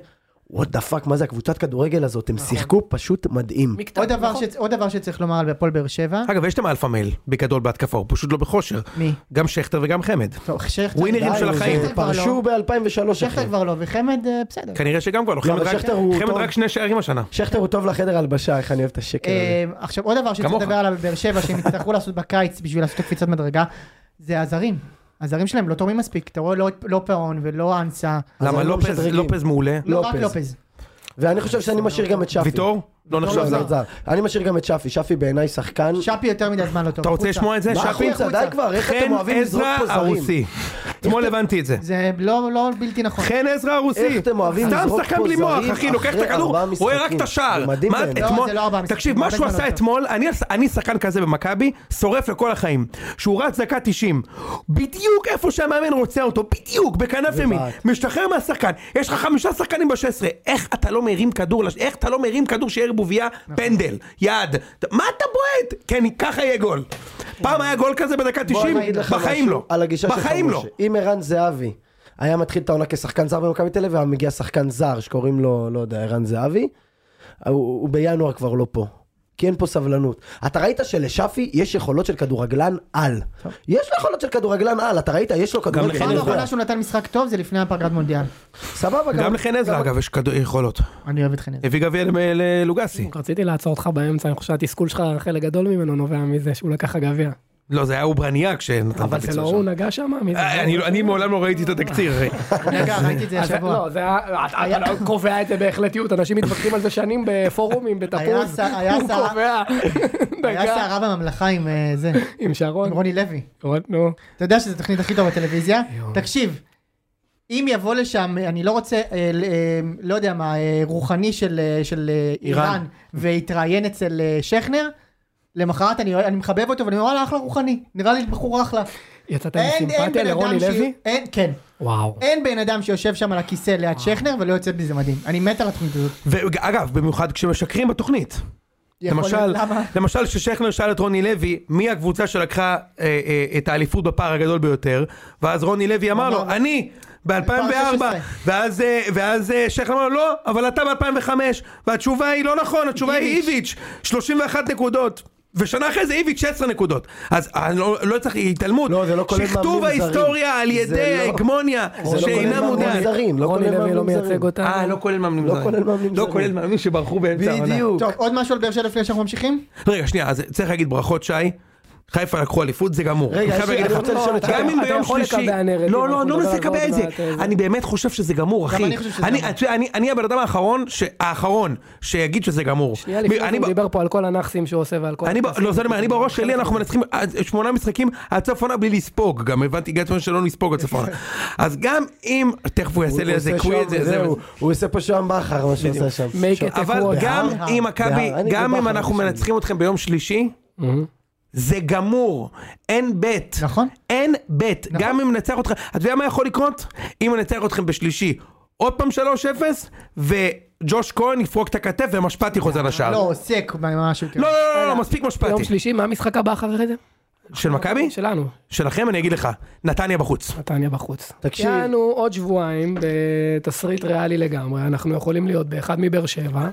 וואט דה פאק, מה זה הקבוצת כדורגל הזאת, נכון. הם שיחקו פשוט מדהים. מקטע, עוד דבר נכון. ש- עוד דבר שצריך לומר על הפועל באר שבע, אגב, יש להם אלפא מייל בגדול בהתקפה, הוא פשוט לא בכושר. מי? גם שכטר וגם חמד. טוב, שכטר- ווינרים די, של נו, החיים. שכטר זה כבר לא. פרשו ב-2003, אחי. שכטר כבר לא, וחמד אה, בסדר. כנראה שגם כבר לא. חמד אבל רק- שכטר הוא חמד טוב. רק שני שערים השנה. שכטר הוא טוב לחדר הלבשה, איך אני אוהב את השקר הזה. אה, עכשיו עוד דבר שצריך כמוך. לדבר עליו בבאר שבע שהם יצטרכו [LAUGHS] לעשות בקיץ בשביל לעשות את הקפיצת מדרגה זה הזרים. הזרים שלהם לא תורמים מספיק אתה רואה לא- לא פאון ולא אנסה אז למה הם לא לופז- משדרגים. לופז מעולה. לא רק לופז. לופז. ואני חושב שאני משאיר גם את שפי. ויטור? לא ויטור נחשב לא, לא זר. זר, זר. אני משאיר גם את שפי, שפי בעיניי שחקן. שפי יותר מדי זמן לא טוב. אתה רוצה החוצה. לשמוע את זה? מה שפי? החוצה? די כבר, איך אתם חן אוהבים לזרוק עזרא פה זרים? הרוסי. אתמול הבנתי את זה. זה לא לא בלתי נכון. חן עזרא הרוסי. איך אתם אוהבים לזרוק סתם שחקן פה בלי מוח, זרים אחי, לוקח את אחרי הכדור, ארבעה משחקים. רואה רק את השער. זה מדהים מה, בעיניי. לא, אתמול- זה לא ארבעה משחקים, תקשיב, הרבה מה שהוא זמן עשה לא טוב. אתמול, אני עש- אני שחקן כזה במכבי, שורף לכל החיים. שהוא רץ דקה 90, בדיוק איפה שהמאמן רוצה אותו, בדיוק, בכנף ימין. בעט. משתחרר מהשחקן, יש לך חמישה שחקנים ב-16, איך אתה לא מרים כדור, לש- איך אתה לא מרים כדור שיהיה ערבוביה, נכון. פנדל, יד. ת- מה אתה בועט? כן, ככה יהיה גול. פעם היה גול כזה בדקה בוא אני 90, אגיד לך בחיים משהו לא. על הגישה שלך, בחיים משה. לא. אם ערן זהבי היה מתחיל את העונה כשחקן זר במכבי תל אביב, היה מגיע שחקן זר שקוראים לו, לא יודע, ערן זהבי, הוא, הוא בינואר כבר לא פה. כי אין פה סבלנות. אתה ראית שלשפי יש יכולות של כדורגלן על. יש לו יכולות של כדורגלן על, אתה ראית? יש לו כדורגלן לחן פעם עזרא. האחרונה שהוא נתן משחק טוב זה לפני הפגרת מונדיאל. סבבה, גם לחן עזרא אגב יש כדור- יכולות. אני אוהב את חן עזרא. הביא גביע ל- ללוגסי. רציתי לעצור אותך באמצע, אני חושב שהתסכול שלך, חלק גדול ממנו נובע מזה שהוא לקח הגביע. לא, זה היה אוברניאק שנתן את אבל זה הביצוע לא שם. הוא נגע שם? מי זה? אה, אני לא- אני מעולם לא ראיתי את התקציר. אחי. רגע, ראיתי את זה אז זה- השבוע. לא, זה היה, אתה- אתה לא קובע את זה בהחלטיות, אנשים מתווכחים על זה שנים בפורומים, היה בתפוז, ש- היה הוא ש- קובע, היה דקה, סערה בממלכה עם אה, זה, עם שרון, עם רוני לוי. שרון, נו, אתה יודע שזו התוכנית הכי טובה בטלוויזיה? תקשיב, אם יבוא לשם, אני לא רוצה, אה, ל- אה, לא יודע מה, אה, רוחני של, אה, של אה, איראן. איראן, ויתראיין אצל אה, שכנר, למחרת אני אני מחבב אותו ואני אומר, וואלה, אחלה רוחני, נראה לי בחור אחלה. יצאת אין, אין מסימפתיה בן לרוני אדם ש... לוי? אין, כן. וואו. אין בן אדם שיושב שם על הכיסא ליד שכנר ולא יוצא מזה מדהים. אני מת על התוכנית הזאת. ואגב, במיוחד כשמשקרים בתוכנית. יכול להיות, למשל, למה? למשל ששכנר שאל את רוני לוי, מי הקבוצה שלקחה אה, אה, את האליפות בפער הגדול ביותר, ואז רוני לוי אמר לו, אמר. אני, ב-2004, 2016. ואז, אה, ואז אה, שכנר אמר לו, לא, אבל אתה ב-2005, והתשובה היא לא נכון, התשובה היא איביץ', 31 נקודות. ושנה אחרי זה איביץ' 16 נקודות. אז אה, לא, לא צריך התעלמות. לא, זה לא כולל שכתוב מאמנים זרים. ההיסטוריה על זה ידי לא- ההגמוניה זה לא כולל שאינה מאמנים מודעת. זרים, לא רוני כולל לוי לא מאמנים זרים. מייצג אותנו. אה, לא כולל מאמנים לא זרים. כולל מאמנים לא זרים. כולל מאמנים שברחו באמצע העונה. בדיוק. טוב, עוד משהו על באר שבע לפני שאנחנו ממשיכים? רגע, שנייה, אז צריך להגיד ברכות, שי. חיפה לקחו אליפות, זה גמור. רגע, אני חייב יש לי- להגיד אני לך. רוצה לשאול את אתה- גם אם אתה ביום יכול שלישי... לקבע נרטיב, לא, לא, אנחנו אני לא מנסה נדבר על לקבע זה את זה. עוד מעט, אה, אני באמת חושב שזה גמור, אחי. גם אני חושב שזה אני- גמור. אתה יודע, אני- אני הבן אדם האחרון, ש- האחרון, שיגיד שזה גמור. שנייה לפני אני זה הוא ב- דיבר פה על כל הנאחסים שהוא עושה ועל כל... אני, ב- הכנסים. לא, זה אני אומר, אני בראש שלי, אנחנו מנצחים עד שמונה משחקים עד סוף עונה בלי לספוג, גם הבנתי, הגעתי לזמן שלא נספוג עד סוף עונה. אז גם אם, תכף הוא יעשה לי איזה הוא עושה קוויד, שם, זה, זה, זהו, הוא עושה פה שם בכר, מה שהוא עושה שם. Make it a אבל quote. גם בהר, אם מכבי, בהר, אני גם אם בבכר אנחנו בשבילי. מנצחים אתכם ביום שלישי, זה גמור, אין בית. נכון. אין בית. גם אם ננצח אותך, אתה יודע מה יכול לקרות? אם ננצח אתכם בשלישי, עוד פעם 3-0, וג'וש כהן יפרוק את הכתף ומשפטי חוזר לשער. לא, לא, עוסק במשהו כזה. לא, לא, לא, מספיק יום משפטי. שלישי, מה המשחק הבא אחרי זה? של מכבי? שלנו, שלכם אני אגיד לך, נתניה בחוץ. נתניה בחוץ. תקשיב. יענו עוד שבועיים בתסריט ריאלי לגמרי, אנחנו יכולים להיות באחד מבאר שבע.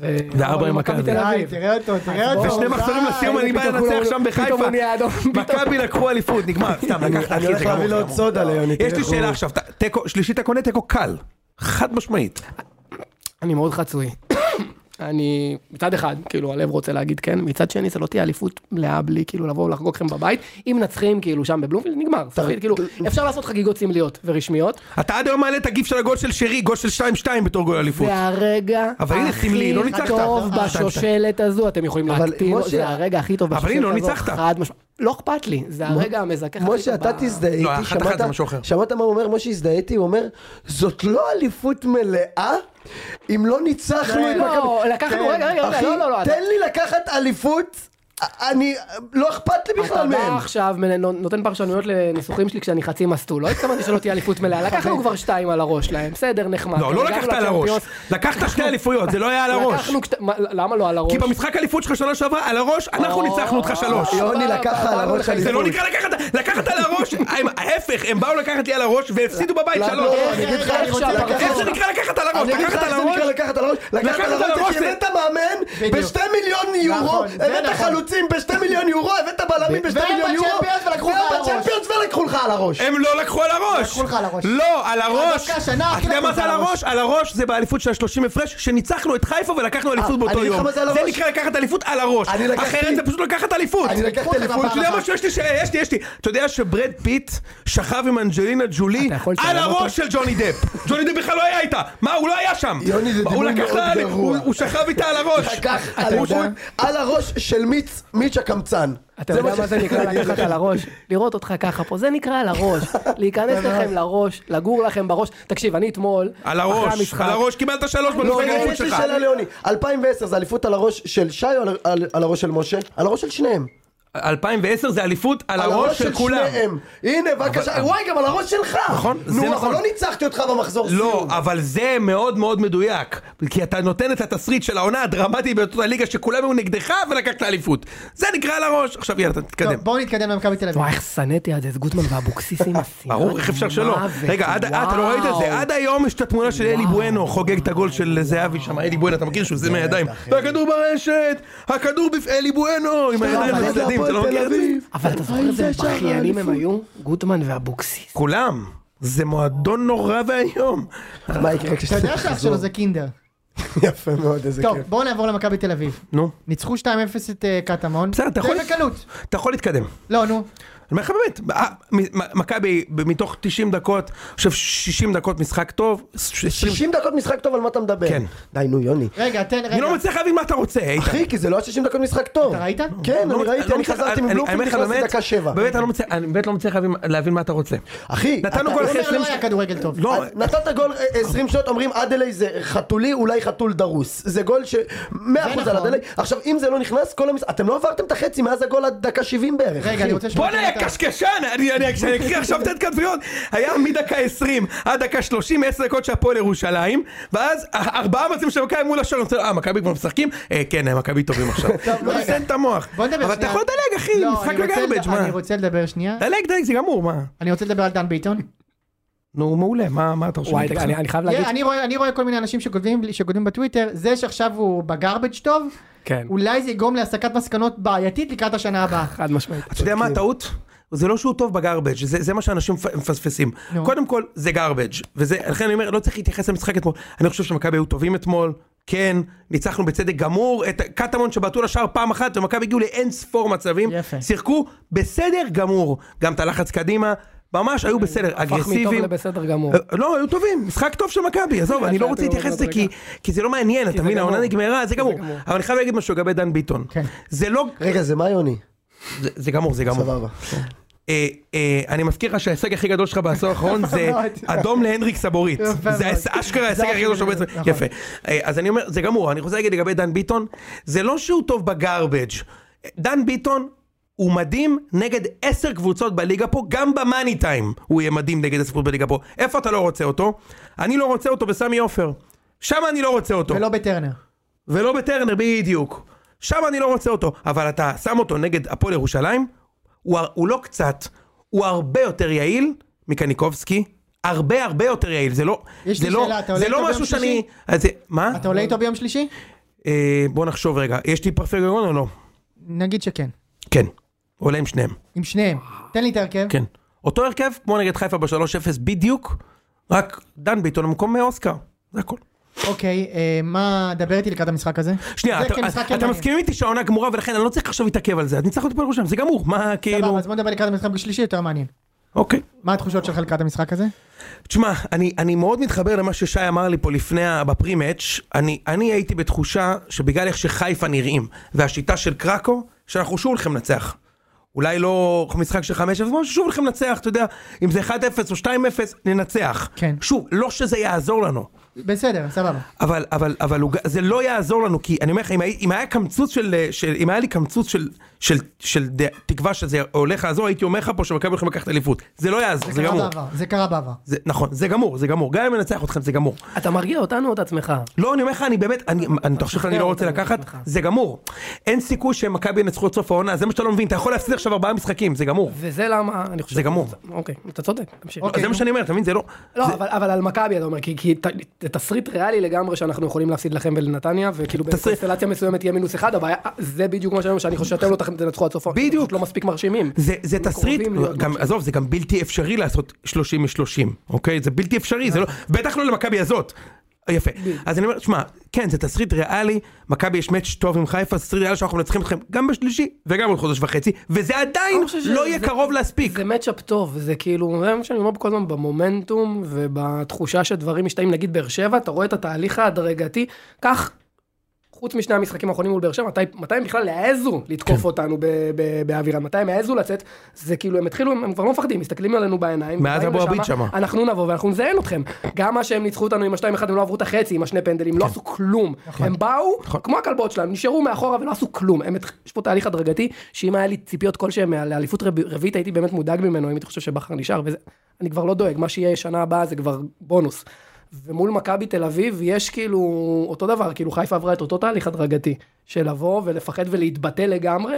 ו- וארבע עם מכבי מכבי. תל די, אביב. תראה אותו, תראה אותו. ושני מחזורים לסיום אני בא פתאום לנצח הוא- שם בחיפה. פתאום הוא נהיה אדום. מכבי לקחו אליפות, נגמר. סתם, לקחת אני אחי, הולך זה גמור. להביא לו עוד סודה ליוני. יש תראה לי איך שאלה הוא- עכשיו, ת- תיקו- שלישי אתה קונה תיקו קל. חד משמעית. אני מאוד חצוי. [COUGHS] אני, מצד אחד, כאילו, הלב רוצה להגיד כן, מצד שני, זה לא תהיה אליפות מלאה בלי, כאילו, לבוא ולחגוג לכם בבית. אם מנצחים, כאילו, שם בבלומפילד, נגמר. סחי, כאילו, אפשר לעשות חגיגות סמליות ורשמיות. אתה עד היום מעלה את הגיף של הגול של שרי, גול של 2-2 בתור גול אליפות. זה הרגע אבל הנה, סמלי, לא הכי ניצחת. טוב אה, בשושלת הזו, אתם יכולים אבל להקטין, משה- זה הרגע הכי טוב אבל בשושלת הנה, הזו. לא ניצחת. חד משמעית. לא אכפת לי, זה הרגע המזכך. הכי משה, טוב אתה ב- לא, תזדהיתי, אחת-אחת שמעת- זה משהו אחר. שמעת מה הוא אומר? משה, הזדהיתי, הוא אומר, זאת לא אליפות מלאה אם לא ניצחנו את מכבי... לא, לקחנו, רגע, רגע, רגע, כן. אחי, לא, לא, לא. אתה- תן לי לקחת אליפות, אני, לא אכפת לי אתה בכלל מהם. בא עכשיו, מנ- נותן פרשנויות לניסוחים שלי כשאני חצי מסטול, לא התכוונתי שלא תהיה אליפות [LAUGHS] מלאה, לקחנו כבר שתיים על הראש להם, בסדר, נחמד. לא, לא הגענו לקחת על הראש. לצ'מפיונס, לקחת שתי אליפויות, זה לא היה על הראש. לקחנו, כת- מה, למה לא על הראש? כי במשחק אליפות שלך שנה שעברה, על הראש, אנחנו ניצחנו אותך שלוש. יוני לקח על הראש זה לא אליפות. נקרא לקחת, לקחת על הראש, הם- ההפך, הם באו לקחת לי על הראש והפסידו בבית לא, שלוש. לא, אני אגיד לך, אני רוצה איך לקחת איך זה על הראש. נקרא לקחת על הראש? אני אגיד לך לקחת איך על זה הראש? נקרא לקחת על הראש, לקחת על הראש, זה- הבאת מאמן בדיוק. בשתי מיליון יורו, נכון, זה הבאת נכון. חלוצים בשתי מיליון יורו, הבאת בלמים בשתי והם מיליון יורו, בצ'מפיונס ולקחו לך והם על הראש. בצ'מפיונס ולקחו לך על הראש. הם לא לקחו על הראש! לקחו לך על הראש. לא, על הראש! דווקא השנה הכי אתה יודע לקחו מה לך זה על על הראש? על הראש זה באליפות של ה-30 הפרש, שניצחנו את חיפה ולקחנו אליפות אה, אני באותו אגיד לך יום. מה זה על זה הראש. נקרא לקחת אליפות על הראש. אני לקחתי- אחרת זה פשוט לקחת אליפות. אני לקחתי אליפות, אתה יודע מה שיש לי, ש- יש לי, יש לי. אתה יודע שברד פיט שכב עם אנג'לינה ג'ולי אתה יכול על לצלם אותו? הראש של ג'וני דפ. ג'וני דפ בכלל לא היה איתה. מה, הוא לא היה שם. יוני, זה הוא דימוי לקח מאוד לה אליפות, גרוע. הוא- הוא שכב איתה על הראש. לקח אתה יודע- אליפות על הראש של מיץ, מיץ' הקמצן. אתה יודע מה זה [LAUGHS] נקרא אני לקחת על הראש? לראות אותך ככה פה, [LAUGHS] זה לא- נקרא על הראש. להיכנס לכם לראש, לגור לכם בראש. תקשיב, אני אתמול, על אחרי הראש, המשחק- על הראש קיבלת שלוש לא, במשחק רגע, האליפות יש לי שלך. שאלה ליוני. 2010 זה אליפות על הראש של שי או על- על- על הראש של משה? על הראש של שניהם. 2010 זה אליפות על על הראש של כולם. שניהם. הנה, בבקשה. וואי, גם על הראש שלך. נכון, זה נו, אבל נכון. לא ניצחתי אותך במחזור לא, סיום. אבל זה מאוד מאוד מדויק. כי אתה נותן את התסריט של העונה הדרמטית ביותר הליגה שכולם היו נגדך ולקחת אליפות. זה נקרא על הראש. עכשיו יאללה, תתקדם. לא, טוב, בואו נתקדם למכבי תל אביב. וואי, איך שנאתי על זה, את גוטמן ואבוקסיס עם הסינה. ברור, איך אפשר שלא. רגע, עד- אה, אתה לא ראית את זה? עד היום יש את התמונה של אלי בואנו חוגג את הגול של זהבי שם. אלי בואנו, אתה מכיר שהוא זה מהידיים. והכדור ברשת! הכדור בפ... אלי בואנו! עם הידיים אבל זה לצדדים, אתה לא הפועל מכיר תל את זה? אביב. אבל אתה זוכר איזה זה שער בכיינים הם האליפות. היו? גוטמן ואבוקסיס. כולם. זה מועדון נורא ואיום. מה יקרה כשאתה אתה יודע שאח שלו זה קינדר. יפה מאוד, איזה טוב, כיף. בואו נעבור למכבי תל אביב. נו, ניצחו 2-0 את אה, קטמון. בסדר, אתה יכול- די בקלות. אתה יכול להתקדם. לא, נו. אני אומר לך באמת, אה, מ- מ- מכבי ב- מתוך 90 דקות, אני חושב 60 דקות משחק טוב, ש- 20 60 דקות משחק טוב, על מה אתה מדבר? כן. די, נו, יוני. רגע, תן, אני רגע. לא מצליח להבין מה אתה רוצה, איתן. אחי, כי זה לא היה 60 דקות משחק טוב. אתה ראית? כן, לא אני מצ- ראיתי, לא אני מצליח- חזרתי אני- אני אומר מבלומפילד, לך, נכנסתי באמת, דקה שבע. באמת, אני לא מצליח- אני באמת לא מצליח להבין- להבין מה אתה רוצה. אחי, נתנו אתה- גול הוא אחרי אומר לא 20 היה כדורגל טוב. לא, נתת גול אה, 20 שניות, אומרים אדלי זה חתולי, אולי חתול דרוס. זה גול ש... 100% זה על נכון. אדלי. עכשיו, אם זה לא נכנס, כל המשחק... אתם לא עברתם את החצי מאז הגול עד דקה 70 בערך. רגע, אחי. אני רוצה ש... בואנה, יא קשקשן, אני אני- כשאני אקריא עכשיו את ההתכתבויות, היה מדקה 20 עד דקה 30, 10 דקות של הפועל ירושלים, ואז ה- ארבעה מצבים של מכבי מול השער, אני רוצה, אה, מכבי כבר משחקים? אה, כן, אה, מכבי טובים עכשיו. טוב, לא רגע. נסיים את המוח. בוא נדבר אבל שנייה. אתה יכול לדלג, אחי, לא, משחק אני רוצה בגרבג', לד- מה? אני רוצה לדבר שנייה. דלג, דלג, זה גמור, מה? אני רוצה לדבר על דן ביטון. נו, מעולה, מה מה אתה רוצה? וואי, שאני אני אני חייב להגיד... אני רואה- אני רואה כל מיני אנשים שכותבים לי- שכותבים בטוויטר, זה שעכשיו הוא בגרבג' טוב, כן, אולי זה יגרום להסקת מסקנות בעייתית לקראת השנה הבאה. חד משמעית. אתה יודע מה הטעות? זה לא שהוא טוב בגרבג', זה, זה מה שאנשים מפ- מפספסים. נו. קודם כל, זה גרבג', ולכן אני אומר, לא צריך להתייחס למשחק אתמול. אני חושב שמכבי היו טובים אתמול, כן, ניצחנו בצדק גמור, את קטמון שבעטו לשער פעם אחת, ומכבי הגיעו לאין ספור מצבים, יפה. שיחקו בסדר גמור, גם את הלחץ קדימה, ממש היו בסדר, הפך מטוב אגרסיביים. לבסדר גמור. אה, לא, היו טובים, משחק טוב של מכבי, עזוב, אני לא אתה רוצה לא להתייחס לזה מדרגה. כי- כי זה לא מעניין, אתה זה מבין, גמור. העונה נגמרה, זה גמור. גמור. אבל אני חייב להגיד משהו לגבי דן ביטון. כן. זה לא, רגע, זה מה יוני? זה- זה גמור, זה גמור. סבבה. אה, אה, אני מזכיר לך שההישג הכי גדול שלך [LAUGHS] בעשור האחרון זה מאוד. אדום להנדריק סבורית. יפה זה מאוד. ההישג- אשכרה ההישג זה הכי גדול שלך בעצם. נכון. יפה. אה, אז אני אומר, זה גמור, אני רוצה להגיד לגבי דן ביטון, זה לא שהוא טוב בגארבג'. דן ביטון... הוא מדהים נגד עשר קבוצות בליגה פה, גם במאני טיים הוא יהיה מדהים נגד עשר קבוצות בליגה פה. איפה אתה לא רוצה אותו? אני לא רוצה אותו בסמי עופר. שם אני לא רוצה אותו. ולא בטרנר. ולא בטרנר, בדיוק. שם אני לא רוצה אותו, אבל אתה שם אותו נגד הפועל ירושלים, הוא, הר- הוא לא קצת, הוא הרבה יותר יעיל מקניקובסקי. הרבה הרבה יותר יעיל, זה לא, יש זה לי לא, שאלה, אתה עולה זה איתו לא ביום משהו שאני, שלישי? אז זה, מה? אתה עולה איתו ביום שלישי? אה, בוא נחשוב רגע, יש לי פרפק גגון או לא? נגיד שכן. כן, עולה עם שניהם, עם שניהם. תן לי את ההרכב. כן. אותו הרכב, כמו נגד חיפה ב-3-0 בדיוק, רק דן ביטון במקום אוסקר, אה, זה הכל. אוקיי, אה, מה, דבר איתי לקראת המשחק הזה. שנייה, זה אתה- כמשחק אתה- כן אתה מעניין. מסכים איתי שהעונה גמורה ולכן אני לא צריך עכשיו להתעכב על זה, אז ניצחנו את הפועל ירושלים, זה גמור, מה כאילו, סבבה, אז בוא נדבר לקראת המשחק השלישי, יותר מעניין. אוקיי. מה התחושות שלך לקראת המשחק הזה? תשמע, אני, אני מאוד מתחבר למה ששי אמר לי פה לפני, ה- בפרימאץ', אני, אני הייתי בתחושה שבגלל איך שחיפה נראים, והשיטה של קרקו, שאנחנו שוב הולכים לנצח. אולי לא משחק של 5-0, אבל שוב הולכים לנצח, אתה יודע, אם זה 1-0 או 2-0, ננצח. כן. שוב, לא שזה יעזור לנו, בסדר, סבבה. אבל, אבל, אבל הוא, ג- זה לא יעזור לנו, כי אני אומר לך, אם, הי- אם היה קמצוץ של, אה, של, אם היה לי קמצוץ של, של, של ד, תקווה שזה הולך לעזור, הייתי אומר לך פה שמכבי הולכים לקחת אליפות. זה לא יעזור, זה, זה קרה גמור. בעבר, זה קרה בעבר. זה, נכון, זה גמור, זה גמור. גם אם ננצח אתכם זה גמור. אתה מרגיע אותנו או את עצמך? לא, אני אומר לך, אני באמת, אני, אני, אתה חושב שאני לא אוקיי, רוצה לקחת? זה גמור. אין סיכוי שמכבי ינצחו עד סוף העונה, זה מה שאתה לא מבין, אתה יכול להפסיד עכשיו ארבעה משחקים, זה גמור. וזה למה, אני חושב... זה גמור. לא, אוקיי, אתה צודק, תמשיך. אוקיי, זה מה נו. שאני אומר, אתה מבין? זה לא... לא, אבל, אבל על מכבי אתה אומר, כי, כי ת, זה תסריט ריאלי לגמרי שאנחנו יכולים להפסיד לכם ולנתניה, וכאילו תסריט- בקונסטלציה מסוימת יהיה מינוס אחד, הבעיה, זה בדיוק מה שאני אומר, שאני חושב שאתם לא תכ- תנצחו עד סוף, העונה, אתם בדיוק. פשוט לא מספיק מרשימים. זה, זה תסריט, קרובים להיות גם, עזוב, זה גם בלתי אפשרי לעשות 30 מ-30, אוקיי? זה בלתי אפשרי, זה לא, בטח לא למכבי הזאת. יפה. אז אני אומר, שמע, כן, זה תסריט ריאלי, מכבי יש מאץ' טוב עם חיפה, זה תסריט ריאלי שאנחנו מנצחים אתכם גם בשלישי וגם עוד חודש וחצי, וזה עדיין אני חושב שזה- לא יהיה זה- קרוב להספיק. זה מצ'אפ טוב, זה כאילו, זה מה שאני אומר כל הזמן, במומנטום ובתחושה שדברים משתנים, נגיד באר שבע, אתה רואה את התהליך ההדרגתי, כך, חוץ משני המשחקים האחרונים מול באר שבע, מתי, מתי הם בכלל העזו לתקוף כן. אותנו ב- ב- באווירה, מתי הם העזו לצאת, זה כאילו, הם התחילו, הם, הם כבר לא מפחדים, מסתכלים עלינו בעיניים. מאז ובאים אבו לשמה, עביד שמה. אנחנו נבוא ואנחנו נזיין אתכם. גם מה שהם ניצחו אותנו עם השתיים אחד, הם לא עברו את החצי, עם השני פנדלים, כן. לא עשו כלום. נכון. הם באו, כמו הכלבות שלהם, נשארו מאחורה ולא עשו כלום. הם התח- יש פה תהליך הדרגתי, שאם היה לי ציפיות כלשהם מה- לאליפות רב- רביעית, הייתי באמת מודאג ממנו, אם הייתי חושב שבכר נשאר, וזה- אני כבר לא דואג, מה שיהיה שנה הבאה זה כבר בונוס. ומול מכבי תל אביב יש כאילו אותו דבר, כאילו חיפה עברה את אותו תהליך הדרגתי של לבוא ולפחד ולהתבטא לגמרי,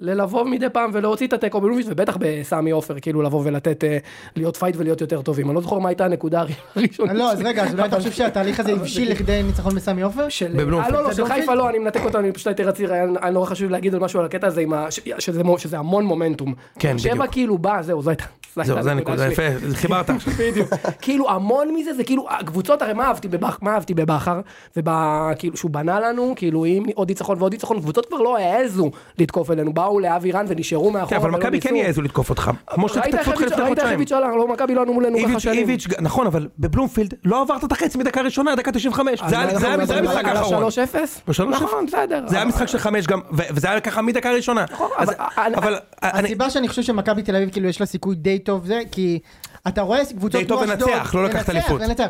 ללבוא מדי פעם ולהוציא את התיקו בלוביץ' ובטח בסמי עופר, כאילו לבוא ולתת, אה, להיות פייט ולהיות יותר טובים. אני לא זוכר מה הייתה הנקודה הראשונה. לא, אז שלי. רגע, אז אולי אתה אבל- חושב שהתהליך הזה [LAUGHS] הבשיל לכדי ניצחון בסמי עופר? של... בבלומפילד. אה, לא, לא, זה של בלומפילד? חיפה לא, אני מנתק אותה, אני פשוט הייתי רציר, היה היה נורא חשוב להגיד על משהו על הקטע הזה, עם ה- ש- שזה מו- שזה המון מומנטום. כן, שבע בדיוק. כאילו בא, זהו, זו הייתה. זהו, זה הנקודה, שלי. יפה, [LAUGHS] חיברת עכשיו. בדיוק. כאילו המון מזה זה כאילו הקבוצות הרי מה אהבתי בבכר, מה אהבתי בבכר, וכאילו שהוא בנה לנו, כאילו אם עוד ניצחון ועוד ניצחון, קבוצות כבר לא העזו לתקוף אלינו, באו לאבי רן ונשארו כן, מאחורה. אבל ולא מכבי כן לא ניסו. יעזו לתקוף אותך, כמו ראית איך שתקפו אותך לפני איביץ'- ראית איך חודשיים. איביץ' הלך, לא מכבי לא ענו מולנו ככה איביץ', שנים. איביץ', נכון, אבל בבלומפילד לא עברת את החצי מדקה ראשונה, דקה 95, זה היה- זה היה זה היה המשחק האחרון. ב-3-0? בשלוש נכון, בסדר. זה היה משחק של חמש גם, ו- וזה היה ככה מדקה ראשונה. אז- נכון, אבל- אה, אבל אה, אני... הסיבה שאני חושב שמכבי תל אביב כאילו יש לה סיכוי די טוב זה כי אתה רואה קבוצות די טוב כמו לנצח, אשדוד, לא לקחת אליפות. לנצח.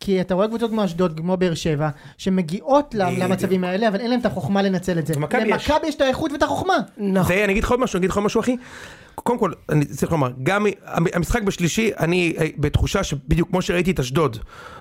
כי אתה רואה קבוצות כמו אשדוד, כמו באר שבע, שמגיעות ל- בדיוק. למצבים האלה, אבל אין להם את החוכמה לנצל את זה. למכבי יש. למכבי יש את האיכות ואת החוכמה. נכון. זה, אני אגיד לך עוד משהו, אני אגיד לך עוד משהו אחי. קודם כל, אני צריך לומר, גם המ- המשחק בשלישי, אני אה, בתחושה שבדיוק כמו שראיתי את אשדוד.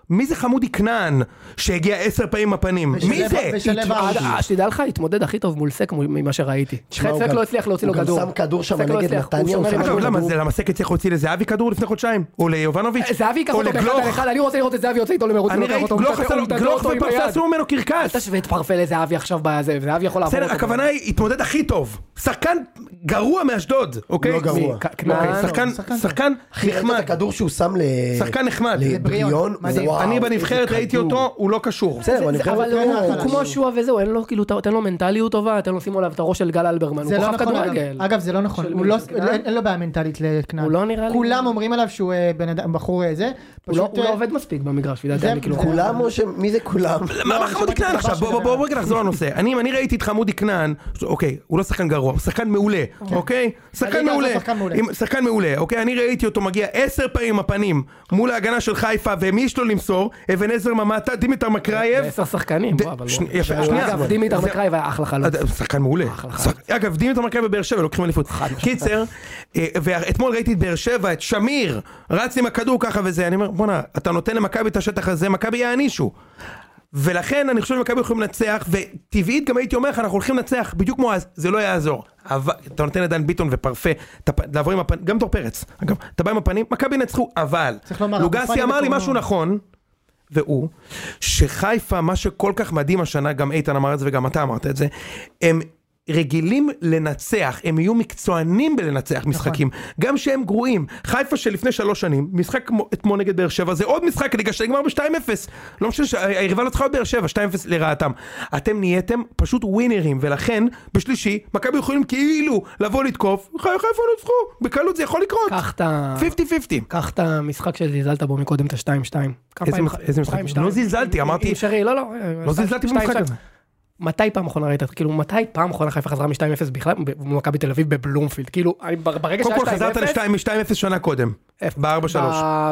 מי זה חמודי כנען שהגיע עשר פעמים עם הפנים? ושלב- מי זה? ושלב אה, ארבע. אה, שתדע לך, התמודד הכי טוב מול סק מול- ממה שראיתי. תשמע, הוא סק גם- לא הצליח להוציא לו הוא גם כדור. שם כדור שם סק לא נגד הצליח, הוא נתניה, הוא שומר שם עם אגב, כדור. הכדור. למה זה למה סקט צריך להוציא לזהבי כדור לפני חודשיים? או ליובנוביץ'? אה, זהבי ייקח או אותו באחד לגלוך? על אחד, אני רוצה לראות את זהבי יוצא איתו למרוץ. אני לוקח ראיתי, אותו, הוא גלוך מטאטא- עשה לו, הוא מטאטא גלוך אותו עם ופרסה היד. עשו ממנו אל קרקס. תשווה את פרפה לזהבי עכשיו בזה, זהבי יכול לעבור בסדר, אותו. הכוונה היא התמודד הכי טוב. שחקן גרוע מאשדוד, אוקיי? לא גרוע. מ- כ- אוקיי, כנען, שחקן- שחקן. שחקן אחי, ראית את נחמד. הכדור שהוא שם ל... שחקן נחמד. לבריון? מדהים. וואו, אני איזה בנבחרת כדור. ראיתי אותו, הוא לא קשור. בסדר, זה- בנבחרת אבל כן הוא- לא היה הוא אה, חלש. כמו שועה וזהו, אין לו כאילו, תן לו מנטליות טובה, תן לו שימו עליו את הראש של גל אלברמן, הוא זה לא כוכב נכון, אגב. כדורגל. אגב זה לא נכון, של הוא מי? לא- של כנען? אין אין לו בעיה מנטלית לכנען, הוא לא נראה לי- כולם אומרים עליו שהוא אה, בן אדם, בחור אה, זה, הוא לא- פשוט, הוא אה, לא עובד מספיק במגרש, זה- לדעתי, אני כאילו... זה- כולם או ש... מי זה [LAUGHS] כולם? מה לא, מה אני חמודי שמעתי כנען את עכשיו? הבא בוא בוא שלי בוא רגע נחזור לנושא. אני אם אני ראיתי את חמודי כנען, ש- אוקיי, הוא לא שחקן גרוע, הוא שחקן מעולה, אוקיי? שחקן בליגה כן. הזאת מעולה. שחקן מעולה. עם- שחקן מעולה, אוקיי? אני ראיתי אותו מגיע עשר פעמים עם הפנים מול ההגנה של חיפה, ומי יש לו למסור? אבן עזר ממטה, דימיטר מקרייב. עשר שחקנים, בוא, אבל... ש- בוא. יפה, שנייה. אגב, דימיטר אה, זה- מקרייב היה אחלה חלוץ. אד- שחקן מעולה. אחלה שח- אגב, דימיטר מכבי בבאר שבע לוקחים אליפות. קיצר, אה, ואתמול ראיתי את באר שבע, את שמיר, רץ עם הכדור ככה וזה, אני אומר, בואנה, אתה נותן למכבי את השטח הזה, מכבי יענישו. ולכן אני חושב שמכבי יכולים לנצח, וטבעית גם הייתי אומר לך, אנחנו הולכים לנצח, בדיוק כמו אז, זה לא יעזור. אבל, אתה נותן לדן ביטון ופרפה, אתה פ- לעבור עם הפנים, גם דור פרץ, אגב, אתה בא עם הפנים, מכבי ינצחו, אבל, צריך לומר, אבו לוגסי פאני אמר לי בתור משהו נוער. נכון, והוא, שחיפה, מה שכל כך מדהים השנה, גם איתן אמר את זה וגם אתה אמרת את זה, הם רגילים לנצח, הם יהיו מקצוענים נכון. בלנצח משחקים, גם שהם גרועים. חיפה שלפני שלוש שנים, משחק כמו- אתמול נגד באר שבע, זה עוד משחק ליגה שנגמר ב-2-0. לא משנה שהיריבה לא צריכה להיות באר שבע, 2-0 לרעתם. אתם נהייתם פשוט ווינרים, ולכן בשלישי, מכבי יכולים כאילו לבוא לתקוף, חי- חיפה לא יצחו, בקלות זה יכול לקרות. קח את ה- 50-50. קח את המשחק שזלזלת בו מקודם, את ה-2-2. כמה איזה פעמים- משחק- איזה משחק? פעמים שתיים. לא זלזלתי, עם אמרתי, שרי, לא, לא. לא זלזלתי שתיים, במשחק שתיים. הזה. מתי פעם אחרונה ראית? כאילו, מתי פעם אחרונה חיפה חזרה מ-2-0 בכלל, במכבי תל אביב בבלומפילד? כאילו, אני- בר- ברגע קודם שהיה 2-0... כל חזרת ל-2-0 שנה קודם. איפה? ב-4-3.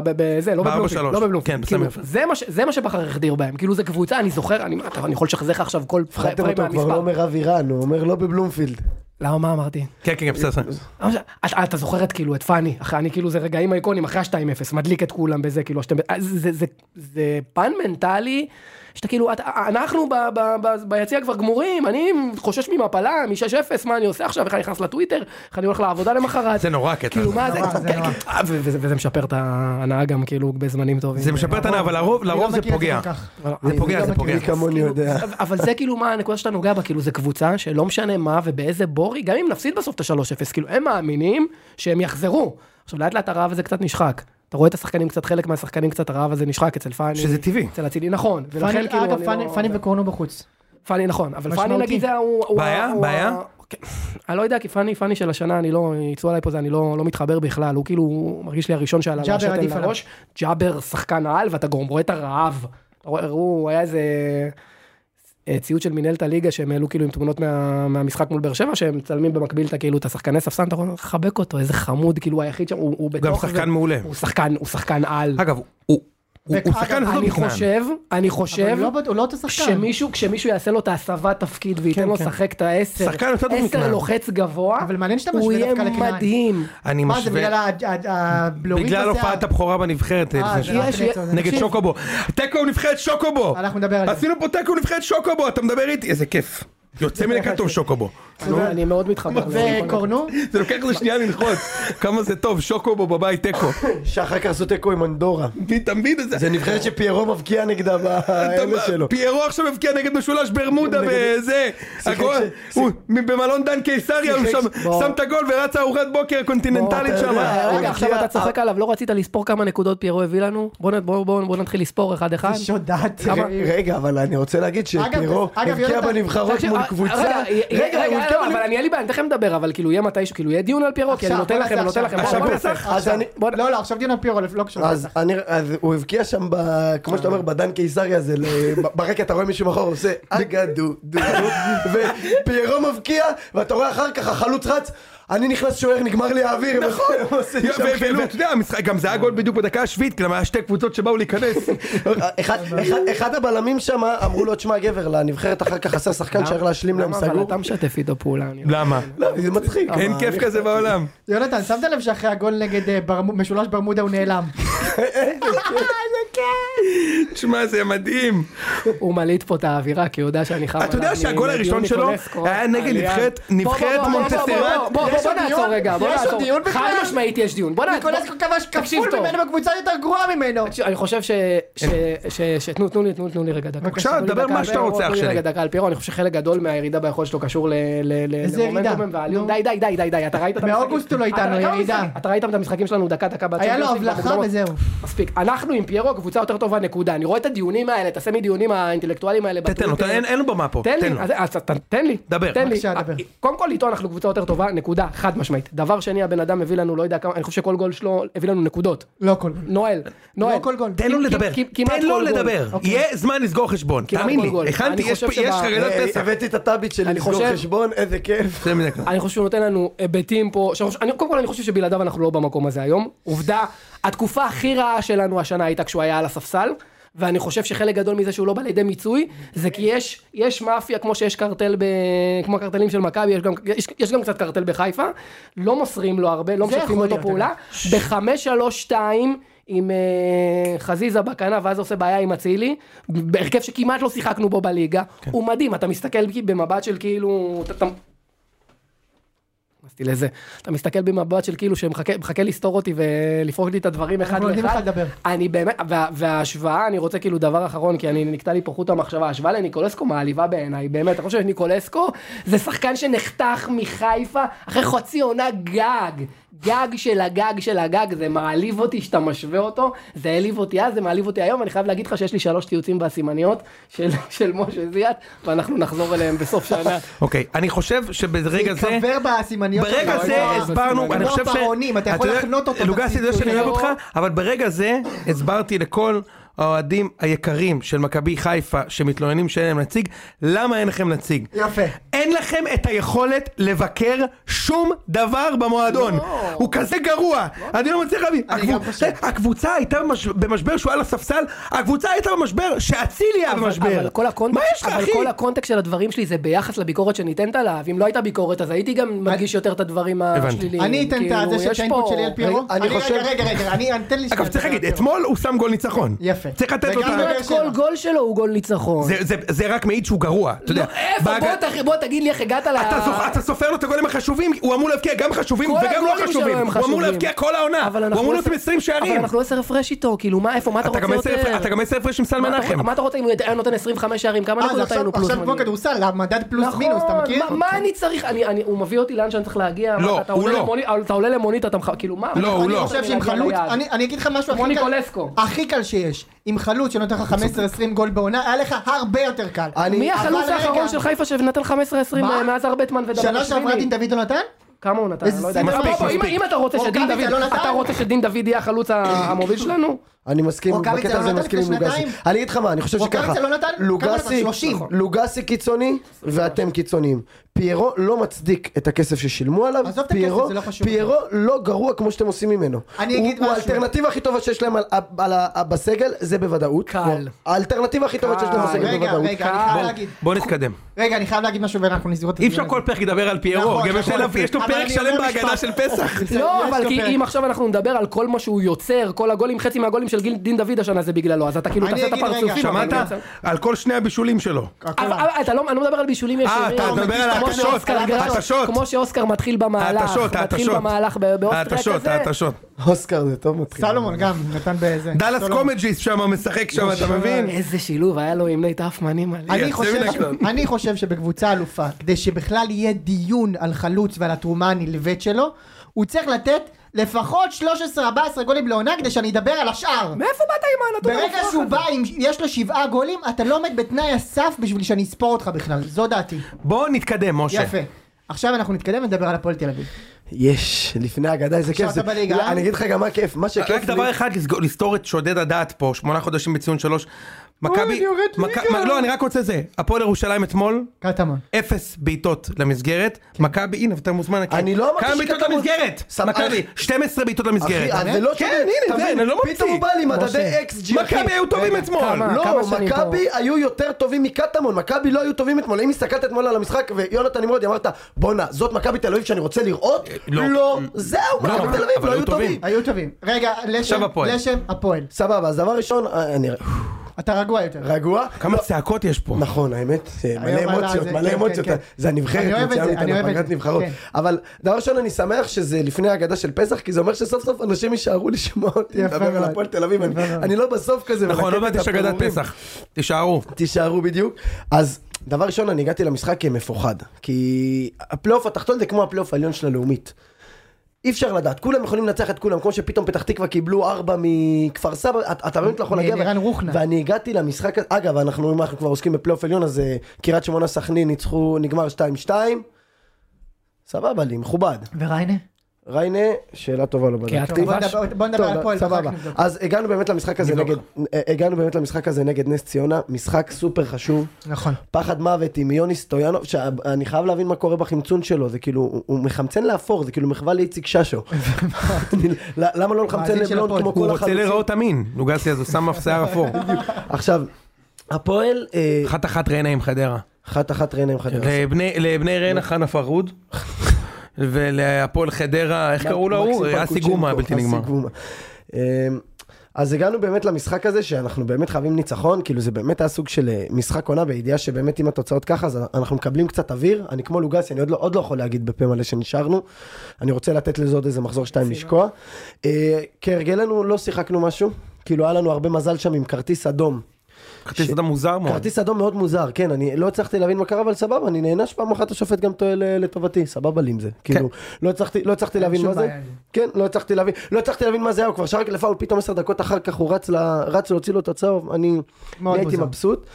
ב- ב- זה, לא בארבע בבלומפילד, שלוש. לא בבלומפילד. כן, כאילו, בסמי. זה מה ש- זה מה שבכר החדיר בהם, כאילו זה קבוצה, אני זוכר, אני אתה- אני יכול לשחזר לך עכשיו כל פריים הפחדתם אותו, כבר לא מהמספר. אומר אבירן, הוא אומר לא בבלומפילד. למה, מה אמרתי? כן, כן, כן, כאילו, בסדר. אבל אתה- אתה זוכרת כאילו את פאני, אחרי, אני כאילו זה רגעים איקונים, אחרי ה-2-0, מדליק את כולם בזה, כאילו, שאתם- אז זה- זה- זה פן מנטלי, שאתה כאילו, אתה- אנחנו ב- ב- ב- ביציע כבר גמורים, אני חושש ממפלה, מ-6-0, מה אני עושה עכשיו, איך אני נכנס לטוויטר, איך אני הולך לעבודה למחרת, זה נורא הקטע כאילו הזה. מה זה, לא- נורא, זה כן, נורא. כן, אה, ו- וזה וזה משפר את ההנאה גם כאילו בזמנים טובים. זה משפר את הנאה, אבל לרוב- אני לא לרוב זה מכיר את פוגע. כל כך. אבל- זה פוגע, לא זה מכיר. פוגע. מי כמוני [LAUGHS] יודע. אבל- אבל זה כאילו מה הנקודה שאתה נוגע בה, כאילו זה קבוצה שלא משנה מה ובאיזה בורי, גם אם נפסיד בסוף את ה-3-0, כאילו הם מאמינים שהם יחזרו. עכשיו לאט לאט הרעב הזה קצת נשחק. אתה רואה את השחקנים קצת, חלק מהשחקנים קצת הרעב הזה נשחק אצל פאני. שזה טבעי. אצל אצילי, נכון. ולכן פאני- כאילו, אגב, אני פאני- לא- פאני וקורנו בחוץ. פאני נכון, אבל פאני משמעותי. נגיד זה הוא... הוא- בעיה? הוא- בעיה? כן. אני לא יודע, כי פאני, פאני של השנה, אני לא, יצאו עליי פה זה, אני לא, לא מתחבר בכלל, הוא כאילו, הוא מרגיש לי הראשון שעלה ג'אבר לשתן עדיף עליו. לראש, ג'אבר שחקן העל, ואתה גם רואה את הרעב. אתה רואה, הוא היה איזה אה, ציוץ של מנהלת הליגה, שהם העלו כאילו עם תמונות מה, מהמשחק מול באר שבע, שהם מצלמים במקביל את כאילו את השחקני ספסל, אתה רואה, חבק אותו, איזה חמוד, כאילו הוא היחיד שם, הוא, הוא לא הוא גם בתוך... שחקן זה, מעולה. הוא שחקן, הוא שחקן על. אגב, הוא- הוא הוא ואגב, שחקן אני לא בכלל. חושב, אני אבל חושב... הוא לא בד- הוא לא אותו שחקן. כשמישהו, כשמישהו יעשה לו את ההסבת תפקיד וייתן לו לשחק את העשר, שחקן יותר טוב עשר מכנען. לוחץ גבוה, אבל מעניין שאתה הוא משווה יהיה דווקא לכנען. מדהים. אני מה זה בגלל משווה. ה- ה- ה- הבלורית בגלל בשיער? הופעת הבכורה בנבחרת אה, לפני זה שנה. רק יש- נטו, זה- נגד תקשיב, שוקובו. תיקו נבחרת שוקובו. אנחנו נדבר על זה. עשינו פה תיקו נבחרת שוקובו, אתה מדבר איתי, איזה כיף. יוצא מן הכתוב שוקובו. נו, אני מאוד מתחבר. לזה. וקורנו? זה לוקח איזה שנייה ללחוץ. כמה זה טוב, שוקובו בבית תיקו. שאחר כך עשו תיקו עם אנדורה. אתה מבין את זה? זה נבחרת שפיירו מבקיע [LAUGHS] נגדה אתה- באלה שלו. פיירו עכשיו הבקיע נגד משולש ברמודה וזה, הגול, ש- הוא במלון דן קיסריה, הוא שיחק- שם- בוא. שם את הגול ורץ ארוחת בוקר קונטיננטלית בוא, אתה שם. יודע, אה, הוא רגע, עכשיו הגיע- אתה צוחק עליו, לא רצית לספור כמה נקודות פיירו הביא לנו? בוא נ- בוא- בוא- בוא נתחיל לספור אחד-אחד. שודעת. כמה- רגע, אבל אני רוצה להגיד שפיירו אגב, הבקיע יונתן, בנבחרות תקשיב, מול אה, קבוצה. רגע, רגע, הוא רגע, הבקיע לא, אבל בנבח- אני אין לי בעיה, אני תכף מדבר, אבל כאילו יהיה מתישהו, כאילו יהיה דיון על פיירו, כי אני עכשיו, נותן בוא לכם, נעשה אני נותן אוקיי, עכשיו. לכם. בוא, עכשיו בוא, פסח? בוא, אז אני- בוא, לא, לא, עכשיו דיון על פיורו, לא קשור. אז אני, אז הוא הבקיע שם, ב, כמו שאתה אומר, בדן קיסריה, זה ל... ב- ברקע אתה רואה מישהו מאחור עושה אגה דו דו דו, ופיירו מבקיע, ואתה רואה אחר כך החלוץ רץ, אני נכנס שוער, נגמר לי האוויר. נכון. ו- ו- כאילו- ו- ואתה יודע, המשחק- גם זה היה גול בדיוק בדקה השביעית, כלומר היה שתי קבוצות שבאו להיכנס. אחד הבלמים שם אמרו לו, תשמע גבר, לנבחרת אחר כך חסר שחקן שהיה להשלים להם למה אבל סגור. אתה משתף איתו פעולה? אני- למה? לא, זה מצחיק. אין כיף כזה בעולם. יונתן, שמת לב שאחרי הגול נגד אה, ברמו- משולש ברמודה הוא נעלם. תשמע, זה מדהים. הוא מלהיט פה את האווירה, כי הוא יודע שאני חם. אתה יודע שהגול הראשון שלו היה נגד נבחרת- נבחרת מונטסרט. בוא בוא, יש בוא עוד נעצור דיון? רגע, בוא יש עוד נעצור. דיון בכלל? חד משמעית יש דיון. בוא נעצור. ניקולסקו כבש תקשיב כפול טוב. ממנו בקבוצה יותר גרועה ממנו. תקשיב, אני חושב ש... ש- ש- ש- תנו תנו לי, תנו תנו לי רגע דקה. בבקשה, תנו לי דבר דקה מה על שאתה פיירו, רוצה, תנו לי אח שלי. רגע דקה על פיירו, אני חושב שחלק גדול מהירידה ביכולת שלו קשור ל- ל- ל- איזה ירידה? למומנטומים והעליון. נו. די, די, די, די, די, אתה ראית את המשחקים. מאוגוסט הוא לא איתנו, אתה- כמה ירידה. משחקים- אתה ראית את המשחקים שלנו דקה דקה היה לו בצ'מפיונס ליג, הבלחה במוקדמות. וזהו. מספיק. אנחנו עם פיירו קבוצה יותר טובה, נקודה. אני רואה את הדיונים האלה, את הסמי דיונים האינטלקטואליים האלה. תן לו, בטוויטר. תן- אין לו במה פה. תן לי, לו. אז- אז ת- תן לי, דבר. תן לי. בבקשה, אה, דבר. קודם כל לטעון אנחנו קבוצה יותר טובה, נקודה, חד משמעית. דבר שני, הבן אדם הביא לנו, לא יודע כמה, אני חושב שכל גול שלו הביא לנו נקודות. לא כל גול. נואל, נואל. כל גול. תן לו כ- לדבר, כ- כמעט תן לו כל גול. לדבר, אוקיי. יהיה זמן לסגור חשבון, כמעט תאמין כל גול. לי, הכנתי, אני יש חושב יש שבא- חרדת אה, פסח, הבאתי את הטאבית שלי לא אני לסגור חושב- חשבון, איזה כיף. זה מזה כבר. כן. אני חושב שהוא נותן לנו היבטים פה, שאני חושב- אני- קודם כל אני חושב שבלעדיו אנחנו לא במקום הזה היום. עובדה, התקופה הכי רעה שלנו השנה הייתה כשהוא היה על הספסל. ואני חושב שחלק גדול מזה שהוא לא בא לידי מיצוי, זה כי יש, יש מאפיה כמו שיש קרטל, ב... כמו הקרטלים של מכבי, יש, גם- יש, יש גם קצת קרטל בחיפה, לא מוסרים לו הרבה, לא זה משתפים יכול אותו להיות, פעולה. בחמש, שלוש, שתיים, עם אה, חזיזה בכנף, ואז עושה בעיה עם אצילי, בהרכב שכמעט לא שיחקנו בו כן. בליגה, הוא מדהים, אתה מסתכל במבט של כאילו, אתה- אתה- נכנסתי לזה. אתה מסתכל במבט של כאילו שמחכה מחכה לסתור אותי ולפרוק לי את הדברים אחד אנחנו נותנים לך לאחד. לדבר. אני באמת, וה, וההשוואה, אני רוצה כאילו דבר אחרון, כי אני נקטע לי פה חוט המחשבה, ההשוואה לניקולסקו מעליבה בעיניי, באמת, אני חושב שניקולסקו זה שחקן שנחתך מחיפה אחרי חצי עונה גג. גג של הגג של הגג, זה מעליב אותי שאתה משווה אותו, זה העליב אותי אז, זה מעליב אותי היום, אני חייב להגיד לך שיש לי שלוש ציוצים והסימניות של, של משה זיאת, ואנחנו נחזור אליהם בסוף שנה. אוקיי, אני חושב שברגע זה... חבר בסימניות ברגע שלך, זה לא ה- הסברנו, לא אני חושב ש... הפרעונים, אתה יכול יודע- לחנות אותו. לוגסי, אתה יודע שאני אוהב לא. אותך, אבל ברגע זה הסברתי לכל האוהדים היקרים של מכבי חיפה שמתלוננים שאין להם נציג, למה אין לכם נציג. יפה. אין לכם את היכולת לבקר שום דבר במועדון. הוא כזה גרוע. אני לא מצליח להבין. לא. אני גם הקבוצ- חושב. הקבוצה הייתה במש- במשבר שהוא על הספסל, הקבוצה הייתה במשבר שאצילי היה אבל- במשבר. אבל כל מה הקונטקסט, יש לך, אבל אחי? כל הקונטקסט של הדברים שלי זה ביחס לביקורת שניתנת עליו. אם לא הייתה ביקורת, אז הייתי גם מדגיש יותר את הדברים השליליים. אני אתן את כאילו, הזה של יש טיינפוט פה- שלי על פירו. אני אני חושב- רגע, רגע, רגע, אני, אני- תן לי... אגב, שנייה צריך לדבר להגיד, על פירו. אתמול הוא שם גול ניצחון. יפה. צריך לתת לו את וגם לא ה... באמת כמעט כל גול שלו הוא גול ניצחון. זה, זה, זה רק מעיד שהוא גרוע, אתה יודע. נכון. לא, איפה? בהג- בוא תח- בוא תגיד לי איך הגעת ל... אתה, זוכ... אתה סופר לו את הגולים החשובים, הוא אמור להבקיע גם חשובים כל וגם לא הגולים שלו חשובים. הם הוא אמור חשובים. להבקיע כל העונה. אבל הוא אנחנו אמור להיות עם עשר- 20 אבל שערים. אנחנו עשר הפרש איתו, כאילו, מה, איפה, מה אתה אתה גם רוצה עשר הפרש- יותר? אתה גם 10 הפרש עם סל אה, מה אתה- מנחם. מה אתה רוצה אם הוא היה נותן 25 שערים? אה, כמה זה נקודות עכשיו היינו פלוס? עכשיו כמו מינוס? כדורסל, המדד פלוס מינוס, אתה מכיר? נכון, מה- מה אני צריך? אני- אני- הוא מביא אותי לאן שאני צריך להגיע? לא, אתה הוא עולה לא. למונית- אתה עולה למונית, אתה מח... כאילו, מה? לא, הוא אני לא. חושב שעם להגיע חלוץ, ליעד. אני אני אגיד לך משהו כמו הכי קל, ניקולסקו. הכי קל שיש, עם חלוץ שנותן לך 15-20 גול בעונה, היה לך הרבה יותר קל. מי אבל החלוץ רגע, האחרון של חיפה שנתן 15-20 מה? אה, מאז הרבטמן שנה שעברה דין ודבלשווילי? דוד לא נתן? כמה הוא נתן? איזה לא יודע. סדר. מספיק, בוא, בוא, אם- מספיק. אם אתה רוצה שדין אורקביץ' לא דוד, נתן? אתה רוצה שדין דוד יהיה [LAUGHS] החלוץ ה- המוביל שלנו? אני מסכים, רוקאביצה בקטע לא הזה נתן מסכים עם לפני לוגסי. שנתיים? אני אגיד לך מה, אני חושב רוקאביצה שככה. לא נתן? כמה הוא נתן? לוגסי, 30. נכון. לוגסי קיצוני, ואתם קיצוניים. פיירו לא מצדיק את הכסף ששילמו עליו, עזוב את הכסף, פיירו- זה לא חשוב. פיירו לא גרוע כמו שאתם עושים ממנו. אני הוא- אגיד הוא משהו. האלטרנטיבה הכי טובה שיש להם על- על ה- בסגל, זה בוודאות. קל. האלטרנטיבה הכי טובה שיש להם קל. בסגל רגע, בוודאות. רגע, אני אה, בוא- חייב להגיד. בוא נתקדם. רגע, אני חייב להגיד משהו ואנחנו נסגור את אי הדיון אפשר הזה. כל פרק לדבר על פיירו, נכון, גם יש נכון. לו- יש לו אבל פרק אני שלם אומר בהגנה משפט. של [LAUGHS] פסח. בסדר, לא, יש אבל לו כי פרק. אם עכשיו אנחנו נדבר על כל מה שהוא יוצר, כל הגולים, חצי מהגולים של גיל- דין דוד השנה זה בגללו, אז אתה כאילו אני תעשה את אגיד, רגע, הפרצופים. אבל- שמעת? על כל שני הבישולים שלו. הכל אבל- עליו. אבל אתה לא, אני לא מדבר על בישולים ישירים. אה, אתה כמו מדבר על שאוסקר ההתשות, גרצו- ההתשות. כמו שאוסקר מתחיל במהלך, ההתשות, מתחיל ההתשות. במהלך ב- באוסטריה ההתשות, כזה. ההתשות. אוסקר זה טוב מתחיל. סלומון גם נתן באיזה... דאלאס סלומון. קומג'יס שם משחק שם, אתה מבין? אה, איזה שילוב היה לו עם נייט אפמן, אימא'לה. אני יוצא חושב, מן הכלל. אני חושב שבקבוצה אלופה, כדי שבכלל יהיה דיון על חלוץ ועל התרומה הנלווית שלו, הוא צריך לתת לפחות 13-14 גולים לעונה כדי שאני אדבר על השאר. מאיפה באת עם הנתון ברגע המופרך שהוא הזה? בא, אם יש לו שבעה גולים, אתה לא עומד בתנאי הסף בשביל שאני אספור אותך בכלל, זו דעתי. בוא נתקדם, משה. יפה. עכשיו אנחנו נתקדם ונדבר על הפועל תל אביב. יש, לפני הגדה איזה כיף. אתה זה- בליגה, לא, אה? אני אגיד לך גם מה כיף, מה שכיף לי. רק דבר אחד, לסגור- לסתור את שודד הדעת פה, שמונה חודשים בציון שלוש. מכבי... אני יורד מכ- ליגה. לא, אני רק רוצה זה. הפועל ירושלים אתמול, קטמון. אפס בעיטות למסגרת, מכבי, הנה, אתה מוזמן. לקראת. כן. אני לא אמרתי כמה שקטמון- בעיטות למסגרת? סם- מכבי, אחי- 12 בעיטות למסגרת. אחי, אז זה לא כן, שונה. הנה, זה, תבין, אני לא פתאום הוא ממציא. בא לי עם מדדי משה. אקס-ג'י, אחי. מכבי היו טובים רגע, אתמול. אה, כמה? לא, שנים פה? מכבי היו יותר טובים מקטמון, מכבי לא היו טובים אתמול. אם הסתכלת אתמול על המשחק ויונתן נמרודי אמרת, בואנה, זאת מכבי תל אביב שאני רוצה לראות? לא. לא, זהו, לא, מכבי תל אביב אבל לא היו היו טובים. טובים. היו טובים. רגע, לשם, עכשיו הפועל. לשם, הפועל. סבבה, אז דבר ראשון, אה, אני אתה רגוע יותר. רגוע. כמה צעקות יש פה. לא. נכון, האמת, זה מלא היום עלה אמוציות, זה, מלא כן, אמוציות, כן, כן. זה אני אוהב הנבחרת, את זה, מוציאה אני מאיתנו אוהב את פגרת זה, נבחרות. כן. אבל דבר ראשון, אני שמח שזה לפני ההגדה של פסח, כי זה אומר שסוף סוף אנשים יישארו לשמוע אותי יפה מדבר על מאוד. הפועל תל אביב, אני- יפה מאוד. אני לא בסוף כזה. נכון, מלקט לא את באתי שגדת הפירורים. פסח. תישארו. תישארו בדיוק. אז דבר ראשון, אני הגעתי למשחק מפוחד, כי הפלייאוף התחתון זה כמו הפלייאוף העליון של הלאומית. אי אפשר לדעת, כולם יכולים לנצח את כולם, כמו שפתאום פתח תקווה קיבלו ארבע מכפר סבא, אתה- אתה באמת לא יכול מ- להגיע. ו- מלירן רוחנה. ואני הגעתי למשחק, הזה- אגב, אנחנו, אם אנחנו כבר עוסקים בפלייאוף עליון, אז אה, קריית שמונה סכנין ניצחו, נגמר 2-2. סבבה לי, מכובד. וריינה? ריינה, שאלה טובה לא קריית בדקתי. בוא כבש. נדבר- בוא נדבר טוב, על הפועל. ואחר סבבה. כך נבדוק. אז הגענו באמת למשחק הזה נגד, אה, הגענו באמת למשחק הזה נגד נס ציונה, משחק סופר חשוב. נכון. פחד מוות עם יוני סטויאנוב, שאני חייב להבין מה קורה בחמצון שלו, זה כאילו, הוא- הוא מחמצן לאפור, זה כאילו מחווה [LAUGHS] לאיציק ששו. אני- למה לא לחמצן מאזין של לבלונד הפועל. כמו הוא כל רוצה החלוצים? להיראות אמין. לוגסי אז הוא שם אף שיער אפור. עכשיו, הפועל, אה, אחת אחת ריינה עם חדרה. אחת אחת ריינה עם חדרה. לבני לבני לא. ריינה חנה פרוד. ולהפועל חדרה, איך קראו לו? מקסים הוא? אסי פרקוצ'נקו, גומה הבלתי אסי נגמר. גומה. אה, אז הגענו באמת למשחק הזה שאנחנו באמת חייבים ניצחון, כאילו זה באמת היה סוג של אה, משחק עונה בידיעה שבאמת אם התוצאות ככה אז אנחנו מקבלים קצת אוויר, אני כמו לוגסי, אני עוד לא, עוד לא יכול להגיד בפה מלא שנשארנו, אני רוצה לתת לזה עוד איזה מחזור שתיים לשקוע. אה, כהרגלנו לא שיחקנו משהו, כאילו היה לנו הרבה מזל שם עם כרטיס אדום. כרטיס אדם מוזר מאוד. כרטיס אדום מאוד מוזר, כן, אני לא הצלחתי להבין מה קרה, אבל סבבה, אני נענש פעם אחת, השופט גם טועה ל- לטובתי, סבבה לי עם זה. כאילו, לא הצלחתי- לא הצלחתי להבין שום מה זה. בעיה עם זה. כן, לא הצלחתי להבין, לא הצלחתי להבין מה זה היה, הוא כבר שרק לפאול, פתאום עשר דקות אחר כך הוא רץ ל- רץ להוציא לו את הצהוב, אני אני מאוד הייתי מוזר. מבסוט.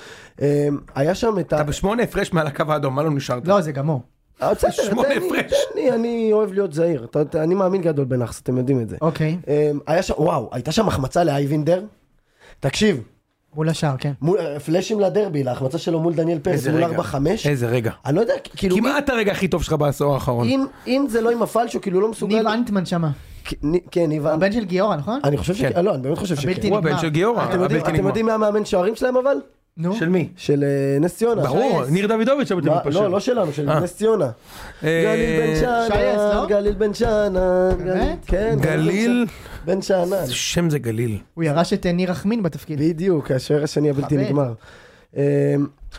אה, היה שם את ה... אתה בשמונה הפרש מעל הקו האדום, מה לא נשארת? לא, זה גמור. אה, בסדר, שמונה תן לי, הפרש. תן לי, אני אוהב להיות זהיר, אתה- אתה- אני מאמין גדול בנאחס, אתם יודעים את זה. אוקיי. אה, היה שם, וואו, הייתה שם החמצה לאייבינדר? תקשיב, מול השער, כן. מול- אה, פלאשים לדרבי, להחמצה שלו מול דניאל פרץ, איזה מול רגע. 4-5. איזה רגע. אני לא יודע, כאילו... כמעט הרגע הכי טוב שלך בעשור האחרון. אם, אם זה לא עם הפעל שהוא כאילו לא מסוגל... ניב אנטמן שמה. כ- ני- כן, ניב אנט. הבן של גיורא, נכון? אני חושב שכן, כן. לא, אני באמת חושב שכן. הבלתי הוא הבן נגמר. של גיורא, אתם יודעים- הבלתי אתם נגמר. יודעים מי המאמן שערים שלהם אבל? נו. של מי? של אה, נס ציונה. ברור, שייס. ניר דוידוביץ' הבלתי מה- מתפשר. לא, לא שלנו, של אה. נס ציונה. אה, גליל בן שייס, שאנן, לא? גליל בן שאנן. גליל- באמת? כן. גליל? בן שאנן. איזה שם זה גליל. הוא ירש את אה, ניר רחמין בתפקיד. בדיוק, השוער השני הבלתי מכבד. נגמר. אה,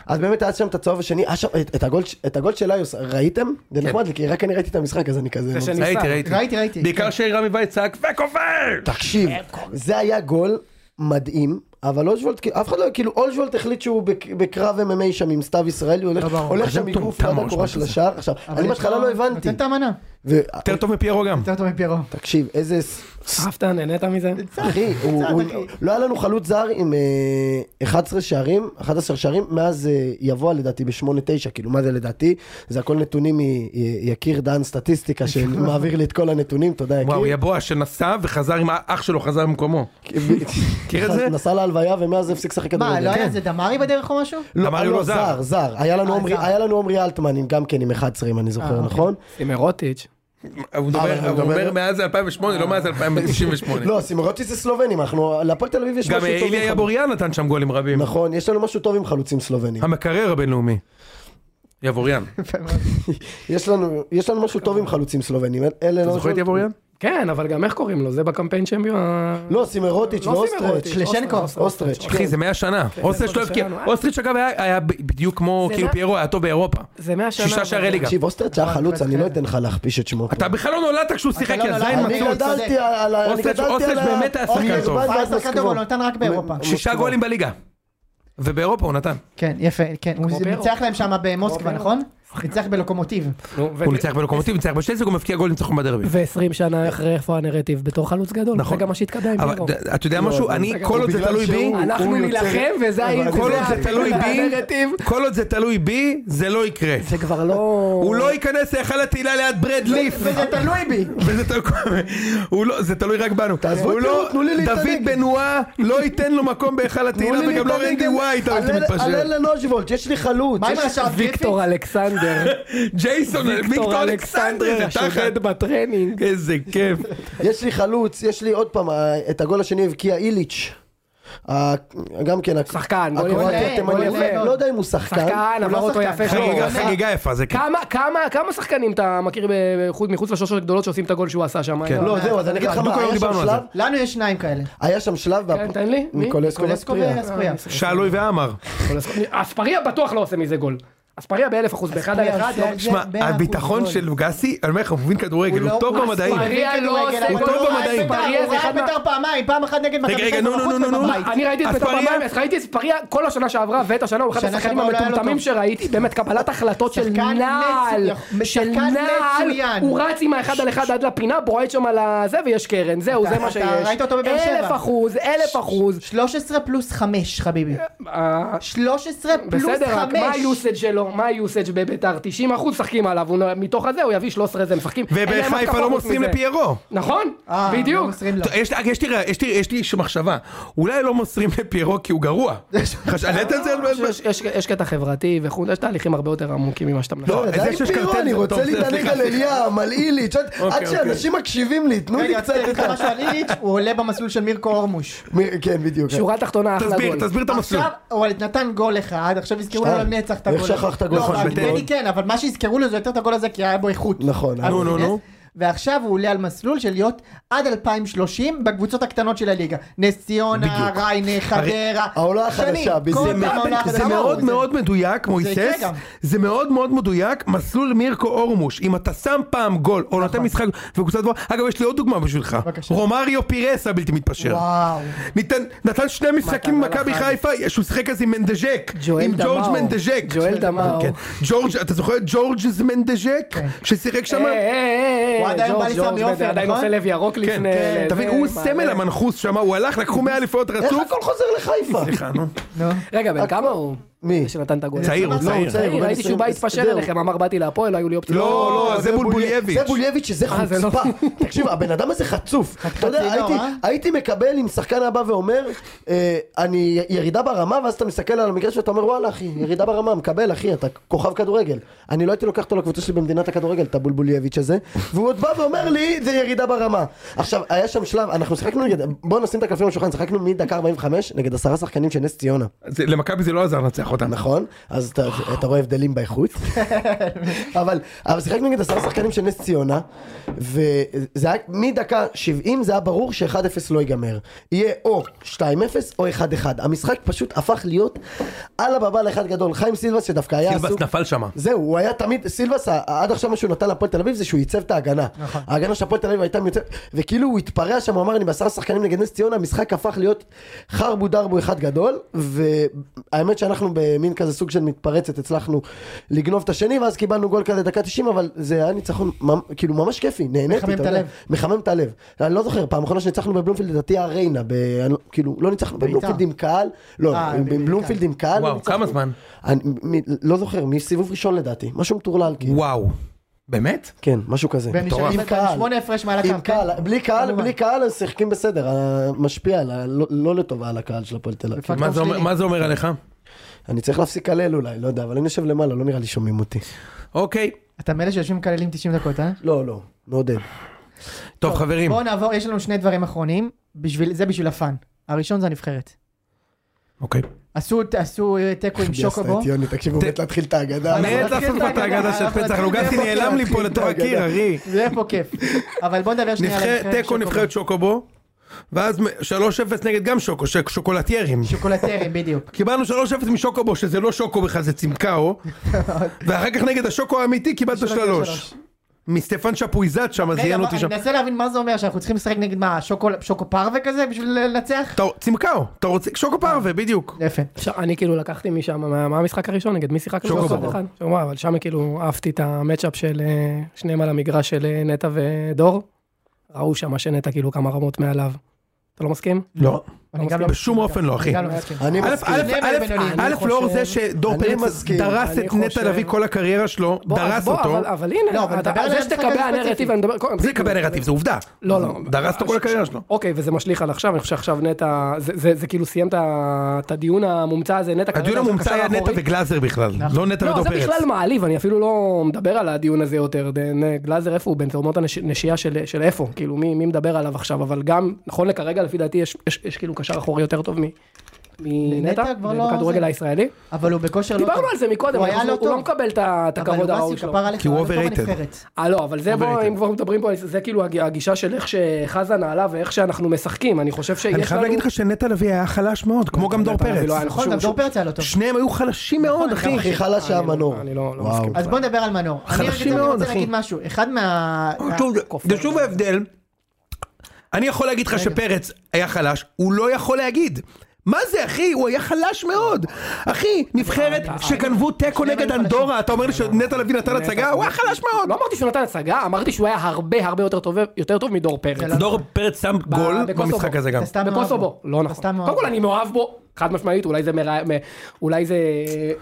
אז באמת היה שם את הצהוב השני, היה שם את- את הגול- את הגול של איוס, ראיתם? זה כן. נחמד, לי, כי רק אני ראיתי את המשחק, אז אני כזה... לא זה מבסוט. שאני- ראיתי, ראיתי. ראיתי, ראיתי. כן. בעיקר שרמי וייץ צעק וכופר! תקשיב, זה היה גול מדהים, אבל אולשוולט, כאילו, אף אחד לא, כאילו אולשוולט החליט שהוא בק- בקרב MMA שם עם סתיו ישראלי, הוא הולך- לא ברור. הולך כזה שם מגוף מטומטם עד הקורה אולשוולט של הזה. השער, עכשיו, אבל אני יש בהתחלה לו- לא הבנתי, נותן את המנה. ו- יותר טוב מפיירו גם. יותר טוב מפיירו. תקשיב, איזה, ס- אהבת, נהנית מזה? אחי, הוא- קצת, הוא- אחי. לא היה לנו חלוץ זר עם אה, 11 שערים, 11 שערים, מאז אה, יבוא לדעתי ב-8-9, כאילו מה זה לדעתי, זה הכל נתונים מיקיר דן סטטיסטיקה שמעביר לי את כל הנתונים, תודה יקיר. וואו, יבוע שנסע וחזר עם אח שלו, חזר במקומו. [LAUGHS] מכיר את זה? נסע להלוויה ומאז הפסיק לשחק כדורגל. מה, לא כן. היה איזה דמרי בדרך או משהו? לא, אמר לי, לא, לא, זר, זר. זר. היה לנו אה, עומרי- זר. היה לנו עמרי אלטמן, עם- גם כן עם 11 אם אני זוכר אוקיי. נכון? עם אירוטיץ'. הוא אבל מדבר הוא הוא מדבר- אומר מאז 2008, לא מאז 2098. לא, סימרוטי זה סלובנים, אנחנו, להפועל תל אביב יש משהו גם אה, טוב עם איליה חלוצים. יבוריאן נתן שם גולים רבים. נכון, יש לנו משהו טוב עם חלוצים סלובנים. המקרר הבינלאומי. יבוריאן. יש לנו- יש לנו משהו טוב עם חלוצים סלובנים. אל- אלה אתה לא- זוכר את יבוריאן? כן, אבל גם איך קוראים לו? זה בקמפיין שהם... היו ה- לא, סימרוטיץ' לא ואוסטרץ'. סימרוטיץ', לשנקו. אוסטרץ'. אוסטרץ'. כן. אחי, זה 100 שנה. אוסטריץ' זה לא הבקיע. שלנו, אה? אוסטריץ' אגב היה- היה ב- בדיוק כמו, זה כאילו מה- פיירו היה טוב באירופה. זה מאה שנה. שישה אבל- שערי ליגה. תקשיב, אוסטרץ' נכון, היה כן, חלוץ, אני לא אתן לך להכפיש את שמו. פה. אתה בכלל לא נולדת כשהוא שיחק, לא יא נולדת. זין אני מצוץ. צודק. גדלתי על ה... אני אוסטרץ'- גדלתי על ה... אוסטרץ' באמת היה שחקן אוקיי, טוב. בן הוא היה שחקן מוסקבה. טוב, הוא נתן רק באירופה. שישה מוסקבה. גולים בליגה. ובאירופה הוא נתן. כן, יפה, כן. הוא פרו. ניצח להם שם במוסקבה, כמו נכון? ניצח בלוקומוטיב. נו, ו- הוא ניצח בלוקומוטיב, ניצח בשטייזג, הוא מבקיע גול ניצחון בדרבי. ו-20 שנה אחרי איפה הנרטיב בתור חלוץ גדול. נכון. זה גם מה שהתקדם. אבל ירום. ד- אתה יודע משהו? אני, זה כל עוד זה בגלל תלוי בי, שהוא- הוא אנחנו יוצר- נילחם וזה ה- כל עוד זה ה- תלוי בי, הנרטיב. כל עוד זה תלוי בי, זה לא יקרה. זה כבר לא... הוא לא ייכנס להיכל התהילה ליד ברד ליף. וזה תלוי בי. וזה תלוי- הוא לא- זה תלוי רק בנו. תעזבו הוא אותי, לא- תנו לי להתענג. דוד בנואה לא ייתן לו מקום בהיכל התהילה תנו לי וגם לא להתענג רנדי על- ווייט על אבל אתה אלה- על מתפשר. אלן אוז'וולט, יש לי חלוץ. מה עם יש- השער ויקטור גריפיץ? אלכסנדר. ג'ייסון, ויקטור ויקטור אלכסנדרי, אלכסנדר זה תחת. השודד בטרנינג. איזה כיף. יש לי חלוץ, יש לי עוד פעם, ה- את הגול השני הבקיע איליץ'. ה- גם כן, הק- שחקן, גול הקרואטי יפה, התימני, גול יפה. לא יודע אם הוא שחקן. שחקן, הוא לא עבר אותו שחקן. יפה. חגיגה, שלו. חגיגה- חגיגה יפה, זה כיף. כמה, כמה, כמה שחקנים אתה מכיר ב- בחוץ- מחוץ לשלושות הגדולות שעושים את הגול שהוא עשה שם? כן. לא, זהו, אז אני אגיד לך בדיוק מה, היום היה שם דיברנו על שלב, לנו יש שניים כאלה. היה שם שלב, כן, תן לי. מי? ניקולסקו קולסקו וספריה. ואספריה. שאלוי ועמר. אספריה בטוח לא עושה מזה גול. אספריה באלף אחוז, באחד על אספריה אחד. עושה לא- את זה שמע, ב- הביטחון גול. של לוגסי, אני אומר לך, הוא מבין כדורגל, הוא הוא לא- טוב הוא במדעים. אספריה לא כדורגל, עושה אבל הוא טוב ראה את במדעים. בית"ר, אספריה הוא זה ראה אחד את מה- בית"ר פעמיים, פעם אחת נגד מכבי רגע, חיפה נו, נו, בחוץ נו, נו, נו. ובבית. אני ראיתי את בית"ר אספריה? במים, אז ראיתי את אספריה כל השנה שעברה ואת השנה, הוא אחד שנה השחקנים שעברה אולי היה לו המטומטמים טוב. שראיתי, באמת קבלת החלטות של שחקן נעל, מצוין. של שחקן נעל, מצוין. הוא רץ עם האחד על אחד עד לפינה, בועט שם על הזה ויש קרן, זהו, אתה- זה מה אתה שיש. ראית אותו בבאר שבע. אלף אחוז, אלף אחוז. 13 פלוס 5, חביבי. אה, 13 פלוס בסדר, רק מה 5. היוסג' שלו? מה היוסג' בביתר? 90 אחוז משחקים עליו, הוא נ- מתוך הזה הוא יביא 13 איזה משחקים. אין להם ובחיפה התקפה לא חוץ מוסרים מזה. לפיירו. נכון, אה, לא בדיוק. מוסרים לו. טוב, יש לי- יש לי- יש לי- יש לי איש מחשבה, אולי לא מוסרים לפיירו כי הוא [LAUGHS] גרוע. חש- העלית את זה? יש- יש- יש קטע חברתי וכו', יש תהליכים הרבה יותר עמוקים ממה שאתה מנסה. לא, אבל זה די שיש פירו, קרטל אני זה רוצה טוב, זה להתענג סליחה. על אליאם, על איליץ', עד- עד אוקיי, כן, שאנשים מקשיבים לי, תנו לי רגע, קצת רציתי להגיד לך את ה... משהו על איליץ', הוא עולה במסלול של מירקו [LAUGHS] הורמוש. מי- כן, בדיוק. שורה תחתונה, אחלה גול. תסביר, תסביר את המסלול. עכשיו, הוא נתן גול אחד, עכשיו יזכרו לו שתיים. על מי יצח את הגול. לא, איך שכחת גול אחד? אחד? בטדי. כן, אבל מה שיזכרו לו זה יותר את הגול הזה, כי היה בו איכות. נכון, אז נו, הוא נו, נכנס, נו. ועכשיו הוא עולה על מסלול של להיות עד 2030 בקבוצות הקטנות של הליגה. נס ציונה, בדיוק. ריינה, חדרה. העולה החדשה, שנים, כל בדיוק. פעם העולה זה החדשה. מאוד זה- מאוד מדויק מויסס, יקרה גם. זה מאוד מאוד מדויק, מסלול מירקו אורמוש, אם אתה שם פעם גול או נותן משחק וקבוצה גבוהה, אגב יש לי עוד דוגמה בשבילך, נכון. בבקשה. רומריו פירס הבלתי מתפשר, וואו. לא ניתן- נתן שני משחקים עם מתנה מכבי לחג. חיפה, שהוא שיחק אז עם מנדז'ק, ג'ואל עם ג'ורג' דמאו. מנדז'ק, ג'ואל דמאו. כן. ג'ורג', אתה זוכר את ג'ורג'ז מנדז'ק, כן. ששיחק שם, אה, אה, הוא אה, עדיין ג'ורג', בא לי ג'ורג' סמי עופר, בטח, עדיין נכון? עושה לב ירוק כן, לפני... כן, זה, תבין, הוא מה, סמל זה. המנחוס שם, הוא הלך, לקחו 100 אליפויות איך רצוף, הכל חוזר לחיפה? סליחה נו, רגע, בן כמה הוא? מי? זה שנתן את הגול. אה, צעיר, הוא לא, הוא צעיר, צעיר. הוא בן ראיתי שהוא בא 20, להתפשר זהו. אליכם, אמר באתי להפועל, לא היו לי אופציות. לא, לא, זה בולבולייביץ'. זה בולייביץ' שזה אה, זה לא. חוצפה. תקשיב, הבן אדם הזה חצוף. אתה יודע, חצי לא, הייתי- אה? הייתי מקבל אם שחקן היה בא ואומר, אה, אני ירידה ברמה, ואז אתה מסתכל על המגרש ואתה אומר, וואלה אחי, ירידה ברמה, מקבל אחי, אתה כוכב כדורגל. אני לא הייתי לוקח אותו לקבוצה שלי במדינת הכדורגל, את הבולבולייביץ' הזה, והוא עוד בא ואומר לי, זה ירידה ברמה. עכשיו, היה שם שלב, אנחנו שיחקנו נגד, בואו נשים את הקלפים על השולחן, שיחקנו מדקה 45 נגד עשרה שחקנים של נס ציונה. זה- למכבי זה לא עזר לנצח אותם, נכון, אז אתה, אתה רואה הבדלים באיכות. אבל, אבל שיחקנו נגד עשרה שחקנים של נס ציונה, וזה היה מדקה 70 זה היה ברור ש-1-0 לא ייגמר. יהיה או 2-0 או 1-1. המשחק פשוט הפך להיות אללה בבאללה אחד גדול. חיים סילבס שדווקא היה סילבס כאילו נפל שמה. זהו, הוא היה תמיד, סילבס, ה- עד עכשיו מה שהוא נתן להפועל תל אביב זה שהוא עיצב את ההגנה. נכון. ההגנה של הפועל תל אביב הייתה מיוצבת, וכאילו הוא התפרע שם, הוא אמר, אני בעשרה שחקנים נגד נס ציונה, המשחק הפך להיות חרבו דרבו אחד גדול, והאמת שאנחנו במין כזה סוג של מתפרצת, הצלחנו לגנוב את השני, ואז קיבלנו גול כזה דקה 90, אבל זה היה ניצחון, ממ- כאילו ממש כיפי, נהניתי, מחמם אתה את יודע. הלב. מחמם את הלב. אני לא זוכר, פעם אחרונה שניצחנו בבלומפילד לדעתי היה ריינה, ב... אני לא- כאילו, לא ניצחנו בבלומפילד עם קהל, לא, אה, בבלומפילד עם קהל. וואו, לא ניצחנו. כמה זמן? אני מ- לא זוכר, מסיבוב ראשון לדעתי, משהו מטורלל כאילו. וואו. באמת? כן, משהו כזה. והם מטורף. נשארים עם קהל. שמונה הפרש מעל הקו. עם קהל, בלי קהל, כן? כמובן. בלי קהל אז שיחקים בסדר, ה- משפיע, על ה- לא- לא לטובה על הקהל של הפועל תל אביב. בפקטור מה זה אומר- שלילי. מה זה אומר עליך? אני צריך להפסיק הלל אולי, לא יודע, אבל אני יושב למעלה, לא נראה לי שומעים אותי. אוקיי. אתה מאלה שיושבים מקללים 90 דקות, אה? לא, לא, מעודד. טוב חברים, בואו נעבור, יש לנו שני דברים אחרונים, בשביל, זה בשביל הפאן. הראשון זה הנבחרת. אוקיי. עשו, עשו אה, תיקו עם שוקובו. יוני, תקשיבו, ת- מת להתחיל את ההגדה. מת לעשות פה את ההגדה של פצח, לוגסי נעלם לי פה לתוך הקיר, אחי. זה יהיה פה כיף. אבל בוא נדבר שנייה נבחרת- תיקו נבחרת שוקובו, ואז מ- 3-0 נגד גם שוקו, ש- שוקולטיירים. שוקולטרים, בדיוק. קיבלנו 3-0 משוקובו, שזה לא שוקו בכלל, זה [LAUGHS] צימקאו, ואחר כך נגד השוקו האמיתי קיבלת 3. מסטפן שפויזת שם, אז רגע, זיין מה- אותי אני שם. מנסה להבין מה זה אומר, שאנחנו צריכים לשחק נגד מה, שוקול- שוקו פרווה כזה בשביל לנצח? אתה- צימקאו, אתה רוצה, אה. שוקו פרווה, בדיוק. יפה. עכשיו, אני כאילו לקחתי משם, מה מה המשחק הראשון? נגד מי שיחקנו? שוקו אחד ברור. אחד. שוקו, וואו, אבל שם כאילו אהבתי את המצ'אפ של אה, שניהם על המגרש של אה, נטע ודור. ראו שם שנטע כאילו כמה רמות מעליו. אתה לא מסכים? לא, אני גם לא... בשום אופן לא, אחי. אני גם לא מסכים. אני א', מסכים. א', שני א', בינוניים, א', אני א', לאור חושב. זה שדור אני פרץ מסכים, דרס אני את נטע חושב. לביא כל הקריירה שלו, בוא, אז דרס בוא, אותו. אבל- אבל לא, אבל הנה, נדבר אתה- על זה המשחק הזה שתקבע ספציפית. הנרטיב, אני מדבר... זה יקבל נרטיב, זה עובדה. לא, לא. דרס אותו כל הקריירה שלו. אוקיי, וזה משליך על עכשיו, אני חושב שעכשיו נטע, זה- זה זה כאילו סיים את ה- את הדיון המומצא הזה, נטע הדיון זה המומצא הקשר היה נטע האחורי. וגלאזר בכלל, לא נטע לא, ודור זה פרץ. בכלל מעליב, אני אפילו לא מדבר על הדיון הזה יותר. דן, גלאזר, איפה הוא? בין תאומות הנשייה של, של איפה? כאילו, מי, מי מדבר עליו עכשיו? אבל גם, נכון לכרגע, לפי דעתי, יש, יש, יש כאילו קשר אחורי יותר טוב מ- לנטע מנטע, כבר לא- בכדורגל זה- הישראלי. אבל הוא בכושר לא טוב. דיברנו על זה מקודם, הוא אבל היה לא הוא לא טוב. מקבל את ה- את אבל הכבוד לוגסי ההוא שלו. כפר עליך, כי הוא הוא היה לא טוב overrated. בנבחרת. אה לא, אבל זה בוא, overrated. אם כבר מדברים פה, על זה זה כאילו הג- הגישה של איך שחזן עלה ואיך שאנחנו משחקים, אני חושב שיש לנו... אני חייב להגיד לך שנטע לביא היה חלש מאוד, כמו גם דור נטע לביא פרץ. לא היה נכון, שהוא- גם דור שהוא- פרץ היה לא טוב. שניהם היו חלשים נכון, מאוד, אחי. הכי חלש היה אני לא- מנור. אני לא- לא וואו. מסכים. אז בוא נדבר על מנור. אני חלשים רגע, אני מאוד, רוצה אחי. להגיד משהו. אחד מה... שוב, זה שוב ההבדל. אני יכול להגיד לך שפרץ היה חלש, הוא לא יכול להגיד. מה זה אחי? הוא היה חלש מאוד. אחי, נבחרת אה, שגנבו תיקו נגד אנדורה, אתה אומר לי שנטע לביא נתן הצגה? הוא היה חלש מאוד. לא אמרתי שהוא נתן הצגה, אמרתי שהוא היה הרבה הרבה יותר טוב- יותר טוב מדור פרץ. דור פרץ שם גול לא. בקוסובו. במשחק הזה גם. אתה סתם מאוהב בקוסובו, בו. לא אתה סתם נכון. מאוהב קודם כל בו. אני מאוהב בו, חד משמעית, אולי זה מרע... מ- אולי זה...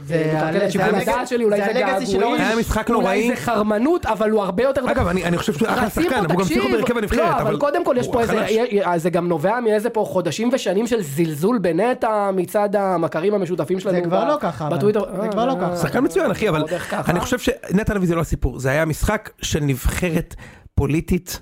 זה מקלקל הלג- את שיקול זה הדעת הלגאסי- שלי, אולי זה זה הלגאסי של געגועים, אורן. היה משחק נוראי. אולי זה חרמנות, אבל הוא הרבה יותר... אגב, אני אני חושב שהוא אחלה רצים שחקן, פה, אבל הוא גם תקשיב. שיחק בהרכב הנבחרת, לא, אבל קודם כל יש הוא פה איזה... חלש. אה, זה גם נובע מאיזה פה חודשים ושנים של זלזול בנטע מצד המכרים המשותפים שלנו. זה כבר ב- לא ככה, אבל. בטוויטר. זה אה, כבר לא אה, ככה. שחקן מצוין אחי, אבל עוד איך ככה. אני חושב שנטע לביא זה לא הסיפור, זה היה משחק של נבחרת פוליטית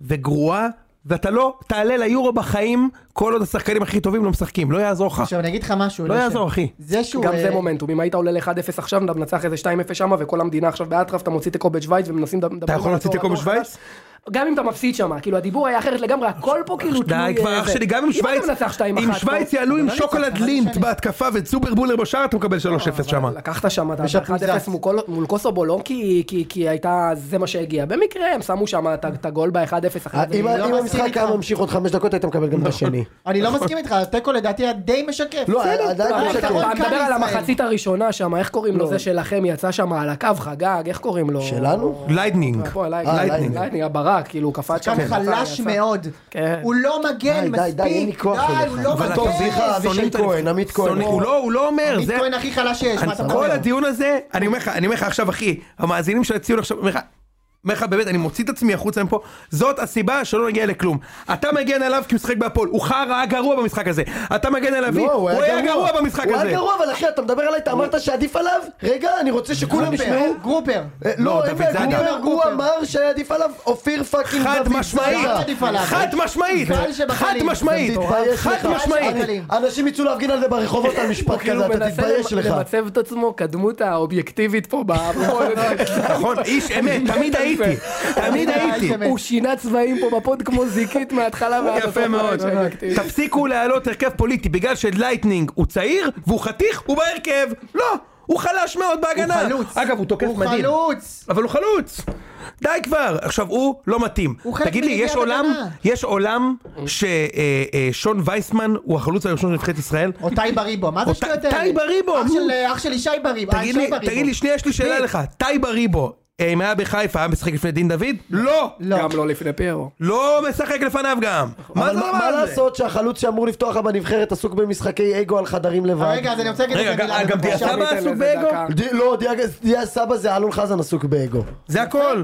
וגרועה ואתה לא תעלה ליורו בחיים כל עוד השחקנים הכי טובים לא משחקים, לא יעזור לך. עכשיו אני אגיד לך משהו. לא אלישע. יעזור, אחי. זה שהוא... גם אה, זה מומנטום, אם היית עולה ל-1-0 עכשיו, אתה מנצח איזה 2-0 שמה, וכל המדינה עכשיו באטרף, אתה מוציא תיקו בשוויץ, ומנסים... לדבר אתה יכול על להוציא התור- תיקו התור בשוויץ? החדש. גם אם אתה מפסיד שמה, כאילו הדיבור היה אחרת לגמרי, הכל פה כאילו די כבר אח אה, זה. שלי, גם עם שווייץ, אם אתה מנצח 2-1 אם פה, שווייץ יעלו עם לא שוקולד ניצחנו, לינט אבל בהתקפה וצובר בולר בשער אתה מקבל 3-0 שם. לקחת שם את ושפוזץ. ה-1-0 מול קוסובו, לא כי- כי כי הייתה, זה מה שהגיע. במקרה, הם שמו שם את ה- את הגול ב-1-0 אחרי זה. אם אני לא- אם מסכים איתך. המשחק היה ממשיך עוד חמש דקות היית מקבל גם את השני. אני לא מסכים איתך, התיקו לדעתי היה די משקף. לא, בסדר, עדיין אבל אבל משקף. אתה הפתרון אתה קל מדבר על לישראל. המחצית הראשונה שם, איך קוראים לו לא. זה שלכם יצא שם על הקו, חגג, איך קוראים לו? שלנו? לייטנינג. הפועל אה, לייטנינג, לייטנינג. לייטנינג, הברק, כאילו, הוא קפץ שם. כן. שחקן חלש יצא. מאוד. כן. הוא לא מגן די, די, מספיק. די, אין לי כוח די, אליך. הוא לא אבל מגן. טוב, סליחה, שונאים אבישי את הנבחרת. כהן, עמית כהן. שונאים- הוא לא- הוא לא אומר, זה... ביטקוין הכי חלש שיש, מה אתה כל מדבר? הדיון הזה, אני אומר לך, אני אומר לך עכשיו אחי, המאזינים של הציון עכשיו, אני אומר לך, אומר לך באמת, אני מוציא את עצמי החוצה מפה, זאת הסיבה שלא נגיע לכלום. אתה מגן עליו כי הוא שיחק בהפועל, הוא חרא היה גרוע במשחק הזה. אתה מגן על אבי, לא, הוא היה גרוע במשחק הוא הזה. היה גרוע, אבל אחי, אתה מדבר עליי, אתה אמרת שעדיף עליו? רגע, אני רוצה שכולם ישמעו. גרופר, גרופר. אה, לא, לא, אין דוד בעיה, זאדה. גרופר, הוא גרופר. אמר שעדיף עליו אופיר פאקינג חד דוד משמעית, אוקיי. זאדה. עדיף עליו. חד משמעית, גל שבחיים. חד משמעית, תתבייש חד לך. משמעית. גלים. אוקיי, אנשים יצאו להפגין על זה ברחובות על הוא משפט כאילו כזה, אתה מנסה תתבייש לך. למצב את עצמו כדמות האובייקטיבית פה בפוד. [LAUGHS] נכון, איש אמת, תמיד הייתי, תמיד הייתי. הוא שינה צבעים פה בפוד כמו זיקית מההתחלה ועד הסוף. יפה מאוד. האיש האובייקטיבי. תפסיקו להעלות הרכב פוליטי בגלל שלייטנינג הוא צעיר והוא חתיך, הוא בהרכב. לא, הוא חלש מאוד בהגנה. הוא חלוץ. אגב, הוא תוקף הוא מדהים. חלוץ. אבל הוא חלוץ. די כבר. עכשיו, הוא לא מתאים. הוא חלק תגיד לי, מליגה יש עולם, הגנה. יש עולם ששון וייסמן הוא החלוץ הראשון של נבחרת ישראל? או טייב בריבו, מה זה או שטויות טי- האלה? טייב בריבו. אח של- אה, אח של ישי בריבו. תגיד לי, תגיד לי, שנייה, יש לי שאלה לך. טייב אריבו, אם היה בחיפה, היה משחק לפני דין דוד? לא. גם לא לפני פיירו. לא משחק לפניו גם. מה אבל זה הדבר מה מה הזה? לעשות שהחלוץ שאמור לפתוח לך בנבחרת עסוק במשחקי אגו על חדרים לבד? רגע, אז אני לא רוצה להגיד רגע, לך גם- מילה. גם בבקשה. דיאס- סבא ניתן עסוק לזה באגו? דקה. די- לא, דיה- דיה סבא זה אלון חזן עסוק באגו. זה הכל.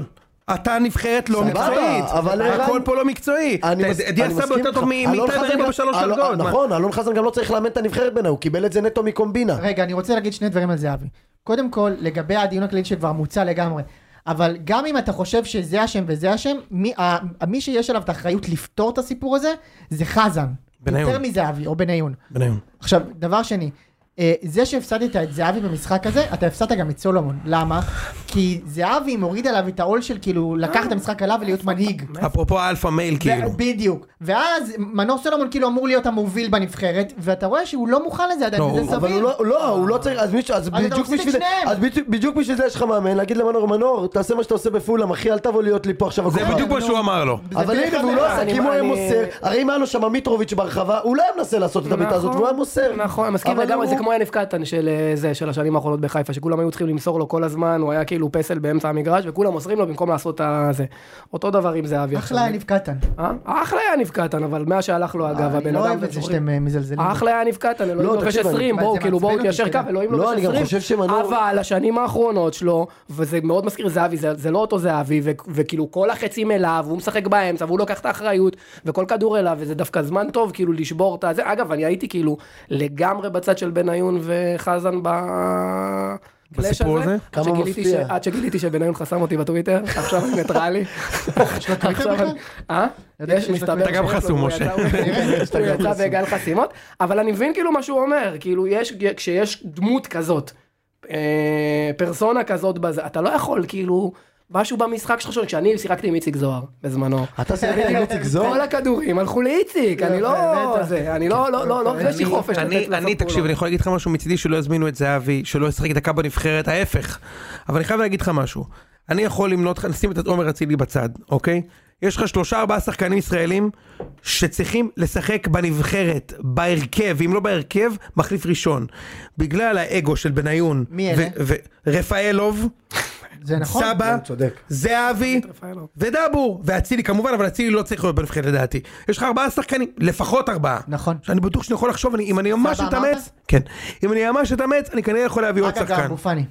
אתה נבחרת לא סבבה, מקצועית, אבל הכל ערן- פה לא מקצועי. אני אתה- מס- דיה אני לא סבא מסכים יותר טוב איתך. אלון חזן מטייבה גם- בשלוש אלון- דרגות. מה? נכון, אלון חזן גם לא צריך לאמן את הנבחרת בינה, הוא קיבל את זה נטו מקומבינה. רגע, אני רוצה להגיד שני דברים על זהבי. קודם כל, לגבי הדיון הכללי שכבר מוצע לגמרי. אבל גם אם אתה חושב שזה אשם וזה אשם, מי, ה- מי שיש עליו את האחריות לפתור את הסיפור הזה, זה חזן. בניון. יותר מזהבי, או בניון. בניון. עכשיו, דבר שני, אה, זה שהפסדת את זהבי במשחק הזה, אתה הפסדת גם את סולומון. למה? כי זהבי מוריד עליו את העול של כאילו לקחת את המשחק עליו ולהיות מנהיג. אפרופו אלפא מייל כאילו. ו- בדיוק. ואז מנור סולומון כאילו אמור להיות המוביל בנבחרת, ואתה רואה שהוא לא מוכן לזה עדיין, לא, וזה הוא- סביר. אבל הוא לא, לא, הוא לא צריך, אז מישהו, אז אתה בדיוק מפסיד בשביל זה, שניהם. אז בדיוק- בדיוק בשביל זה יש לך מאמן, להגיד למנור, מנור, תעשה מה שאתה עושה בפולם, אחי, אל תבוא להיות לי פה עכשיו זה הכוכב." בדיוק מה נו. שהוא אמר לו. זה אבל בדיוק הנה, אחד והוא לא לאחד. עשה, אני- כי אם הוא היה אני- מוסר, הרי אם היה לו שם מיטרוביץ' ברחבה, הוא לא היה מנסה לעשות את הבעיטה הזאת, נכון, והוא היה מוסר. נכון, אני מסכים אבל לגמרי, הוא- זה כמו יניב קטן של אה, זה, של השנים האחרונות בחיפה, שכולם היו צריכים למסור לו כל הזמן, הוא היה כאילו פסל באמצע המגרש, וכולם מוסרים לו במקום לעשות את הזה. אותו דבר עם זהבי לא- עכשיו. אחלה יניב קטן. אה? אחלה יניב קטן, אבל מאז שהלך לו אגב, אני הבן לא אדם... אוהב את זה שאתם אה, מזלזלים. אחלה יניב קטן, אלוהים לא, לובש תקשיב, אני- 20, מה, בואו, זה כאילו בואו מעצבן תיישר אותי, קו, כן. אלוהים לא, לובש 20. אני גם חושב שמנור- אבל השנים האחרונות שלו, וזה מאוד מזכיר זהבי, זה זה לא אותו זהבי, ו- וכאילו כל החצים אליו, הוא משחק באמצע, והוא לוקח את האחריות, וכל כדור אליו, וזה דווקא זמן טוב כאילו לשבור את הזה. אגב, אני הייתי כאילו לגמרי בצד של בניון וחזן ב... קלאש בסיפור הזה? עד כמה שגיליתי מפתיע. ש- עד שגיליתי שבניון חסם אותי בטוויטר, עכשיו אני [LAUGHS] ניטרלי. יש לו טוויטר עכשיו אני- בכלל? אה? יש, מסתבר אתה גם שיש לו, חסום, הוא משה. יצא- [LAUGHS] הוא יצא בגל חסימות, אבל אני מבין כאילו מה שהוא אומר, כאילו יש, כשיש דמות כזאת, אה, פרסונה כזאת בזה, אתה לא יכול כאילו, משהו במשחק שלך שונה, כשאני שיחקתי עם איציק זוהר בזמנו. אתה שיחק [LAUGHS] עם איציק זוהר? כל הכדורים הלכו לאיציק, אני לא, בטח. זה, אני לא, לא, לא, לא, יש לי חופש לתת אני, לעשות אני, תקשיב, פעולות. אני יכול להגיד לך משהו מצידי שלא יזמינו את זהבי, שלא ישחק דקה בנבחרת, ההפך. אבל אני חייב להגיד לך משהו. אני יכול למנות לך, נשים את עומר אצילי בצד, אוקיי? יש לך שלושה ארבעה שחקנים ישראלים שצריכים לשחק בנבחרת, בהרכב, ואם לא בהרכב, מחליף ראשון. בגלל האגו של בניון. מי אלה? ו- ורפאלוב, זה נכון. סבא, הוא צודק. זהבי, ודבור, ואצילי כמובן, אבל אצילי לא צריך להיות בנבחרת לדעתי. יש לך ארבעה שחקנים, לפחות ארבעה. נכון. שאני בטוח שאני יכול לחשוב, אני- אם אני ממש סבא אתאמץ, כן. אם אני ממש אתאמץ, אני כנראה יכול להביא עוד אגב, גם שחקן. אבו פאני.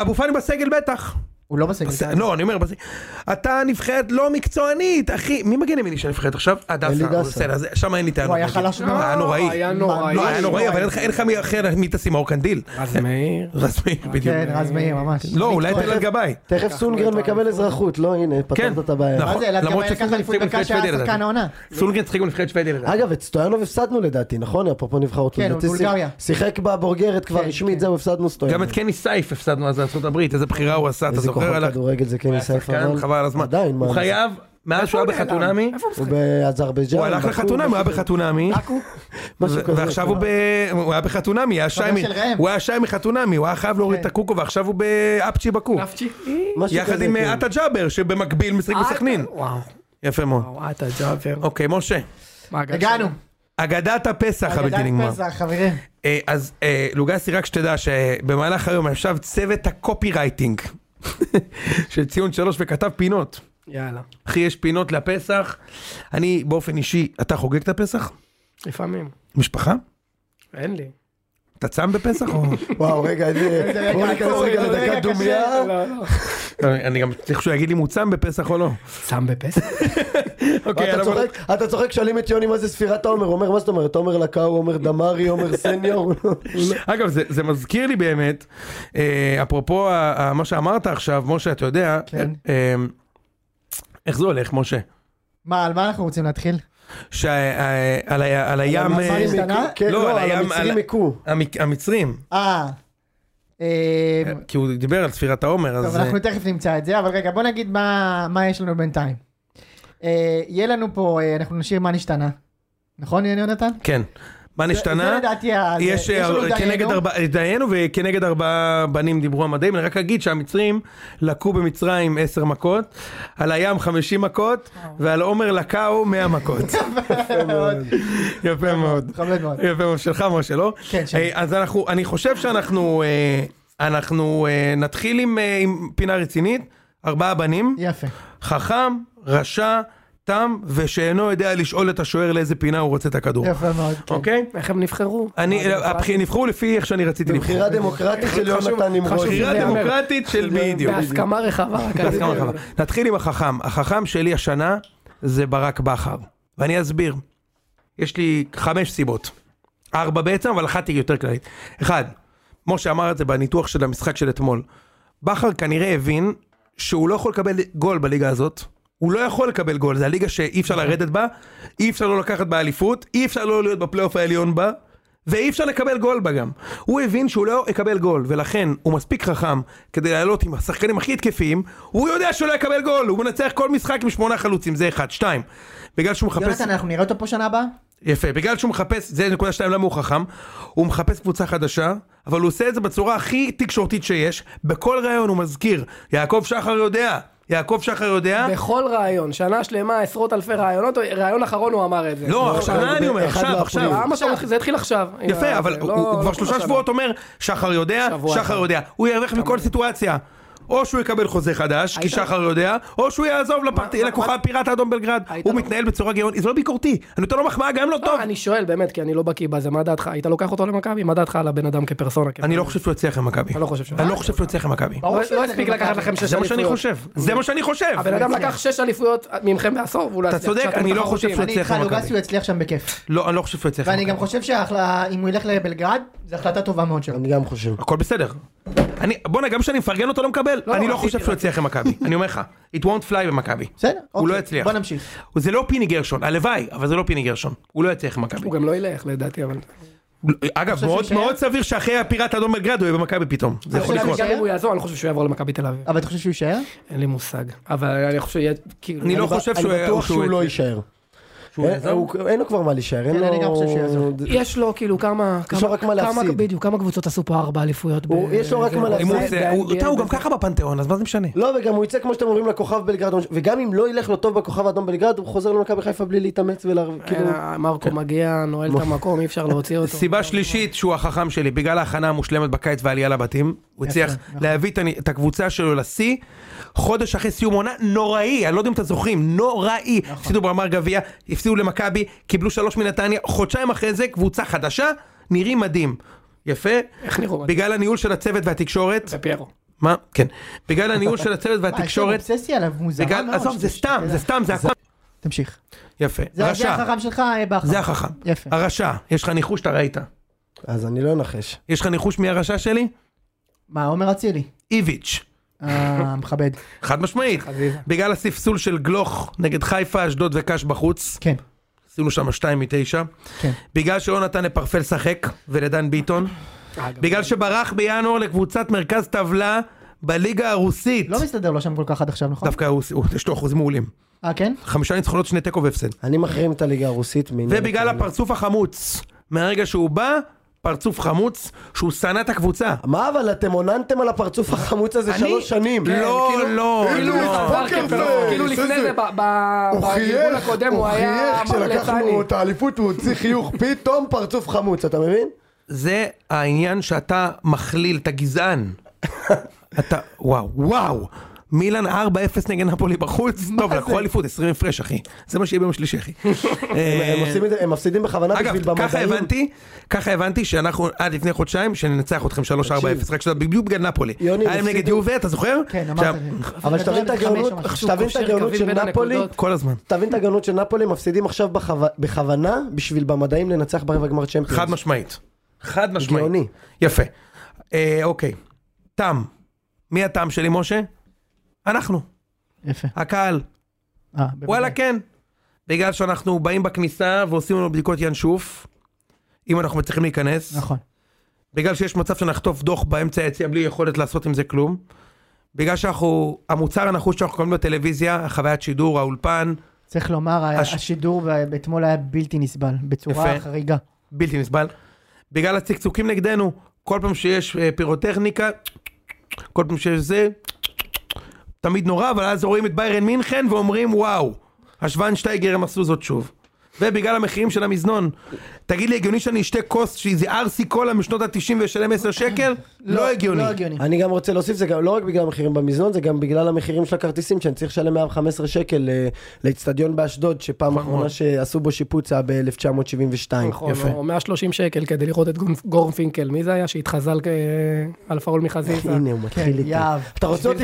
אבו פאני בסגל בטח. הוא לא בסגל. בסדר, לא, אני אומר, בסדר. אתה נבחרת לא מקצוענית, אחי. מי מגן ימיני של הנבחרת עכשיו? אלי הדסה. דסה. אבל בסדר, אז שם אין לי טענות. הוא היה נגיד. חלש הוא לא, לא, היה נוראי. היה ממש נוראי. לא, היה נוראי, אבל אין לך- אין לך מי אחר, מי תשים מאור קנדיל? אז מאיר. רז מאיר, בדיוק. כן, רז מאיר, ממש. לא, אולי תן על גבאי. תכף סונגרן מקבל אזרחות, לא הנה, כן. פתרת את הבעיה. נכון. מה זה, אלעד למרות גבאי לקח שסונגרן אליפות שיחק דקה בנבחרת שהיה שוודיה, שחקן לדעתי. העונה. סונגרן שיחק בנבחרת שוודיה. לדעתי. אגב, את סטויאנוב הפסדנו לדעתי, נכון? אפרופו נבחרות. כן, לדעתי, בולגריה. שיחק בבוגרת כבר כן, רשמית, כן. זהו, הפסדנו גם סטויאנוב. את קני סייף הפסדנו אז לארצות הברית, איזה בחירה הוא עשה, אתה איזה זוכר? כוכב הלך- כדורגל זה הוא קני היה סייף, שחקן, אבל... חבל על הזמן. עדיין, מה הוא זה? חייב, מאז לא, שהוא היה נכון, איפה הוא נעלם? בחתונמי, איפה הוא הוא משחק? באזרבייג'אן. הוא הלך בקו, לחתונמי, הוא היה בחתונמי. משהו ו- כזה, ועכשיו כן. הוא ב- הוא היה בחתונמי, היה שי חבר מ- של ראם. הוא היה שי מחתונמי, הוא היה חייב להוריד את כן. הקוקו ועכשיו הוא באפצ'י בקו. נפצ'י. משהו יחד כזה, עם כן. אה, עטה ג'אבר שבמקביל אה, משחק בסכנין. וואו. יפה מאוד. וואו, אתה ג'אבר. אוקיי, משה. מה, גל [LAUGHS] הגענו. שלום? אגדת הפסח הבלתי אגדת נגמר. פסח, חברים. אה, אז אה, לוגסי, רק שתדע שבמהלך היום ישב צוות הקופי רייטינג [LAUGHS] של ציון שלוש וכתב פינות. יאללה. אחי, יש פינות לפסח. אני באופן אישי, אתה חוגג את הפסח? לפעמים. משפחה? אין לי. אתה צם בפסח או... וואו, רגע, אני- רגע, בוא עצור, ניכנס רגע, רגע זה רגע לדקת קשה. דומייה. לא, אני גם צריך שהוא יגיד לי אם הוא צם בפסח או לא. שם בפסח? [LAUGHS] אוקיי, אתה אבל- צוחק, אתה צוחק, שואלים את יוני מה זה ספירת העומר, הוא אומר מה זאת אומרת, עומר לקאו, עומר דמארי, [LAUGHS] עומר סניור, לא- אגב, זה, זה מזכיר לי באמת, אה, אפרופו ה, ה, מה שאמרת עכשיו, משה, אתה יודע, כן. אה, איך זה הולך, משה? מה, על מה אנחנו רוצים להתחיל? שה, אה, על, ה, על הים... המצרים אה, השתנה? כן, לא, לא, על על הים, המצרים על- הכו. המק- המצרים, אה. אה, כי הוא דיבר על ספירת העומר, טוב, אז... אנחנו אה, תכף נמצא את זה, אבל רגע, בוא נגיד מה מה יש לנו בינתיים. אה, יהיה לנו פה, אה, אנחנו נשאיר מה נשתנה. נכון, יוני יונתן? כן. מה זה נשתנה? לדעתי ה... זה. יש אה, לנו דיינו. [LAUGHS] כנגד ארבעה, דיינו וכנגד ארבעה בנים דיברו המדעים, אני רק אגיד שהמצרים לקו במצרים 10 מכות, על הים 50 מכות, ועל עומר לקאו 100 מכות. יפה מאוד. חמוד מאוד. יפה מאוד, שלך משה, לא? כן, שלי. אה, אז אנחנו, אני חושב שאנחנו, אה, אנחנו אה, נתחיל עם, אה, עם פינה רצינית, ארבעה בנים, יפה. חכם, רשע, תם, ושאינו יודע לשאול את השוער לאיזה פינה הוא רוצה את הכדור. יפה מאוד. כן. אוקיי? איך הם נבחרו? אני, מה, הבח- נבחרו לפי איך שאני רציתי לבחור. בחירה דמוקרטית של יונתן נמרוד. בחירה שזה ייאמר. דמוקרטית של בדיוק. בהסכמה רחבה. רק אני- בהסכמה רחבה. נתחיל עם החכם. החכם שלי השנה זה ברק בכר. ואני אסביר. יש לי חמש סיבות. ארבע בעצם, אבל אחת היא יותר כללית. אחד, משה אמר את זה בניתוח של המשחק של אתמול. בכר כנראה הבין שהוא לא יכול לקבל גול בליגה הזאת. הוא לא יכול לקבל גול, זה הליגה שאי אפשר לרדת בה, אי אפשר לא לקחת בה אליפות, אי אפשר לא להיות בפלייאוף העליון בה, ואי אפשר לקבל גול בה גם. הוא הבין שהוא לא יקבל גול, ולכן הוא מספיק חכם כדי לעלות עם השחקנים הכי התקפיים, הוא יודע שהוא לא יקבל גול, הוא מנצח כל משחק עם שמונה חלוצים, זה אחד. שתיים, בגלל שהוא מחפש... יונתן, אנחנו נראה אותו פה שנה הבאה? יפה, בגלל שהוא מחפש, זה נקודה שתיים, למה הוא חכם? הוא מחפש קבוצה חדשה, אבל הוא עושה את זה בצורה הכי תקשורתית שיש, בכל ראיון הוא מזכיר, יעקב שחר יודע, יעקב שחר יודע, בכל רעיון, שנה שלמה, עשרות אלפי רעיונות, רעיון אחרון הוא אמר את זה. אה, לא, עכשיו, מה אני אומר, באחד עכשיו, באפריל. עכשיו, למה שם, זה התחיל עכשיו. יפה, אה, אבל זה הוא לא- הוא לא כבר כל שלושה שנה. שבועות אומר, שחר יודע, שבוע שחר אחד. יודע, הוא ירוויח מכל סיטואציה. או שהוא יקבל חוזה חדש, כי היית- שחר יודע, או שהוא יעזוב לפרט- מה- לכוכב מה- פיראט האדום בלגרד. היית הוא לו- מתנהל בצורה גאונית, זה לא ביקורתי, אני נותן לו מחמאה גם לא לא, טוב. אני שואל באמת, כי אני לא בקיא בזה, מה דעתך? היית לוקח אותו למכבי? מה דעתך על הבן אדם כפרסונה? אני לא חושב שהוא יצליח למכבי. אתה לא חושב שהוא- אני לא חושב שהוא יצליח למכבי. לא- ברור שהוא לא יצליח הספיק למכבי. לקחת לכם שש אליפויות. זה מה שאני חושב, זה מה שאני חושב. הבן אדם לקח שש אליפויות ממכם בעשור, והוא לא אתה יצליח. צודק, כשאתם אני לא תחרותיים. חושב שהוא- אני יצליח איתך, למכבי. לוגסי הוא יצליח שם בכיף. לא, אני לא חושב שהוא יצליח. ואני גם למכבי. חושב שאם הוא ילך לבלגרד, זו החלטה טובה מאוד שלו. אני גם חושב. הכל בסדר. אני, בואנה, גם כשאני מפרגן אותו לא מקבל, לא, אני לא רציתי, חושב שהוא רציתי. יצליח למכבי, אני אומר לך, it won't fly במכבי. בסדר, הוא לא אוקיי, יצליח. בוא נמשיך. זה לא פיני גרשון, הלוואי, אבל זה לא פיני גרשון. הוא לא יצליח למכבי. הוא גם לא ילך לדעתי, אבל... אגב, חושב מאוד שהוא מאוד סביר שאחרי הפיראט האדום בלגרד הוא יהיה במכבי פתאום. זה יכול השאלה אם לקרות. גם אם הוא יעזור, אני לא חושב שהוא יעבור למכבי תל אביב. אבל אתה חושב שהוא יישאר? אין לי מושג. אבל אני חושב שיהיה... כאילו- אני לא אני חושב שהוא... בטוח שהוא לא יצליח. יישאר. שהוא אין- יעזוב? הוא- אין לו כבר מה להישאר, אין כן, לו... אני גם חושב שהוא יעזוב. יש לו כאילו כמה... יש כמה- לו רק כמה- מה להפסיד. בדיוק, כמה קבוצות עשו פה ארבע אליפויות. ב- הוא- יש לו רק זה- מה זה- כן, אם הוא זה- עושה- הוא- ב- אתה, הוא ב- גם ככה בפנתיאון, אז מה זה משנה? לא, וגם הוא יצא כמו שאתם אומרים לכוכב בלגרד, וגם אם לא ילך לו טוב בכוכב האדום בלגרד, הוא חוזר למכבי חיפה בלי להתאמץ ולערב, כאילו... אה, מרקו מגיע, נועל את המקום, אי אפשר להוציא אותו. סיבה שלישית שהוא החכם שלי, בגלל ההכנה המושלמת בקיץ והעלייה לבתים, הוא הצליח נכון. להביא את הנ- את הקבוצה שלו לשיא, חודש אחרי סיום עונה נוראי, אני לא יודע אם אתם זוכרים, נוראי. נכון. הפסידו בגמר גביע, הפסידו למכבי, קיבלו שלוש מנתניה, חודשיים אחרי זה קבוצה חדשה, נראים מדהים. יפה, איך נראו? נכון. בגלל הניהול של הצוות והתקשורת, זה פיירו. מה? כן. בגלל הניהול של [LAUGHS] הצוות אה, יש לו והתקשורת, אובססיה עליו מוזרה בגלל, מאוד. עזוב, זה שתדע. סתם, זה סתם, זה הכל. תמשיך. יפה, זה זה רשע, החכם שלך, אה, בכר. זה החכם. יפה. הרשע, יש לך ניחוש שאתה ראית. אז אני לא אנחש. יש לך ניחוש מי הרשע שלי? מה, עומר אצילי? איביץ'. אה, מכבד. חד משמעית. בגלל הספסול של גלוך נגד חיפה, אשדוד וקאש בחוץ, כן. עשינו שם 2 מתשע. כן. בגלל שלא נתן לפרפל לשחק ולדן ביטון. בגלל שברח בינואר לקבוצת מרכז טבלה בליגה הרוסית. לא מסתדר לו שם כל כך עד עכשיו, נכון? דווקא הוא- הוא- יש לו אחוזים מעולים. אה, כן? חמישה ניצחונות, שני תיקו והפסד. אני מחרים את הליגה הרוסית. מן- ובגלל הפרצוף החמוץ. מהרגע שהוא בא, פרצוף חמוץ, שהוא שנא את הקבוצה. מה אבל אתם עוננתם על הפרצוף החמוץ הזה אני- שלוש שנים. כן, לא, כאילו- לא, כאילו לא. הוא פאקר פוקר פלייס. פלייס, כאילו לפני איזה- זה, ב- ב- הוא בגלגול חייך, הקודם הוא הוא היה חייך מרלטני. כשלקחנו אתה אותה. את האליפות הוא הוציא [LAUGHS] חיוך, פתאום פרצוף חמוץ, אתה מבין? זה העניין שאתה מכליל, אתה גזען. [LAUGHS] אתה, וואו, וואו. מילאן 4-0 נגד נפולי בחוץ, טוב, לקחו אליפות, 20 הפרש, אחי. זה מה שיהיה ביום שלישי, אחי. [LAUGHS] הם אה, עושים את זה- הם מפסידים בכוונה בשביל אגב, ככה במדעים. הבנתי, ככה הבנתי שאנחנו עד לפני חודשיים, שננצח אתכם 3-4-0, רק שזה בדיוק בגלל נפולי. יוני, היה להם הפסידו- נגד יובה, אתה זוכר? כן, שם- אמרת. אבל שתבין את הגאונות, שתבין את כובשי הגאונות רכבים של בין נפולי, הנקודות. כל הזמן. תבין את הגאונות של נפולי, מפסידים עכשיו בכו- בכוונה בשביל במדעים לנצח ברבע גמר צ'מפיונס. חד משמעית. חד משמעית. גאוני. יפה. אה, אוקיי. תם. מי התם שלי, משה? אנחנו. יפה. הקהל. אה, בוודאי. וואלה כן. בגלל שאנחנו באים בכניסה ועושים לנו בדיקות ינשוף, אם אנחנו מצליחים להיכנס, נכון. בגלל שיש מצב שנחטוף דוח באמצע היציאה בלי יכולת לעשות עם זה כלום, בגלל שאנחנו, המוצר הנחוש שאנחנו קוראים לו טלוויזיה, החוויית שידור, האולפן, צריך לומר, ה- הש- השידור ב- אתמול היה בלתי נסבל, בצורה יפה. לא חריגה. בלתי נסבל, בגלל הצקצוקים נגדנו, כל פעם שיש אה, פירוטכניקה, כל פעם שיש זה, תמיד נורא, אבל אז רואים את ביירן מינכן ואומרים וואו, השוונשטייגר הם עשו זאת שוב. ובגלל המחירים של המזנון, תגיד לי הגיוני שאני אשתה כוס שהיא זה ארסי קולה משנות התשעים ואשלם 10 שקל? לא הגיוני. לא הגיוני. אני גם רוצה להוסיף, זה גם לא רק בגלל המחירים במזנון, זה גם בגלל המחירים של הכרטיסים, שאני צריך לשלם 115 שקל אה, לאצטדיון באשדוד, שפעם אחרונה שעשו בו שיפוץ היה ב-1972. נכון, או 130 שקל כדי לראות את גורפ- גורפינקל, מי זה היה שהתחזל אה, על פאול מחזיזה? הנה, הוא מתחיל איתי. יאהב. אתה רוצה אותי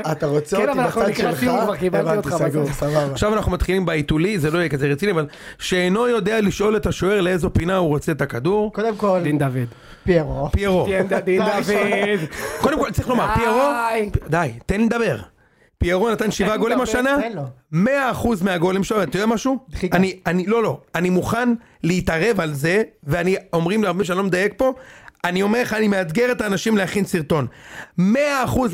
בצד אתה רוצה- בשביל זה אני משלם 130 שקל. אתה רוצה כן, אותי אבל אנחנו בצד לקראת שלך? סיום כבר, קיבלתי הבנתי, אותך, מה סגור, זה? סבבה. עכשיו אנחנו מתחילים באייתולי, זה לא יהיה כזה רציני, אבל שאינו יודע לשאול את השוער לאיזו פינה הוא רוצה את הכדור. קודם כל, דין דוד. פיירו. פיירו. דין דוד. קודם כל צריך לומר, פיירו, די. די, תן לי לדבר. פיירו נתן שבעה גולים לדבר, השנה, תן לו. 100% מהגולים שלו, אתה יודע משהו? דחיקה. אני, אני, לא, לא, אני מוכן להתערב על זה, ואני, אומרים להרבה שאני לא מדייק פה, אני אומר לך, אני מאתגר את האנשים להכין סרטון. 100%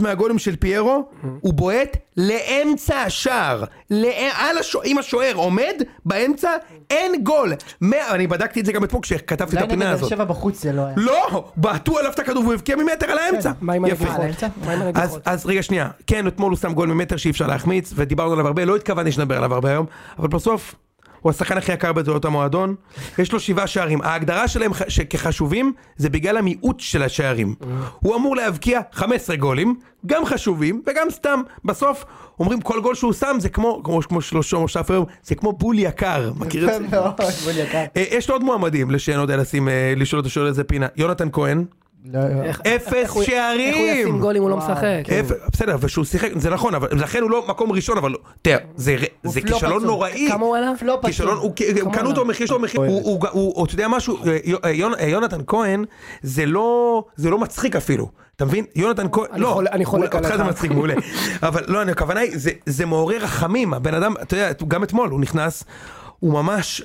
מהגולים של פיירו, הוא בועט לאמצע השער. לאמ- על השוע- אם השוער עומד באמצע, אין גול. 100 אני בדקתי את זה גם אתמול כשכתבתי את אולי נגד הפינה באר הזאת. שבע בחוץ זה לא היה. לא! בעטו עליו את הכדור והוא הבקיע ממטר על האמצע. מה עם יפה. הנגיחות? אה, לאמצע? מה עם אז, הנגיחות? אז רגע שנייה, כן אתמול הוא שם גול ממטר שאי אפשר להחמיץ ודיברנו עליו הרבה, לא התכוונתי שנדבר עליו הרבה היום, אבל בסוף הוא השחקן הכי יקר בתולדות המועדון, יש לו שבעה שערים, ההגדרה שלהם ח- כחשובים זה בגלל המיעוט של השערים, הוא אמור להבקיע 15 גולים, גם חשובים וגם סתם, בסוף אומרים כל גול שהוא שם זה כמו, כמו, כמו שלושה מושב היום, זה כמו בול יקר, מכיר את זה? יפה מאוד, בול יקר. אה, יש לו עוד מועמדים לשאינו יודע לשים, אה, לשאול אותו שואל איזה פינה, יונתן כהן, לא, לא. אפס שערים! איך הוא ישים גול אם הוא לא משחק? איפה- בסדר, ושהוא שיחק, זה נכון, אבל לכן הוא לא מקום ראשון, אבל תראה, זה ר- זה פלופ כישלון עצום. נוראי. לא כמה הוא עלה? פלופ כישלון, עצום. הוא כ- הם קנו אותו מחיר שלו מחיר, הוא- הוא- הוא- הוא, אתה יודע משהו, אה, יו- אה, יונ- אה, יונתן כהן, זה לא, זה לא מצחיק אפילו, אתה מבין? יונתן כהן, אני לא, חול- אני חולק אולי- אותך עליך. זה מצחיק [LAUGHS] מעולה, אבל לא, אני- הכוונה היא, זה- זה מעורר רחמים, הבן אדם, אתה יודע, גם אתמול הוא נכנס, הוא ממש,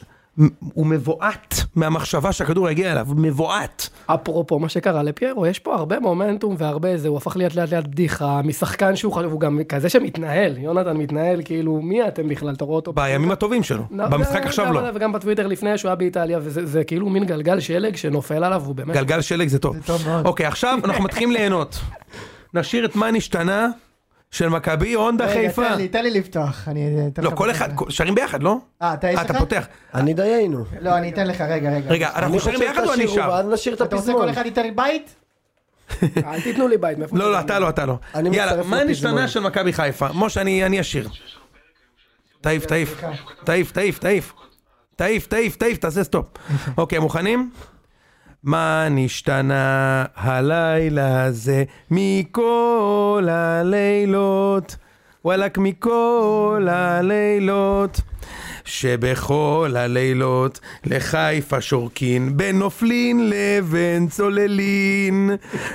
הוא מבועת מהמחשבה שהכדור יגיע אליו, מבועת. אפרופו מה שקרה לפיירו, יש פה הרבה מומנטום והרבה זה, הוא הפך להיות לאט לאט בדיחה, משחקן שהוא חשוב, הוא גם כזה שמתנהל, יונתן מתנהל כאילו, מי אתם בכלל, אתה רואה אותו. בימים הטובים שלו, לא, במשחק גם- עכשיו גם לא. עליו וגם בטוויטר לפני שהוא היה באיטליה, וזה זה כאילו מין גלגל שלג שנופל עליו, הוא באמת... גלגל שלג זה טוב. זה טוב מאוד. אוקיי, עכשיו אנחנו מתחילים ליהנות. נשאיר את מה נשתנה של מכבי, הונדה רגע, חיפה. תן לי, תן לי לפתוח. אני אתן לא, לך כל פתח. אחד, שרים ביחד, לא? אה, אתה יש אה, אתה לך? פותח. אני דיינו. לא, אני אתן לך, רגע, רגע. רגע, אנחנו אני שרים חושב ביחד או אני תשאירו, שר? ואז נשאיר את אתה רוצה הפזמון. כל אחד ייתן לי בית? אל תיתנו לי בית, מאיפה... לא, לא, אתה לא, אתה לא. אני יאללה, מצטרף מה נשתנה לפזמון. של מכבי חיפה? משה, אני אני אשיר. תעיף, תעיף. [LAUGHS] תעיף, תעיף, תעיף. תעיף, תעיף, תעיף, תעשה סטופ. אוקיי, מוכנים? מה נשתנה הלילה הזה מכל הלילות? וואלק מכל הלילות. שבכל הלילות לחיפה שורקין בין נופלין לבין צוללין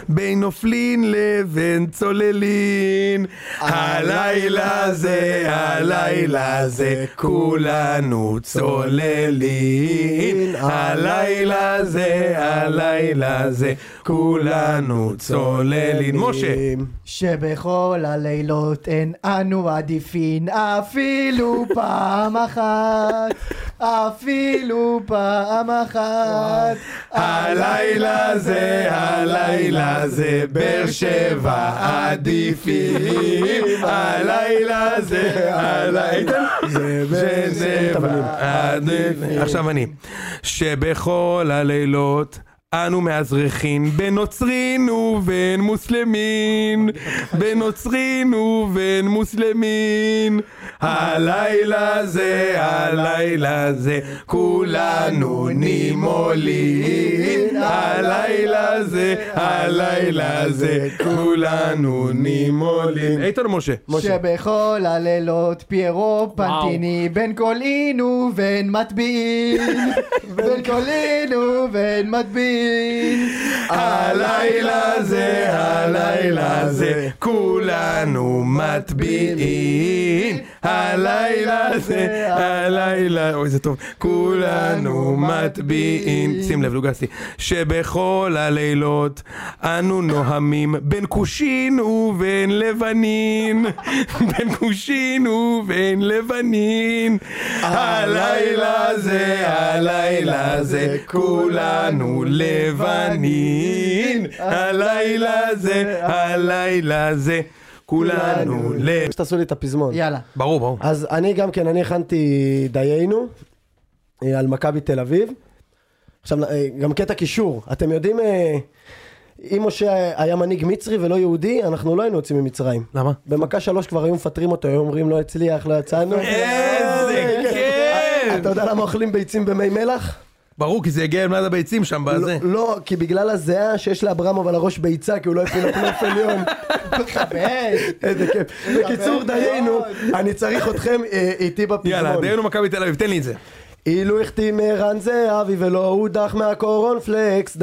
בין נופלין לבין צוללין הלילה זה הלילה זה כולנו צוללין הלילה זה הלילה זה כולנו צוללין משה שבכל הלילות אין אנו עדיפין [LAUGHS] אפילו פעם אחת, אפילו פעם אחת. הלילה זה, הלילה זה, באר שבע עדיפים. הלילה זה, הלילה זה, זנבה עדיפים. עכשיו אני. שבכל הלילות... אנו מאזרחין בין נוצרין ובין מוסלמין, בין נוצרין ובין מוסלמין. הלילה זה, הלילה זה, כולנו נימולין. הלילה זה, הלילה זה, כולנו נימולין. איתן משה. שבכל הלילות פיירו פנטיני בין קולין ובין מטביעין [LAUGHS] בין קולין ובין מטביעין הלילה זה, הלילה זה, כולנו מטביעים. הלילה זה, הלילה, אוי זה טוב, כולנו מטביעים. שים לב, לוגסי. שבכל הלילות אנו נוהמים בין כושין ובין לבנין. בין כושין ובין לבנין. הלילה זה, הלילה זה, כולנו לבנין. הלילה זה, הלילה זה, כולנו לב... אה, שתעשו לי את הפזמון. יאללה. ברור, ברור. אז אני גם כן, אני הכנתי דיינו אה, על מכבי תל אביב. עכשיו, אה, גם קטע קישור. אתם יודעים, אה, אם משה היה מנהיג מצרי ולא יהודי, אנחנו לא היינו יוצאים ממצרים. למה? במכה שלוש כבר היו מפטרים אותו, היו אומרים לא הצליח, לא יצאנו. אה, איזה כיף! אתה יודע למה אוכלים ביצים במי מלח? ברור, כי זה הגיע עם ליד הביצים שם, בזה. לא, כי בגלל הזיעה שיש לאברמוב על הראש ביצה, כי הוא לא הפיל הפלייאוף עליון. תכבד. איזה כיף. בקיצור, דיינו, אני צריך אתכם אה, איתי בפזמון. יאללה, דיינו מכבי תל אביב, תן לי את זה. אילו החתים ערן זהבי ולא הודח מהקורנפלקס,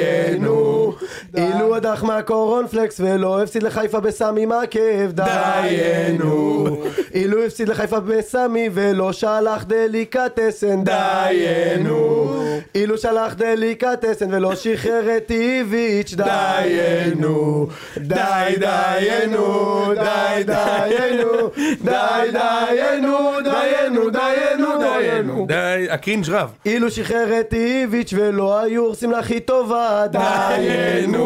דיינו. אילו הודח מהקורנפלקס ולא הפסיד לחיפה בסמי מעקב, דיינו. אילו הפסיד לחיפה בסמי ולא שלח דליקטסן, דיינו. אילו שלח דליקטסן ולא שחרר את איביץ', דיינו. די דיינו, די דיינו, די דיינו, דיינו, דיינו, דיינו. די, הקרינג' רב. אילו שחרר את איביץ' ולא היו הורסים לה הכי טובה, דיינו.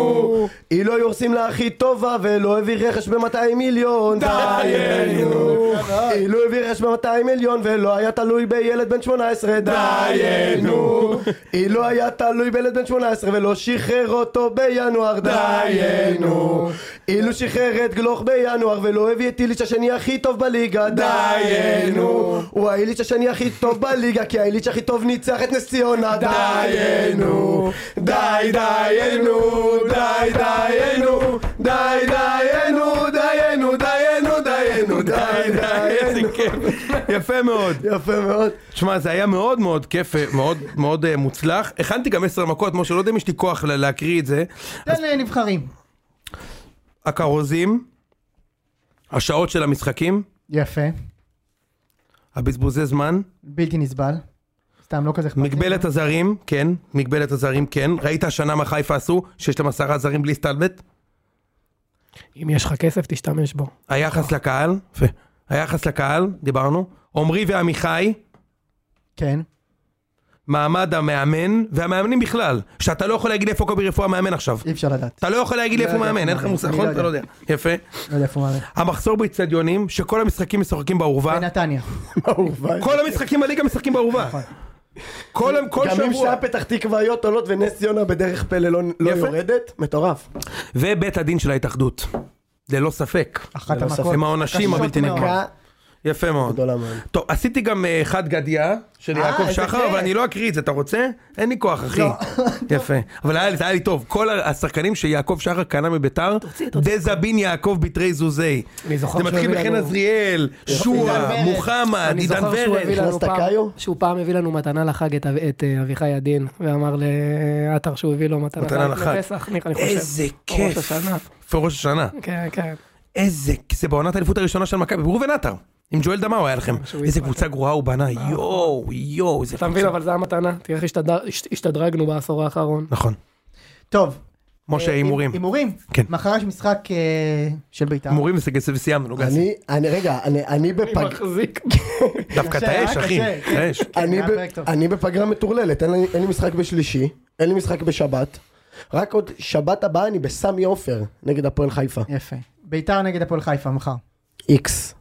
אילו היו הורסים לה הכי טובה ולא הביא רכש ב-200 מיליון, דיינו. אילו הביא רכש ב-200 מיליון ולא היה תלוי בילד בן 18, דיינו. אילו לא היה תלוי בילד בן 18 ולא שחרר אותו בינואר, דיינו. אילו שחרר את גלוך בינואר ולא הביא את איליץ' השני הכי טוב בליגה, דיינו. הוא האיליץ' השני הכי טוב בליגה כי האיליץ' הכי טוב ניצח את נס ציונה, דיינו. די דיינו, די דיינו, די דיינו, דיינו, דיינו, דיינו, די די, איזה דיינו. כיף. יפה מאוד. יפה מאוד. תשמע, זה היה מאוד מאוד כיף, אה, מאוד מאוד אה, מוצלח. הכנתי גם עשר מכות, משה, לא יודע אם יש לי כוח לה- להקריא את זה. תן אה, לנבחרים. הכרוזים, השעות של המשחקים, יפה. הבזבוזי זמן, בלתי נסבל. סתם, לא כזה אכפת לי. מגבלת הזרים, כן, מגבלת הזרים, כן. ראית השנה מה חיפה עשו, שיש להם עשרה זרים בלי סטלבט? אם יש לך כסף, תשתמש בו. היחס לקהל, יפה. היחס לקהל, דיברנו. עמרי ועמיחי, כן. מעמד המאמן, והמאמנים בכלל. שאתה לא יכול להגיד איפה קובי רפואה מאמן עכשיו. אי אפשר לדעת. אתה לא יכול להגיד לי לא איפה הוא יודע, מאמן, אין אני לך לא מושג, יודע. נכון? אתה לא יודע. יפה. לא יודע איפה הוא אה, מעלה. המחסור באיצטדיונים, שכל המשחקים משחקים בעורווה. בנתניה. כל המשחקים בליגה משחקים בעורווה. נכון. כל כל גם אם שתי שבוע. הפתח תקוויות עולות ונס ציונה בדרך פלא לא לא יפה. יורדת, מטורף. ובית הדין של ההתאחדות. ללא ספק. אחת ללא המכות. ספק. הם לא העונשים קשות הבלתי מאוד. נגמר. יפה מאוד. גדולה מאוד. טוב, עשיתי גם אה, חד גדיה של אה, יעקב איזה שחר, כיף. אבל אני לא אקריא את זה, אתה רוצה? אין לי כוח, לא. אחי. [LAUGHS] יפה. אבל היה לי- זה היה לי טוב. כל ה- השחקנים שיעקב שחר קנה מביתר, דזבין יעקב בתרי זוזי. אני זוכר זה שהוא מתחיל הביא בחן לנו- עזריאל, עידן שועה, ורד. מוחמד, אני עידן זוכר שהוא הביא ורד. לנו נכנסת פעם, קאיו? שהוא פעם הביא לנו מתנה לחג את, את אה, אביחי עדין, ואמר לעטר שהוא הביא לו מתנה, מתנה לחג. לפסח, אני אני חושב. איזה או ראש כיף. השנה. איפה ראש השנה. כן, כן. איזה, זה בעונת האליפות הראשונה של מכבי, ראובן עטר. עם ג'ואל דמאו היה לכם. איזה קבוצה גרועה הוא בנה, יואו, יואו, איזה נכון. אתה מבין, אבל זה המתנה, תראה איך השתדר- השת- השתדרגנו בעשור האחרון. נכון. טוב. משה, אה, הימורים. הימורים. כן. מחר יש משחק אה, של בית"ר. הימורים וס- וסיימנו, גס. אני, אני, רגע, אני, אני בפג... [LAUGHS] מחזיק. דווקא את האש, קשה, אחי. קשה, את האש. אני, כן, היה ב... פרק טוב. אני בפגרה מטורללת, אין לי, אין לי משחק בשלישי, אין לי משחק בשבת, רק עוד שבת הבאה אני בסמי עופר נגד הפועל חיפה. יפה. בית"ר נגד הפועל חיפה מחר. איקס.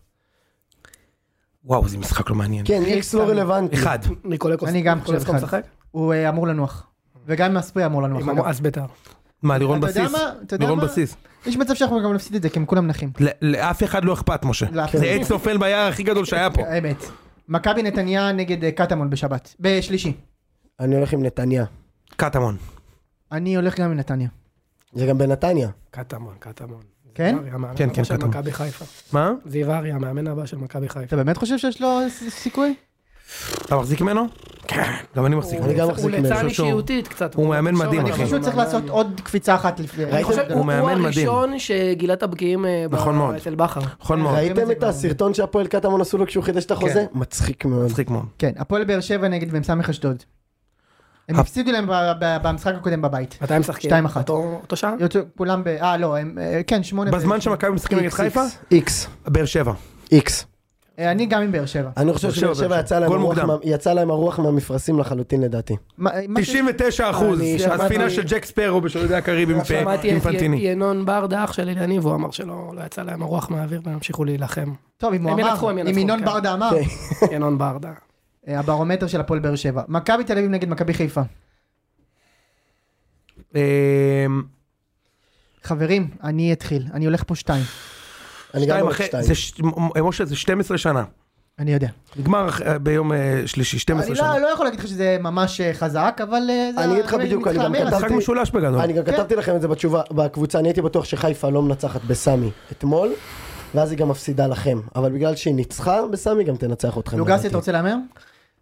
וואו, זה משחק לא מעניין. כן, איקס לא רלוונטי. אחד. ניקולקוס. אני גם חושב ניקולקוס אחד. נכון. משחק? הוא אה, אמור לנוח. וגם מספרי אמור לנוח. אגב. אז בית"ר. מה, לירון אתה יודע בסיס? מה? אתה יודע לירון מה? בסיס. יש מצב שאנחנו גם נפסיד את זה, כי הם כולם נחים. ל- לאף אחד לא אכפת, משה. לאף זה אחד. עץ נופל ביער הכי גדול שהיה [LAUGHS] פה. האמת. מכבי נתניה נגד אה, קטמון בשבת. בשלישי. אני הולך עם נתניה. קטמון. אני הולך גם עם נתניה. זה גם בנתניה. אוקיי, קטמון, קטמון. כן? זיו אריה, כן, המאמן הבא כן, של קטמון. מכבי חיפה. מה? זיו אריה, המאמן הבא של מכבי חיפה. אתה באמת חושב שיש לו ס- סיכוי? אתה מחזיק ממנו? כן. גם אני מחזיק אני ממנו. גם מחזיק הוא ממנו. ליצן שוב. אישיותית קצת. הוא מאמן תקשורת, מדהים, אבל אני אחי. חושב שהוא צריך לעשות עוד קפיצה אחת לפני. ראיתם? אני חושב- הוא הוא מאמן מדהים. הראשון שגילה את הבקיעים אה, ב- נכון מאוד. אצל בכר. נכון מאוד. רואים את ראיתם זה את כבר. הסרטון שהפועל קטמון עשו לו כשהוא חידש את החוזה? מצחיק מאוד. מצחיק מאוד. כן, הפועל באר שבע נגד מ"ס אשדוד. הם הפ- הפסידו להם ב- ב- במשחק הקודם בבית. מתי הם משחקים? שתיים אחת. אותו אותו שעה? יוצאו כולם ב... אה, לא, הם... אה, כן, שמונה... ו- בזמן שמכבי משחקים נגד איקס, חיפה? איקס, איקס. באר שבע. איקס. אה, אני גם עם באר שבע. אני חושב באר שבאר שבע, שבע יצא להם גול הרוח מוקדם. מה- יצא להם הרוח מהמפרשים לחלוטין לדעתי. מה- מה- 99 אחוז. אני שמעתי- הספינה של ג'ק ספרו בשלודי הקריב עם פ- שמעתי עם את פנטיני. ינון ברדה, אח של אילניב, הוא אמר שלא לא יצא להם הרוח מהאוויר והם המשיכו [LAUGHS] להילחם. טוב, אם הוא הם אמר, ינצחו, הם אם ינצחו, ינון כן. ברדה אמר, כן. ינון ברדה. אה, הברומטר של הפועל באר שבע. מכבי תל אביב נגד מכבי חיפה. אמ, חברים, אני אתחיל. אני הולך פה שתיים. אני גם שתיים הולך אחרי, שתיים. זה ש- מ- מ- משה, זה 12 שנה. אני יודע. נגמר אח- ביום אה, שלישי, אני 12 שנה. לא- לא יכול להגיד לך שזה ממש אה, חזק, אבל... אה, זה אני אגיד לך ה- בדיוק, אני גם מתחמם, אז- כתבתי- משחק משולש בגדול. אני גם כן. כתבתי לכם את זה בתשובה, בקבוצה, אני הייתי בטוח שחיפה לא מנצחת בסמי אתמול, ואז היא גם מפסידה לכם, אבל בגלל שהיא ניצחה בסמי גם תנצח אתכם. לוגסי, לדעתי. אתה רוצה להמר?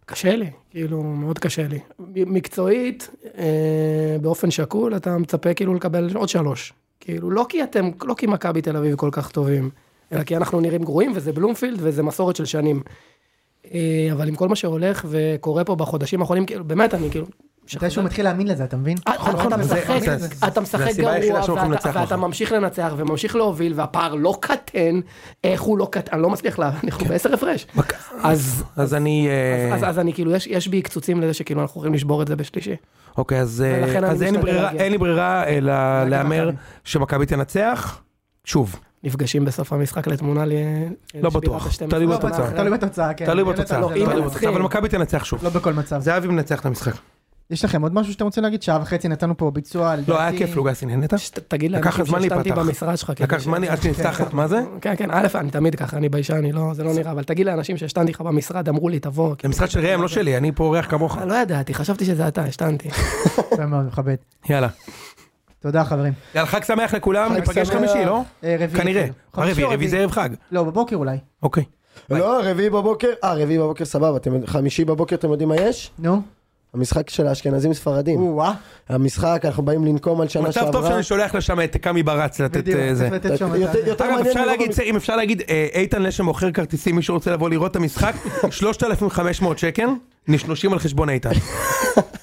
קשה לי, כאילו, מאוד קשה לי. מקצועית, אה, באופן שקול, אתה מצפה כאילו לקבל עוד שלוש. כאילו, לא כי אתם, לא כי מכבי תל אביב כל כך טובים, אלא כי אנחנו נראים גרועים, וזה בלומפילד, וזה מסורת של שנים. אה, אבל עם כל מה שהולך וקורה פה בחודשים האחרונים, כאילו, באמת, אני כאילו... אתה שהוא מתחיל להאמין לזה, אתה מבין? אה, אתה- אתה זה- משחק, זה- אתה זה משחק הסיבה היחידה שאנחנו גרוע, יכולים ואתה- לנצח ואתה מחר. ממשיך לנצח וממשיך להוביל, והפער לא קטן, איך הוא לא קטן, אני לא מצליח לה, כן. אנחנו בעשר הפרש. אז אז אני... אה, אז, אז אני כאילו, יש, יש בי קצוצים לזה שכאילו אנחנו הולכים לשבור את זה בשלישי. אוקיי, אז, אה, ולכן אני אז אין, לי משתדל ברירה, להגיע. אין לי ברירה אלא להמר מכבי. שמכבי תנצח, שוב, נפגשים בסוף המשחק לתמונה ל... לא בטוח, תלוי לא, בתוצאה. תלוי בתוצאה, כן. תלוי בתוצאה, יונתן, זה לא- תלוי אם בתוצאה, מנצחים. אבל מכבי תנצח שוב. לא בכל מצב. זהבי מנצח את המשחק. יש לכם עוד משהו שאתם רוצים להגיד? שעה וחצי נתנו פה ביצוע. לא, לדעתי- היה כיף לוגסי, כן, נהנית? תגיד להם לקח זמן שהשתנתי להיפתח. במשרד שלך. כאילו, לקח ש- זמן עד שנפתח את מה זה? כן, כן, א', אני תמיד ככה, אני ביישן, אני לא, זה לא נראה, אבל תגיד לאנשים שהשתנתי לך במשרד, אמרו לי, תבוא. זה כאילו. משחק של ראם, לא שלי, אני פה אורח כמוך. לא ידעתי, חשבתי שזה אתה, השתנתי. יפה מאוד, מכבד. יאללה. תודה חברים. יאללה, חג שמח לכולם, חג ניפגש שמח. חמישי, לא? אה, רביעי. כנראה. כאילו. חמישי הרביעי, או רביעי זה ערב חג. לא, בבוקר אולי. אוקיי. לא, רביעי בבוקר, אה, רביעי בבוקר סבבה, אתם- חמישי בבוקר אתם יודעים מה יש? נו. כן. המשחק של האשכנזים ספרדים. או-אה. המשחק, אנחנו באים לנקום על שנה מצב טוב שעברה. שאני שולח לשם את קמי ברץ לתת בדיוק. אה, זה. צריך לתת שם יותר- את ה- יותר אגב, מעניין אפשר מרוב להגיד, המ- אם אפשר להגיד, אה, איתן לשם מוכר כרטיסים, מי שרוצה לבוא לראות את המשחק, [LAUGHS] 3,500 שקל, נשנושים על חשבון איתן.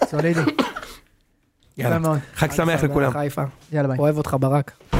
סולידי. יאללה, מאוד. חג שמח לכולם. חיפה, יאללה ביי. אוהב אותך ברק.